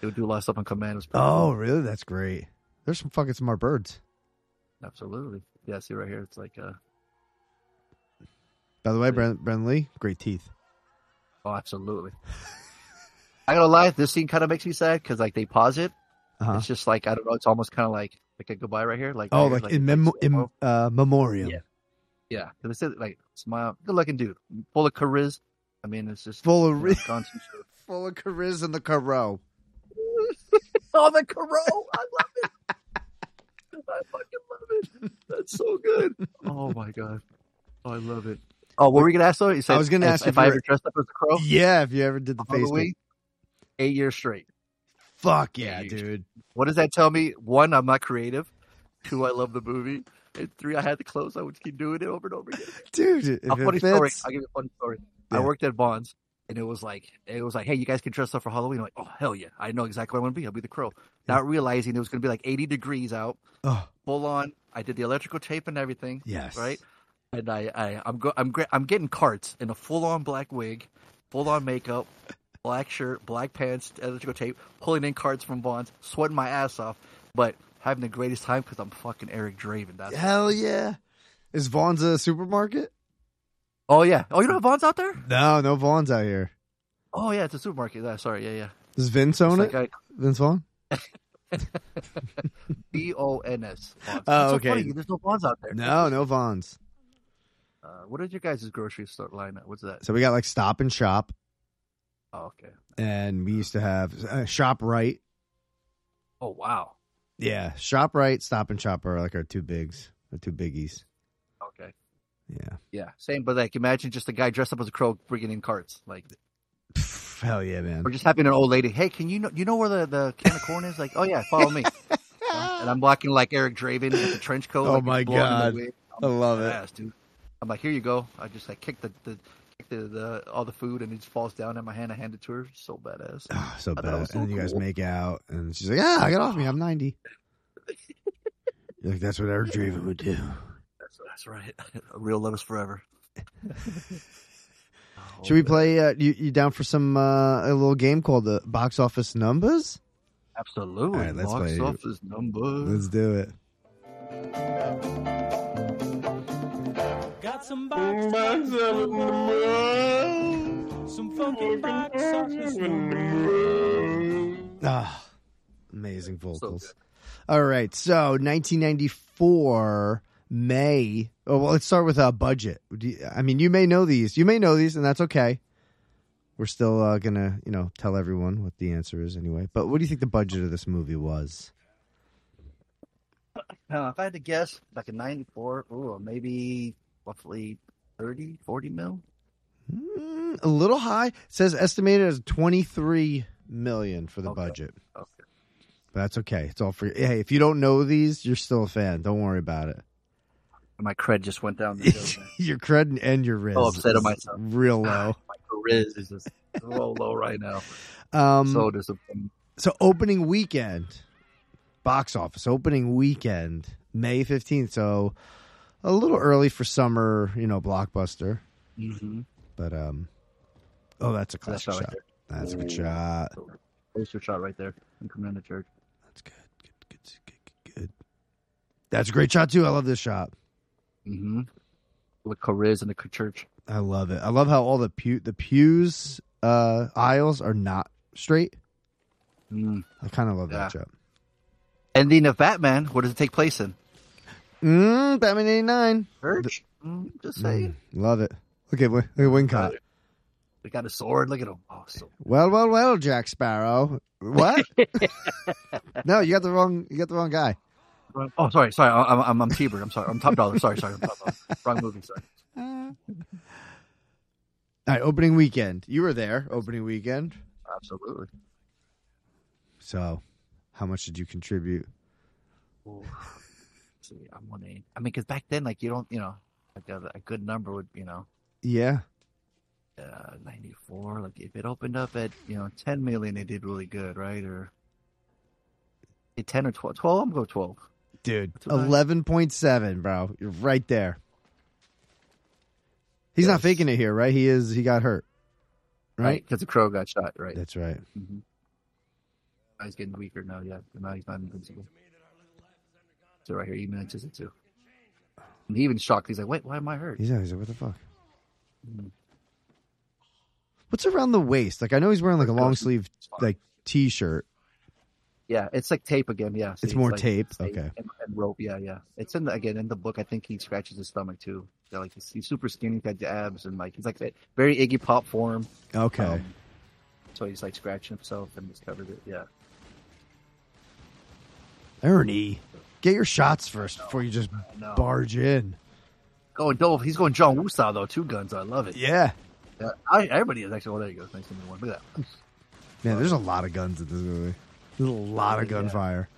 Speaker 2: They would do a lot of stuff on command. It was pretty
Speaker 1: Oh, really? That's great. There's some fucking smart birds. Oh.
Speaker 2: cool. absolutely. Yeah, see right here, it's like uh,
Speaker 1: By the way, Bren, Bren Lee, great teeth.
Speaker 2: oh, absolutely. I gotta lie, this scene kind of makes me sad because like they pause it.
Speaker 1: Uh-huh.
Speaker 2: It's just like I don't know. It's almost kind of like like a goodbye right here. Like
Speaker 1: Oh,
Speaker 2: right here,
Speaker 1: like in, mem- in
Speaker 2: slow-mo.
Speaker 1: uh, memoriam.
Speaker 2: Yeah. yeah. Because they said like smile, good looking dude, full of charisma. I mean, it's just
Speaker 1: Full
Speaker 2: you
Speaker 1: of
Speaker 2: know,
Speaker 1: ri-
Speaker 2: gone too soon.
Speaker 1: full of charisma and the caro.
Speaker 2: Oh, the Caro. I love it. I fucking love it. That's so good. Oh my god. Oh, I love it. Oh, what were we gonna ask though? You said
Speaker 1: I was gonna
Speaker 2: if-
Speaker 1: ask
Speaker 2: if,
Speaker 1: if
Speaker 2: I
Speaker 1: you're-
Speaker 2: ever dressed up as a crow.
Speaker 1: Yeah, if you ever did the face.
Speaker 2: Halloween, eight years straight.
Speaker 1: Fuck yeah,
Speaker 2: Huge.
Speaker 1: dude.
Speaker 2: What does that tell me? One, I'm not creative. Two, I love the movie. And three, I had the clothes. I would keep doing it over and over again.
Speaker 1: Dude, if
Speaker 2: a
Speaker 1: it
Speaker 2: funny
Speaker 1: fits,
Speaker 2: story. I'll give you a funny story. I
Speaker 1: Yeah.
Speaker 2: worked at Bonds, and it was like it was like, hey, you guys can dress up for Halloween. I'm like, oh hell yeah, I know exactly what I'm gonna be. I'll be the crow. Not realizing it was gonna be like 80 degrees out,
Speaker 1: Oh,
Speaker 2: full on. I did the electrical tape and everything.
Speaker 1: yes.
Speaker 2: Right. And I, I I'm go, I'm gra- I'm getting carts in a full on black wig, full on makeup, black shirt, black pants, electrical tape, pulling in carts from Bonds, sweating my ass off, but having the greatest time because I'm fucking Eric Draven. That's
Speaker 1: Hell yeah. Is Vaughn's a supermarket?
Speaker 2: oh yeah. Oh, you don't have Bonds out there?
Speaker 1: No, no Vaughn's out here.
Speaker 2: Oh yeah, it's a supermarket. Yeah, sorry. Yeah, yeah.
Speaker 1: Does Vince
Speaker 2: It's
Speaker 1: own
Speaker 2: like
Speaker 1: it?
Speaker 2: I-
Speaker 1: Vince Vaughn?
Speaker 2: B O N S. Bonds.
Speaker 1: Oh,
Speaker 2: That's so
Speaker 1: okay.
Speaker 2: funny, There's no Bonds out there.
Speaker 1: No, no Vaughn's.
Speaker 2: Uh, what is your guys' grocery store line? What's that?
Speaker 1: So we got like Stop and Shop,
Speaker 2: Oh, okay.
Speaker 1: and we used to have uh, Shop Right.
Speaker 2: Oh wow.
Speaker 1: Yeah, Shop Right, Stop and Shop are like our two bigs, our two biggies.
Speaker 2: Okay.
Speaker 1: Yeah,
Speaker 2: Yeah, same. But like, imagine just a guy dressed up as a crow bringing in carts, like,
Speaker 1: Pff, hell yeah, man.
Speaker 2: or just having an old lady. Hey, can you know you know where the, the can of corn is? Like, oh yeah, follow me. and I'm walking like Eric Draven with the trench coat.
Speaker 1: Oh,
Speaker 2: like,
Speaker 1: my
Speaker 2: blowing in the
Speaker 1: God.
Speaker 2: wind.
Speaker 1: I love it.
Speaker 2: Yes, dude. I'm like, here you go. I just like kick the the kick the, the all the food and it just falls down in my hand. I hand it to her. So badass.
Speaker 1: Oh, so
Speaker 2: thought
Speaker 1: bad.
Speaker 2: it was
Speaker 1: And
Speaker 2: so
Speaker 1: then you guys
Speaker 2: cool.
Speaker 1: make out, and she's like, "Yeah, get off me. I'm 90." You're like that's what Eric Draven would do.
Speaker 2: That's, that's right. A real love is forever.
Speaker 1: Should we play? Uh, you, you down for some uh, a little game called the box office numbers?
Speaker 2: Oh, Absolutely.
Speaker 1: All right, let's
Speaker 2: Box
Speaker 1: play.
Speaker 2: office number.
Speaker 1: Let's do it.
Speaker 4: Got some box office numbers. Some funky box office numbers.
Speaker 1: Ah, amazing vocals.
Speaker 2: good.
Speaker 1: All right, so 1994 May. Oh, well, let's start with a uh, budget. Do you- I mean, you may know these. You may know these, and that's okay. We're still uh, gonna, you know, tell everyone what the answer is anyway. But what do you think the budget of this movie was?
Speaker 2: Now, if I had to guess, like a 94, ooh, maybe roughly 30, 40 mil.
Speaker 1: Mm, a little high. It says estimated as 23 million for the
Speaker 2: Okay.
Speaker 1: budget.
Speaker 2: Okay.
Speaker 1: But that's okay. It's all for hey. If you don't know these, you're still a fan. Don't worry about it.
Speaker 2: My cred just went down. The hill, man.
Speaker 1: your cred and your risk.
Speaker 2: So upset at myself.
Speaker 1: Real low.
Speaker 2: My career is just so low right now.
Speaker 1: Um,
Speaker 2: Ah. so disappointed.
Speaker 1: So opening weekend, box office opening weekend, May fifteenth. So a little early for summer, you know, blockbuster.
Speaker 2: Mm-hmm.
Speaker 1: But um, oh, that's a classic
Speaker 2: shot right
Speaker 1: shot. That's a good shot.
Speaker 2: Poster shot right there. I'm coming into church.
Speaker 1: That's good. Good. Good. Good. Good. good. That's a great shot too. I love this shot.
Speaker 2: Mm-hmm. With Cariz in the c- church.
Speaker 1: I love it. I love how all the pew the pews uh aisles are not straight.
Speaker 2: Mm.
Speaker 1: I kind of love
Speaker 2: Yeah.
Speaker 1: that shot.
Speaker 2: Ending of Batman. What does it take place in?
Speaker 1: Mm, Batman eighty nine.
Speaker 2: Church. Mm, just saying.
Speaker 1: Mm, love it. Look at Win- look at Wincott.
Speaker 2: They got a sword. Look at him. Oh, so
Speaker 1: Well, well, well, Jack Sparrow. What? no, you got the wrong. You got the wrong guy.
Speaker 2: Oh, sorry, sorry. I- I'm I'm, I'm T-Bird. I'm sorry. I'm Top Dollar. Sorry, sorry. I'm Top Dollar. Wrong movie. Sorry.
Speaker 1: All right, opening weekend. You were there opening weekend.
Speaker 2: Absolutely.
Speaker 1: So, how much did you contribute?
Speaker 2: Ooh. See, I'm one eight. I mean, because back then, like you don't, you know, like a, a good number would, you know,
Speaker 1: Yeah,
Speaker 2: uh, 94. Like if it opened up at, you know, 10 million, they did really good, right? Or eh, 10 or 12. 12. I'm going 12.
Speaker 1: dude,
Speaker 2: That's what I-
Speaker 1: eleven point seven, bro. You're right there. He's not
Speaker 2: Yes.
Speaker 1: faking it here, right? He is. He got hurt, right?
Speaker 2: Because the crow got shot. Right.
Speaker 1: That's right.
Speaker 2: hmm He's getting weaker now. Yeah. Now he's not invincible. So right here, he manages it too. And he even shocked. He's like, "Wait, why am I hurt?"
Speaker 1: He's out. He's like, what the fuck?
Speaker 2: Mhm.
Speaker 1: What's around the waist? Like, I know he's wearing like a long sleeve
Speaker 2: uh,
Speaker 1: like t-shirt.
Speaker 2: Yeah, it's like tape again. Yeah, See,
Speaker 1: It's more
Speaker 2: like
Speaker 1: tape. Okay.
Speaker 2: and, and rope. Yeah, yeah. It's in the, again in the book. I think he scratches his stomach too. Yeah, like he's, he's super skinny, he's got abs, and like he's like that very Iggy Pop form.
Speaker 1: Okay.
Speaker 2: Um, so he's like scratching himself and he's covered it. Yeah,
Speaker 1: Ernie, get your shots first before you just
Speaker 2: no.
Speaker 1: barge in.
Speaker 2: going dove. He's going John Woo style though. Two guns. I love it.
Speaker 1: Yeah.
Speaker 2: Yeah, I, everybody is actually. Oh, there you go. Thanks to one. Look at that.
Speaker 1: Man, there's a lot of guns in this movie. There's a lot of
Speaker 2: Yeah.
Speaker 1: gunfire.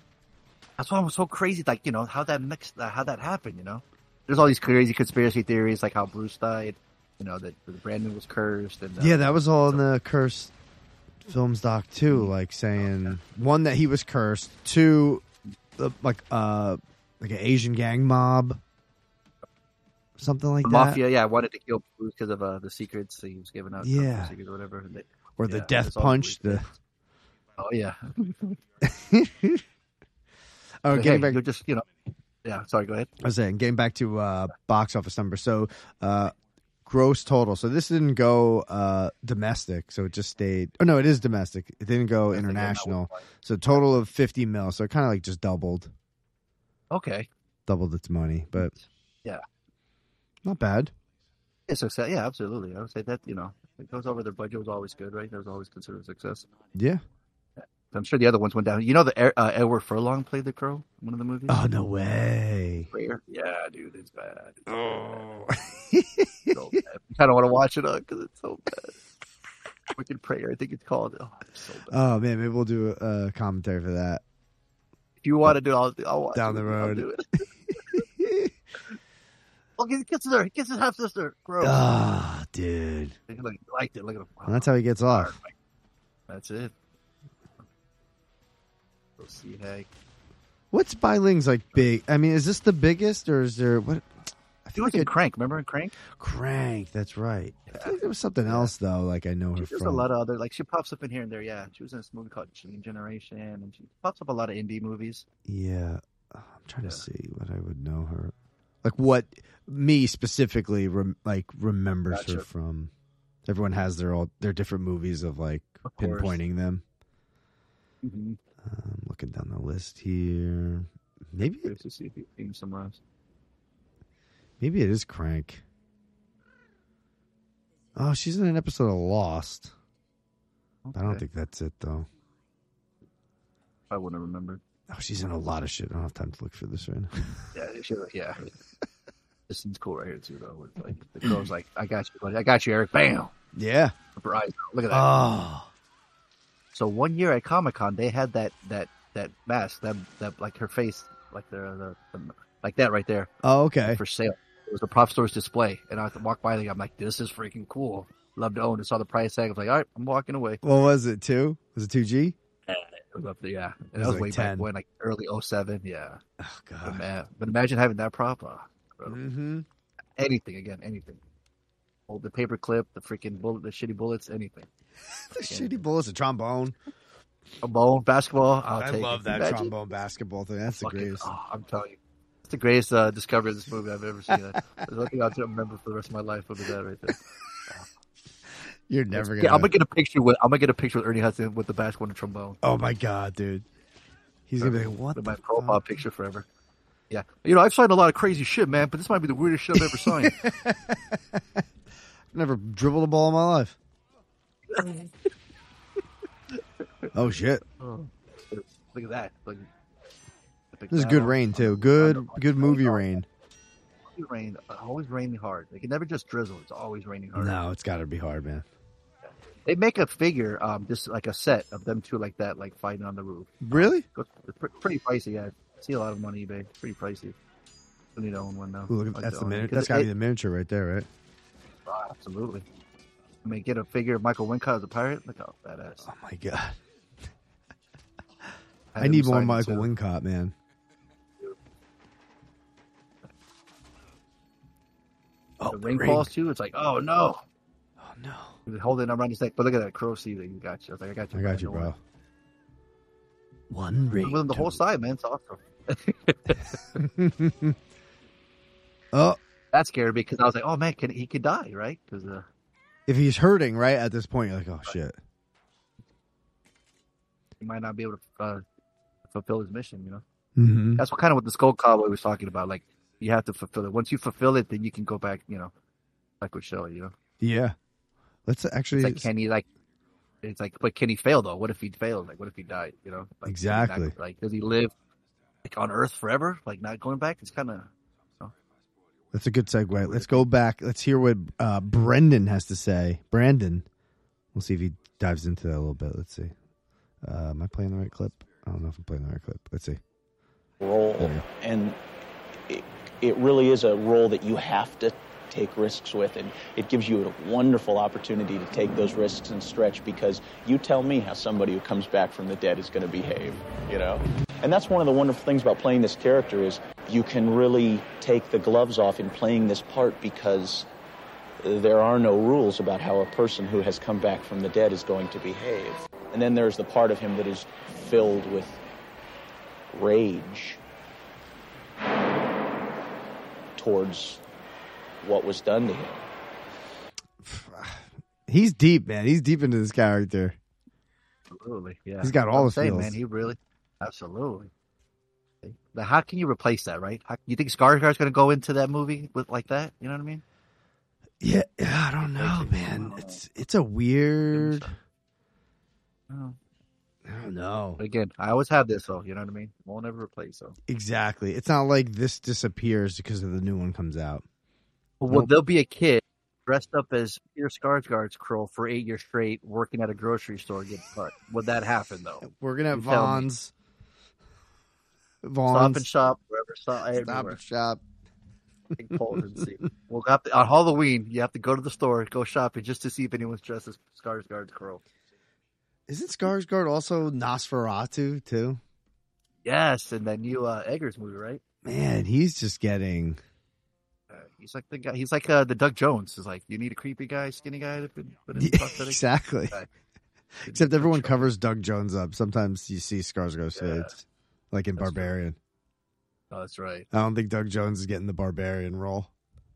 Speaker 2: That's why I'm so crazy. Like you know how that mixed, uh, how that happened. You know, there's all these crazy conspiracy theories, like how Bruce died. You know that that Brandon was cursed, and uh,
Speaker 1: Yeah, that was all in the cursed films doc too,
Speaker 2: Mm-hmm.
Speaker 1: like saying one that he was cursed, two the, like uh like an Asian gang mob. Something like
Speaker 2: the
Speaker 1: that.
Speaker 2: mafia, yeah, wanted to kill Bruce because of uh, the secrets he was giving out. company
Speaker 1: Yeah.
Speaker 2: secrets or whatever. and they-
Speaker 1: Or the
Speaker 2: yeah,
Speaker 1: death
Speaker 2: it's all
Speaker 1: punch. The
Speaker 2: Bruce. Oh yeah.
Speaker 1: oh,
Speaker 2: But,
Speaker 1: getting
Speaker 2: hey,
Speaker 1: back
Speaker 2: You're just you know. Yeah. Sorry. Go ahead.
Speaker 1: I was saying, getting back to uh, box office number. So, uh, gross total. So this didn't go uh, domestic. So it just stayed. Oh no, it is domestic. It didn't go
Speaker 2: That's the game that was
Speaker 1: international.
Speaker 2: like-
Speaker 1: So total of fifty mil. So it kind of like just doubled,
Speaker 2: Okay.
Speaker 1: doubled its money. But
Speaker 2: Yeah.
Speaker 1: not bad.
Speaker 2: It's success. Yeah, absolutely. I would say that you know it goes over their budget was always good, right? That was always considered a success.
Speaker 1: Yeah.
Speaker 2: I'm sure the other ones went down. You know, the Er- uh, Edward Furlong played the crow in one of the movies.
Speaker 1: Oh no way.
Speaker 2: Rare. Yeah, dude, it's bad.
Speaker 1: Oh.
Speaker 2: so bad. I kind of want to watch it because it's so bad. Wicked Prayer, I think it's called. Oh, it's so bad.
Speaker 1: oh man, maybe we'll do a commentary for that.
Speaker 2: If you want to do it, I'll, I'll watch
Speaker 1: Down
Speaker 2: it.
Speaker 1: the
Speaker 2: I'll
Speaker 1: road.
Speaker 2: do it. Well, kiss, kiss her. Kiss his half sister. Gross.
Speaker 1: Ah, dude.
Speaker 2: He like, liked it. Look at him.
Speaker 1: And that's how he gets off.
Speaker 2: That's it. Go see Hank.
Speaker 1: What's Biling's like big? I mean, is this the biggest or is there what? I
Speaker 2: He
Speaker 1: feel
Speaker 2: was
Speaker 1: like
Speaker 2: in
Speaker 1: a
Speaker 2: Crank. Remember in Crank?
Speaker 1: crank. That's right. I feel like there was something else though. Like I know her
Speaker 2: There's
Speaker 1: from.
Speaker 2: a lot of other like she pops up in here and there. Yeah, she was in this movie called Dream Generation, and she pops up a lot of indie movies.
Speaker 1: yeah, Uh, I'm trying to
Speaker 2: Yeah.
Speaker 1: see what I would know her. Like what me specifically rem- like remembers her
Speaker 2: Gotcha.
Speaker 1: from. Everyone has their all their different movies of like
Speaker 2: Of course.
Speaker 1: pinpointing them.
Speaker 2: Mm-hmm.
Speaker 1: Um, looking down the list here, maybe
Speaker 2: to see if you can somewhere else.
Speaker 1: maybe it is Crank. Oh, she's in an episode of Lost. I don't
Speaker 2: Okay.
Speaker 1: think that's it though.
Speaker 2: I wouldn't remember.
Speaker 1: Oh, she's in a lot of shit. I don't have time to look for this right now.
Speaker 2: Yeah, sure. Yeah. This is cool right here too, though. With, like the girl's like, "I got you, buddy. I got you, Eric." Bam.
Speaker 1: Yeah.
Speaker 2: Rip her eyes out. Look at that.
Speaker 1: Oh.
Speaker 2: so one year at Comic Con, they had that that that mask, that that like her face, like the, the, the like that right there
Speaker 1: Oh, okay.
Speaker 2: for sale. It was the prop store's display, and I walked by. And I'm like, "This is freaking cool. Love to own." it. saw the price tag. I was like, "All right, I'm walking away."
Speaker 1: What was it? Two? Was it two G?
Speaker 2: It was up there, yeah.
Speaker 1: was
Speaker 2: And that was
Speaker 1: like
Speaker 2: way
Speaker 1: 10.
Speaker 2: back when, like early 07, yeah.
Speaker 1: Oh
Speaker 2: But, man, but imagine having that prop. Uh, bro.
Speaker 1: Mm-hmm.
Speaker 2: Anything again, anything. Hold the paper clip, the freaking bullet, the shitty bullets, anything.
Speaker 1: the shitty bullets, a trombone.
Speaker 2: A bone, basketball. I'll
Speaker 1: I
Speaker 2: take
Speaker 1: love
Speaker 2: it.
Speaker 1: that
Speaker 2: Imagine
Speaker 1: trombone basketball thing. That's the
Speaker 2: fucking-
Speaker 1: greatest.
Speaker 2: oh, I'm telling you, it's the greatest uh, discovery of this movie I've ever seen. That's the only thing I'll remember for the rest of my life. Would be that right there.
Speaker 1: You're never
Speaker 2: Yeah, I'm
Speaker 1: gonna.
Speaker 2: gonna get a picture with I'm gonna get a picture with Ernie Hudson with the basketball and trombone.
Speaker 1: oh my god, dude. He's gonna be like, what?
Speaker 2: With
Speaker 1: The
Speaker 2: my
Speaker 1: fuck?
Speaker 2: profile picture forever. Yeah, you know I've signed a lot of crazy shit, man, but this might be the weirdest shit I've ever signed.
Speaker 1: Never dribbled a ball in my life. oh shit!
Speaker 2: Look at that. Look, Look
Speaker 1: This is
Speaker 2: that
Speaker 1: good
Speaker 2: up.
Speaker 1: rain too. Good, good movie rain.
Speaker 2: Always rain. Always raining hard. They can never just drizzle. It's always raining hard.
Speaker 1: No, it's got to be hard, man.
Speaker 2: They make a figure, um, just like a set of them two like that, like fighting on the roof.
Speaker 1: Really?
Speaker 2: Go- It's pre- pretty pricey. Yeah, I see a lot of money eBay. It's pretty pricey. I need to own one now.
Speaker 1: Ooh, look at-
Speaker 2: Like
Speaker 1: that's
Speaker 2: to
Speaker 1: the
Speaker 2: own it,
Speaker 1: mini-
Speaker 2: 'cause
Speaker 1: That's got to
Speaker 2: it-
Speaker 1: be the miniature right there, right?
Speaker 2: Ah, Absolutely. I mean, get a figure of Michael Wincott as a pirate. Look how badass.
Speaker 1: Oh my god!
Speaker 2: Had
Speaker 1: I
Speaker 2: him
Speaker 1: need more
Speaker 2: signed,
Speaker 1: Michael
Speaker 2: too.
Speaker 1: Wincott, man. Oh, the
Speaker 2: The ring
Speaker 1: ring.
Speaker 2: falls too. It's like, oh no.
Speaker 1: Oh no!
Speaker 2: He was holding it around his neck. But look at that crow see that you got you. I was like, I got you.
Speaker 1: I got you,
Speaker 2: Don't worry.
Speaker 1: bro. One ring.
Speaker 2: I'm with him the whole
Speaker 1: dude.
Speaker 2: side, man. It's awesome.
Speaker 1: Oh,
Speaker 2: That scared me because I was like, oh man, can he could die, right? Because uh,
Speaker 1: if he's hurting right at this point, you're like, oh shit.
Speaker 2: he might not be able to uh, fulfill his mission. You know,
Speaker 1: Mm-hmm.
Speaker 2: that's what kind of what the skull cowboy was talking about. Like, you have to fulfill it. Once you fulfill it, then you can go back. You know, like with Shelley. You know,
Speaker 1: Yeah. Let's actually.
Speaker 2: it's like can he like? It's like, but can he fail though? What if he failed? Like, what if he died? You know, like, is he not-
Speaker 1: Exactly.
Speaker 2: like, does he live like on Earth forever? Like, not going back? It's kind of
Speaker 1: That's a good segue. Let's go back. Let's hear what uh, Brendan has to say. Brandon, we'll see if he dives into that a little bit. Let's see. Uh, am I playing the right clip? I don't know if I'm playing the right clip. Let's see.
Speaker 3: role.
Speaker 1: Yeah.
Speaker 3: And it, it really is a role that you have to take risks with. And it gives you a wonderful opportunity to take those risks and stretch because you tell me how somebody who comes back from the dead is going to behave, you know? And that's one of the wonderful things about playing this character is you can really take the gloves off in playing this part because there are no rules about how a person who has come back from the dead is going to behave. And then there's the part of him that is filled with rage towards what was done to him.
Speaker 1: He's deep, man. He's deep into this character.
Speaker 2: absolutely, yeah.
Speaker 1: He's got all the
Speaker 2: I'm saying,
Speaker 1: feels.
Speaker 2: man. He really, absolutely. Now, how can you replace that, right? How, you think Skarsgård's going to go into that movie with like that? You know what I mean?
Speaker 1: Yeah, I don't know, man. It's it's a weird.
Speaker 2: Oh.
Speaker 1: I don't know.
Speaker 2: But again, I always have this, though. You know what I mean? Won't ever replace, though.
Speaker 1: Exactly. It's not like this disappears because of the new one comes out.
Speaker 2: Well,
Speaker 1: Nope.
Speaker 2: there'll be a kid dressed up as Peter Skarsgård's crow for eight years straight, working at a grocery store, getting cut. Would that happen, though?
Speaker 1: We're gonna have
Speaker 2: You tell me.
Speaker 1: Vaughn's.
Speaker 2: Stop and
Speaker 1: Vaughn's
Speaker 2: shop, wherever stop,
Speaker 1: stop
Speaker 2: everywhere.
Speaker 1: and shop.
Speaker 2: Take polls and see. We'll have to, on Halloween, you have to go to the store, go shopping, just to see if anyone's dressed as Skarsgård's crow.
Speaker 1: Isn't Skarsgård also Nosferatu too?
Speaker 2: Yes, and that new uh, Eggers movie, right?
Speaker 1: Man, he's just getting.
Speaker 2: Uh, he's like the guy. He's like uh, the Doug Jones. Is like you need a creepy guy, skinny guy to put put in the prosthetic.
Speaker 1: exactly.
Speaker 2: guy.
Speaker 1: Except everyone covers Doug Jones up. Sometimes you see Skarsgård's
Speaker 2: Yeah.
Speaker 1: face, like in
Speaker 2: That's true.
Speaker 1: Barbarian.
Speaker 2: Oh, that's right.
Speaker 1: I don't think Doug Jones is getting the Barbarian role.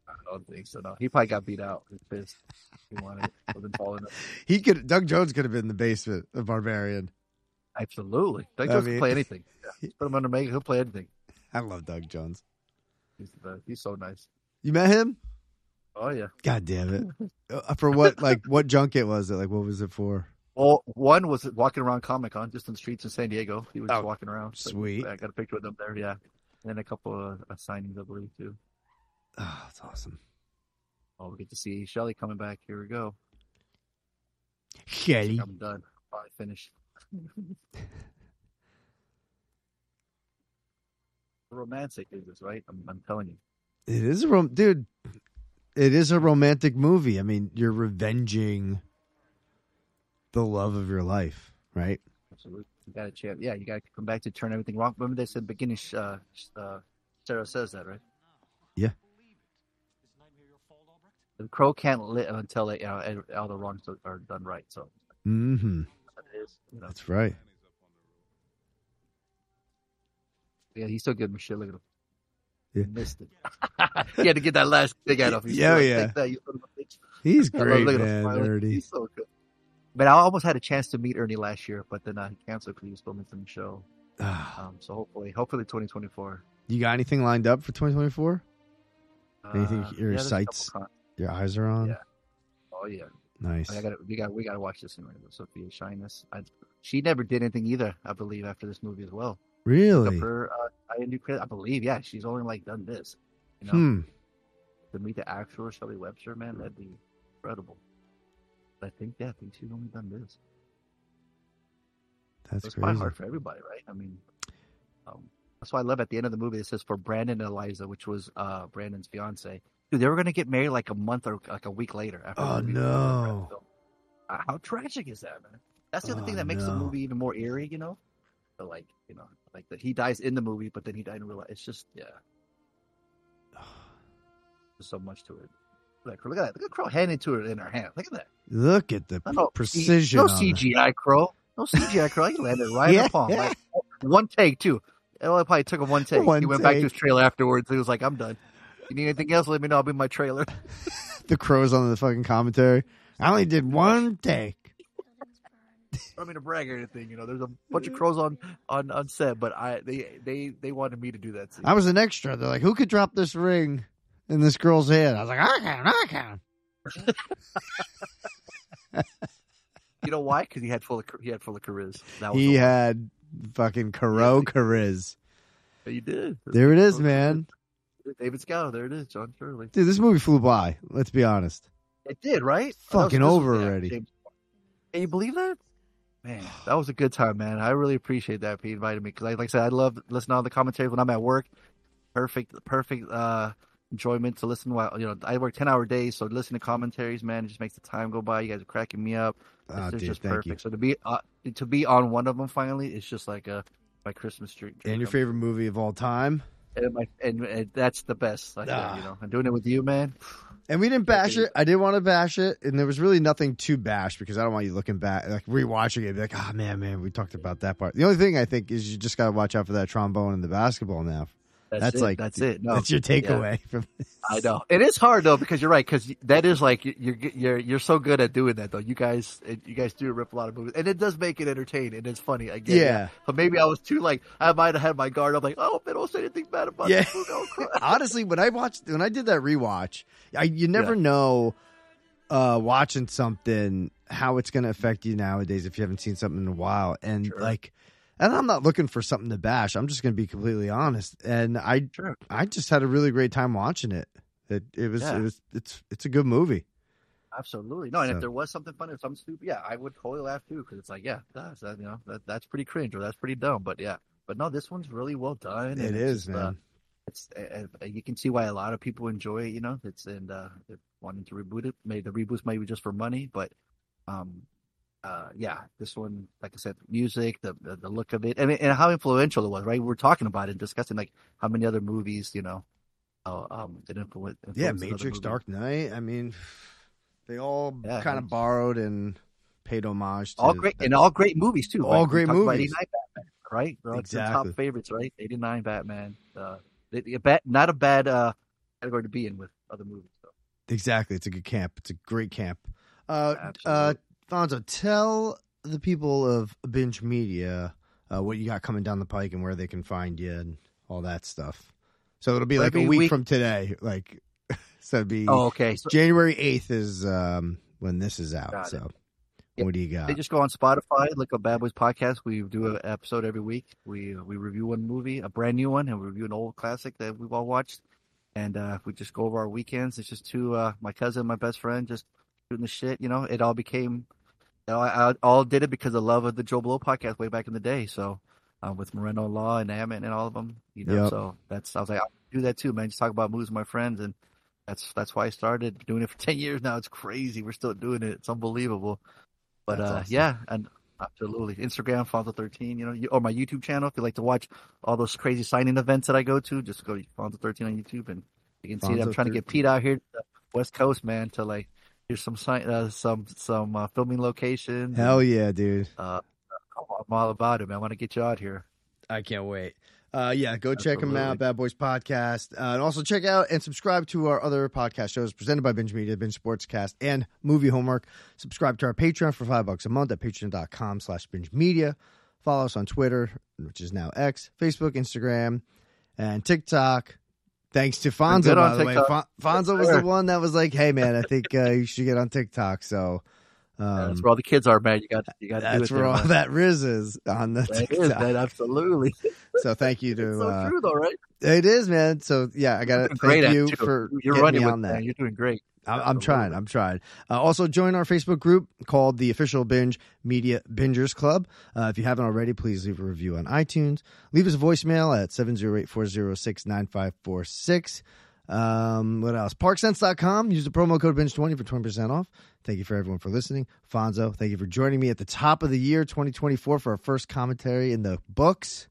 Speaker 2: I don't think so. No, he probably got beat out. He's pissed. He wanted it. wasn't tall enough.
Speaker 1: He could. Doug Jones could have been in the basement of Barbarian.
Speaker 2: Absolutely. Doug
Speaker 1: I
Speaker 2: Jones
Speaker 1: mean-
Speaker 2: can play anything. Yeah. Just put him under makeup. He'll play anything.
Speaker 1: I love Doug Jones.
Speaker 2: He's the best. He's so nice.
Speaker 1: You met him?
Speaker 2: Oh yeah.
Speaker 1: God damn it! Uh, for what? Like what junk it was? It like what was it for?
Speaker 2: Well, one was walking around Comic Con, just in the streets in San Diego. He was
Speaker 1: Oh,
Speaker 2: just walking around. So
Speaker 1: sweet.
Speaker 2: I got a picture with him there. Yeah, and then a couple of uh, signings, I believe, too.
Speaker 1: Oh, that's awesome.
Speaker 2: Oh, we get to see Shelly coming back. Here we go.
Speaker 1: Shelly.
Speaker 2: I'm done. Probably finished. Romantic is this, right? I'm, I'm telling you.
Speaker 1: It is a rom- dude. It is a romantic movie. I mean, you're revenging the love of your life, right?
Speaker 2: Absolutely. You got a chance. Yeah, you got to come back to turn everything wrong. Remember they said beginning, sh- uh, sh- uh, Sarah says that, right?
Speaker 1: Yeah.
Speaker 2: The crow can't live until they, uh, all the wrongs are done right. So
Speaker 1: Mm-hmm.
Speaker 2: it is, you know,
Speaker 1: That's right.
Speaker 2: yeah, he's still giving me shit. Look at him.
Speaker 1: Yeah.
Speaker 2: Missed it. he had to get that last thing out of him. He's
Speaker 1: Yeah,
Speaker 2: still like,
Speaker 1: yeah.
Speaker 2: "Take that, you son of a bitch."
Speaker 1: He's
Speaker 2: I love
Speaker 1: great,
Speaker 2: looking at him
Speaker 1: man.
Speaker 2: smiling.
Speaker 1: Ernie.
Speaker 2: He's so good. Man, I almost had a chance to meet Ernie last year, but then I canceled because he was filming some show.
Speaker 1: Ah,
Speaker 2: Um, so hopefully, hopefully 2024.
Speaker 1: you got anything lined up for 2024?
Speaker 2: Uh,
Speaker 1: Anything your
Speaker 2: there's a couple
Speaker 1: sights?
Speaker 2: con-
Speaker 1: Your eyes are on.
Speaker 2: Yeah. oh yeah,
Speaker 1: Nice.
Speaker 2: I gotta, we got we gotta watch this movie. Sophia Shyness. I, she never did anything either, I believe, after this movie as well. Took
Speaker 1: Really?
Speaker 2: Her, uh, I credit, I believe. Yeah, she's only like done this. You know,
Speaker 1: Hmm.
Speaker 2: to meet the actual Shelley Webster, man, that'd be incredible. But I think, yeah, I think she's only done this.
Speaker 1: That's
Speaker 2: It's probably
Speaker 1: crazy.
Speaker 2: hard for everybody, right? I mean, um, that's why I love at the end of the movie. It says for Brandon and Eliza, which was uh, Brandon's fiance. Dude, they were gonna get married like a month or like a week later. After the
Speaker 1: Oh,
Speaker 2: movie.
Speaker 1: no.
Speaker 2: Uh, How tragic is that, man? That's the other
Speaker 1: Oh,
Speaker 2: thing that makes the
Speaker 1: no.
Speaker 2: movie even more eerie, you know. But like, you know, like that he dies in the movie, but then he died in real life. It's just, yeah, there's so much to it. Look, look at that. Look at Crow handing to her in her hand. Look at that.
Speaker 1: Look at the
Speaker 2: No, no,
Speaker 1: precision.
Speaker 2: No
Speaker 1: on that.
Speaker 2: CGI crow. No CGI crow. He landed right
Speaker 1: Yeah,
Speaker 2: in the palm.
Speaker 1: yeah.
Speaker 2: Like, one take too. It only probably took him one take.
Speaker 1: One
Speaker 2: he went back to
Speaker 1: take.
Speaker 2: his trailer afterwards. He was like, "I'm done. You need anything else? Let me know. I'll be in my trailer."
Speaker 1: The crows on the fucking commentary. I only did one take.
Speaker 2: I don't mean to brag or anything. You know, there's a bunch of crows on on on set, but I they they they wanted me to do that. Scene.
Speaker 1: I was an extra. They're like, who could drop this ring in this girl's hand? I was like, I can, I can.
Speaker 2: You know why? Because he had full of char- he had full of charisma. That was
Speaker 1: He
Speaker 2: the one.
Speaker 1: had fucking Caro Cariz.
Speaker 2: He did.
Speaker 1: There it is, man.
Speaker 2: David Scout. There it is, John Shirley.
Speaker 1: Dude, this movie flew by. Let's be honest.
Speaker 2: It did, right? Oh,
Speaker 1: Fucking
Speaker 2: That was- this was-
Speaker 1: over
Speaker 2: yeah,
Speaker 1: already.
Speaker 2: James- Can you believe that? Man, that was a good time, man. I really appreciate that. He invited me because, like, like I said, I love listening to all the commentaries when I'm at work. Perfect, perfect uh, enjoyment to listen while you know I work ten hour days, so listen to commentaries, man. It just makes the time go by. You guys are cracking me up. It's
Speaker 1: Oh,
Speaker 2: just-
Speaker 1: dude,
Speaker 2: just
Speaker 1: thank
Speaker 2: perfect. So to be uh, to be on one of them finally, it's just like a my Christmas tree.
Speaker 1: you. And your favorite movie of all time.
Speaker 2: and, my, and, and that's the best. Like,
Speaker 1: Ah.
Speaker 2: you know, and doing it with you, man.
Speaker 1: And we didn't bash
Speaker 2: Okay.
Speaker 1: it. I didn't want to bash it, and there was really nothing to bash because I don't want you looking back, like rewatching it, be like, "Ah, man, man, we talked about that part." The only thing I think is you just got to watch out for that trombone and the basketball. Now
Speaker 2: That's,
Speaker 1: That's
Speaker 2: it.
Speaker 1: like-
Speaker 2: that's it. No,
Speaker 1: that's your takeaway from this.
Speaker 2: I know it is hard though because you're right because that is like you- you're you're you're so good at doing that though. You guys you guys do rip a lot of movies and it does make it entertaining and it's funny. I get
Speaker 1: Yeah,
Speaker 2: it. but maybe I was too like I might have had my guard up like oh man, don't say anything bad about
Speaker 1: Yeah.
Speaker 2: this movie. I'll cry."
Speaker 1: honestly, when I watched when I did that rewatch, I, you never know uh, watching something how it's going to affect you nowadays if you haven't seen something in a while, and
Speaker 2: Sure.
Speaker 1: like. And I'm not looking for something to bash. I'm just going to be completely honest. And I,
Speaker 2: Sure.
Speaker 1: I just had a really great time watching it. It, it was,
Speaker 2: Yeah.
Speaker 1: it was, it's, it's a good movie.
Speaker 2: Absolutely no, and
Speaker 1: So-
Speaker 2: if there was something funny or something stupid, yeah, I would totally laugh too because it's like yeah, that's that, you know that, that's pretty cringe or that's pretty dumb, but yeah, but no, this one's really well done. and
Speaker 1: It
Speaker 2: it's
Speaker 1: is,
Speaker 2: just, uh,
Speaker 1: man.
Speaker 2: it's uh, uh, you can see why a lot of people enjoy it. You know, it's and uh, they're wanting to reboot it. Maybe the reboots maybe just for money, but um, uh, yeah, this one, like I said, music, the the, the look of it, and and how influential it was. Right, we were talking about it, and discussing like how many other movies, you know, uh, um, it influenced.
Speaker 1: yeah, Matrix, Dark Knight. I mean, they all
Speaker 2: Yeah,
Speaker 1: kind of
Speaker 2: it's-
Speaker 1: borrowed and paid homage. To
Speaker 2: all great and all great movies too.
Speaker 1: All
Speaker 2: right? We
Speaker 1: great
Speaker 2: talked about
Speaker 1: movies.
Speaker 2: 89 Batman, right? They're like some
Speaker 1: Exactly.
Speaker 2: top favorites, right? Eighty nine Batman. Uh, they- they- a bad, not a bad uh category to be in with other movies. though.
Speaker 1: exactly. It's a good camp. It's a great camp. Uh, uh,
Speaker 2: Absolutely.
Speaker 1: Fonzo, tell the people of Binge Media uh, what you got coming down the pike and where they can find you and all that stuff. So it'll be like a
Speaker 2: Every
Speaker 1: week,
Speaker 2: week-
Speaker 1: from today. Like, so it'd be
Speaker 2: Oh, okay. So
Speaker 1: January eighth is um, when this is out.
Speaker 2: Got it.
Speaker 1: so,
Speaker 2: Yep.
Speaker 1: what do you got?
Speaker 2: They just go on Spotify, look up Bad Boys Podcast. We do an episode every week. We we review one movie, a brand new one, and we review an old classic that we've all watched. And uh, we just go over our weekends. It's just two, uh, my cousin, my best friend, just shooting the shit. You know, it all became, it all, I all did it because of love of the Joe Blow podcast way back in the day. So uh, with Moreno Law and Ammon and all of them, you know.
Speaker 1: Yep.
Speaker 2: So that's I was like, I'll do that too, man. Just talk about movies with my friends, and that's that's why I started doing it for ten years now. It's crazy. We're still doing it. It's unbelievable. But
Speaker 1: That's
Speaker 2: uh,
Speaker 1: awesome.
Speaker 2: yeah, and absolutely Instagram Fonzo thirteen. You know, you, or my YouTube channel if you like to watch all those crazy signing events that I go to. Just go to Fonzo thirteen on YouTube, and you can see that I'm
Speaker 1: Fonzo
Speaker 2: trying to get
Speaker 1: 13.
Speaker 2: Pete out here to West Coast, man, to like do some sign, uh, some some uh, filming locations.
Speaker 1: Hell yeah, dude.
Speaker 2: Uh, I'm all about it, man. I want to get you out here.
Speaker 1: I can't wait. Uh, yeah, go check them
Speaker 2: Absolutely.
Speaker 1: out, Bad Boys Podcast. Uh, and also check out and subscribe to our other podcast shows presented by Binge Media, Binge Sportscast, and Movie Homework. Subscribe to our Patreon for five bucks a month at patreon.com slash binge media. Follow us on Twitter, which is now X, Facebook, Instagram, and TikTok. Thanks to Fonzo,
Speaker 2: good on
Speaker 1: by the way. Fon-
Speaker 2: TikTok.
Speaker 1: Fonzo
Speaker 2: Yes,
Speaker 1: was the
Speaker 2: sir.
Speaker 1: one that was like, hey, man, I think uh, you should get on TikTok. So
Speaker 2: Yeah,
Speaker 1: um,
Speaker 2: that's where all the kids are, man. You got you got to do
Speaker 1: that's
Speaker 2: it
Speaker 1: where
Speaker 2: there,
Speaker 1: all
Speaker 2: man.
Speaker 1: that Riz is on the
Speaker 2: That is,
Speaker 1: TikTok.
Speaker 2: man, absolutely.
Speaker 1: So thank you to
Speaker 2: It's so
Speaker 1: uh,
Speaker 2: true, though, right?
Speaker 1: It is, man. So yeah, I gotta
Speaker 2: You're doing great at
Speaker 1: thank
Speaker 2: it,
Speaker 1: you
Speaker 2: too.
Speaker 1: for
Speaker 2: you're
Speaker 1: getting
Speaker 2: running
Speaker 1: me
Speaker 2: with
Speaker 1: on
Speaker 2: it,
Speaker 1: that.
Speaker 2: man. You're doing great.
Speaker 1: I'm, I'm trying. I'm trying. Uh, also, join our Facebook group called the Official Binge Media Bingers Club. Uh, if you haven't already, please leave a review on iTunes. Leave us a voicemail at 708-406-9546. Um, what else? Parksense.com. Use the promo code binge20 for 20% off. Thank you for everyone for listening. Fonzo, thank you for joining me at the top of the year 2024 for our first commentary in the books.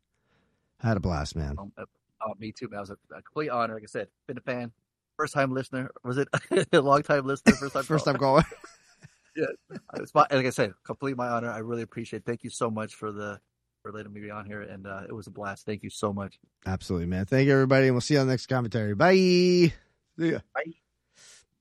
Speaker 1: Had a blast, man.
Speaker 2: Um, uh, uh, me too, man. It was a, a complete honor. Like I said, been a fan, first time listener. Was it a long time listener? First time.
Speaker 1: First
Speaker 2: caller?
Speaker 1: time caller.
Speaker 2: It's my, like I said, complete my honor. I really appreciate. it. Thank you so much for the for letting me be on here, and uh, it was a blast. Thank you so much.
Speaker 1: Absolutely, man. Thank you, everybody, and we'll see you on the next commentary. Bye. See ya.
Speaker 2: Bye.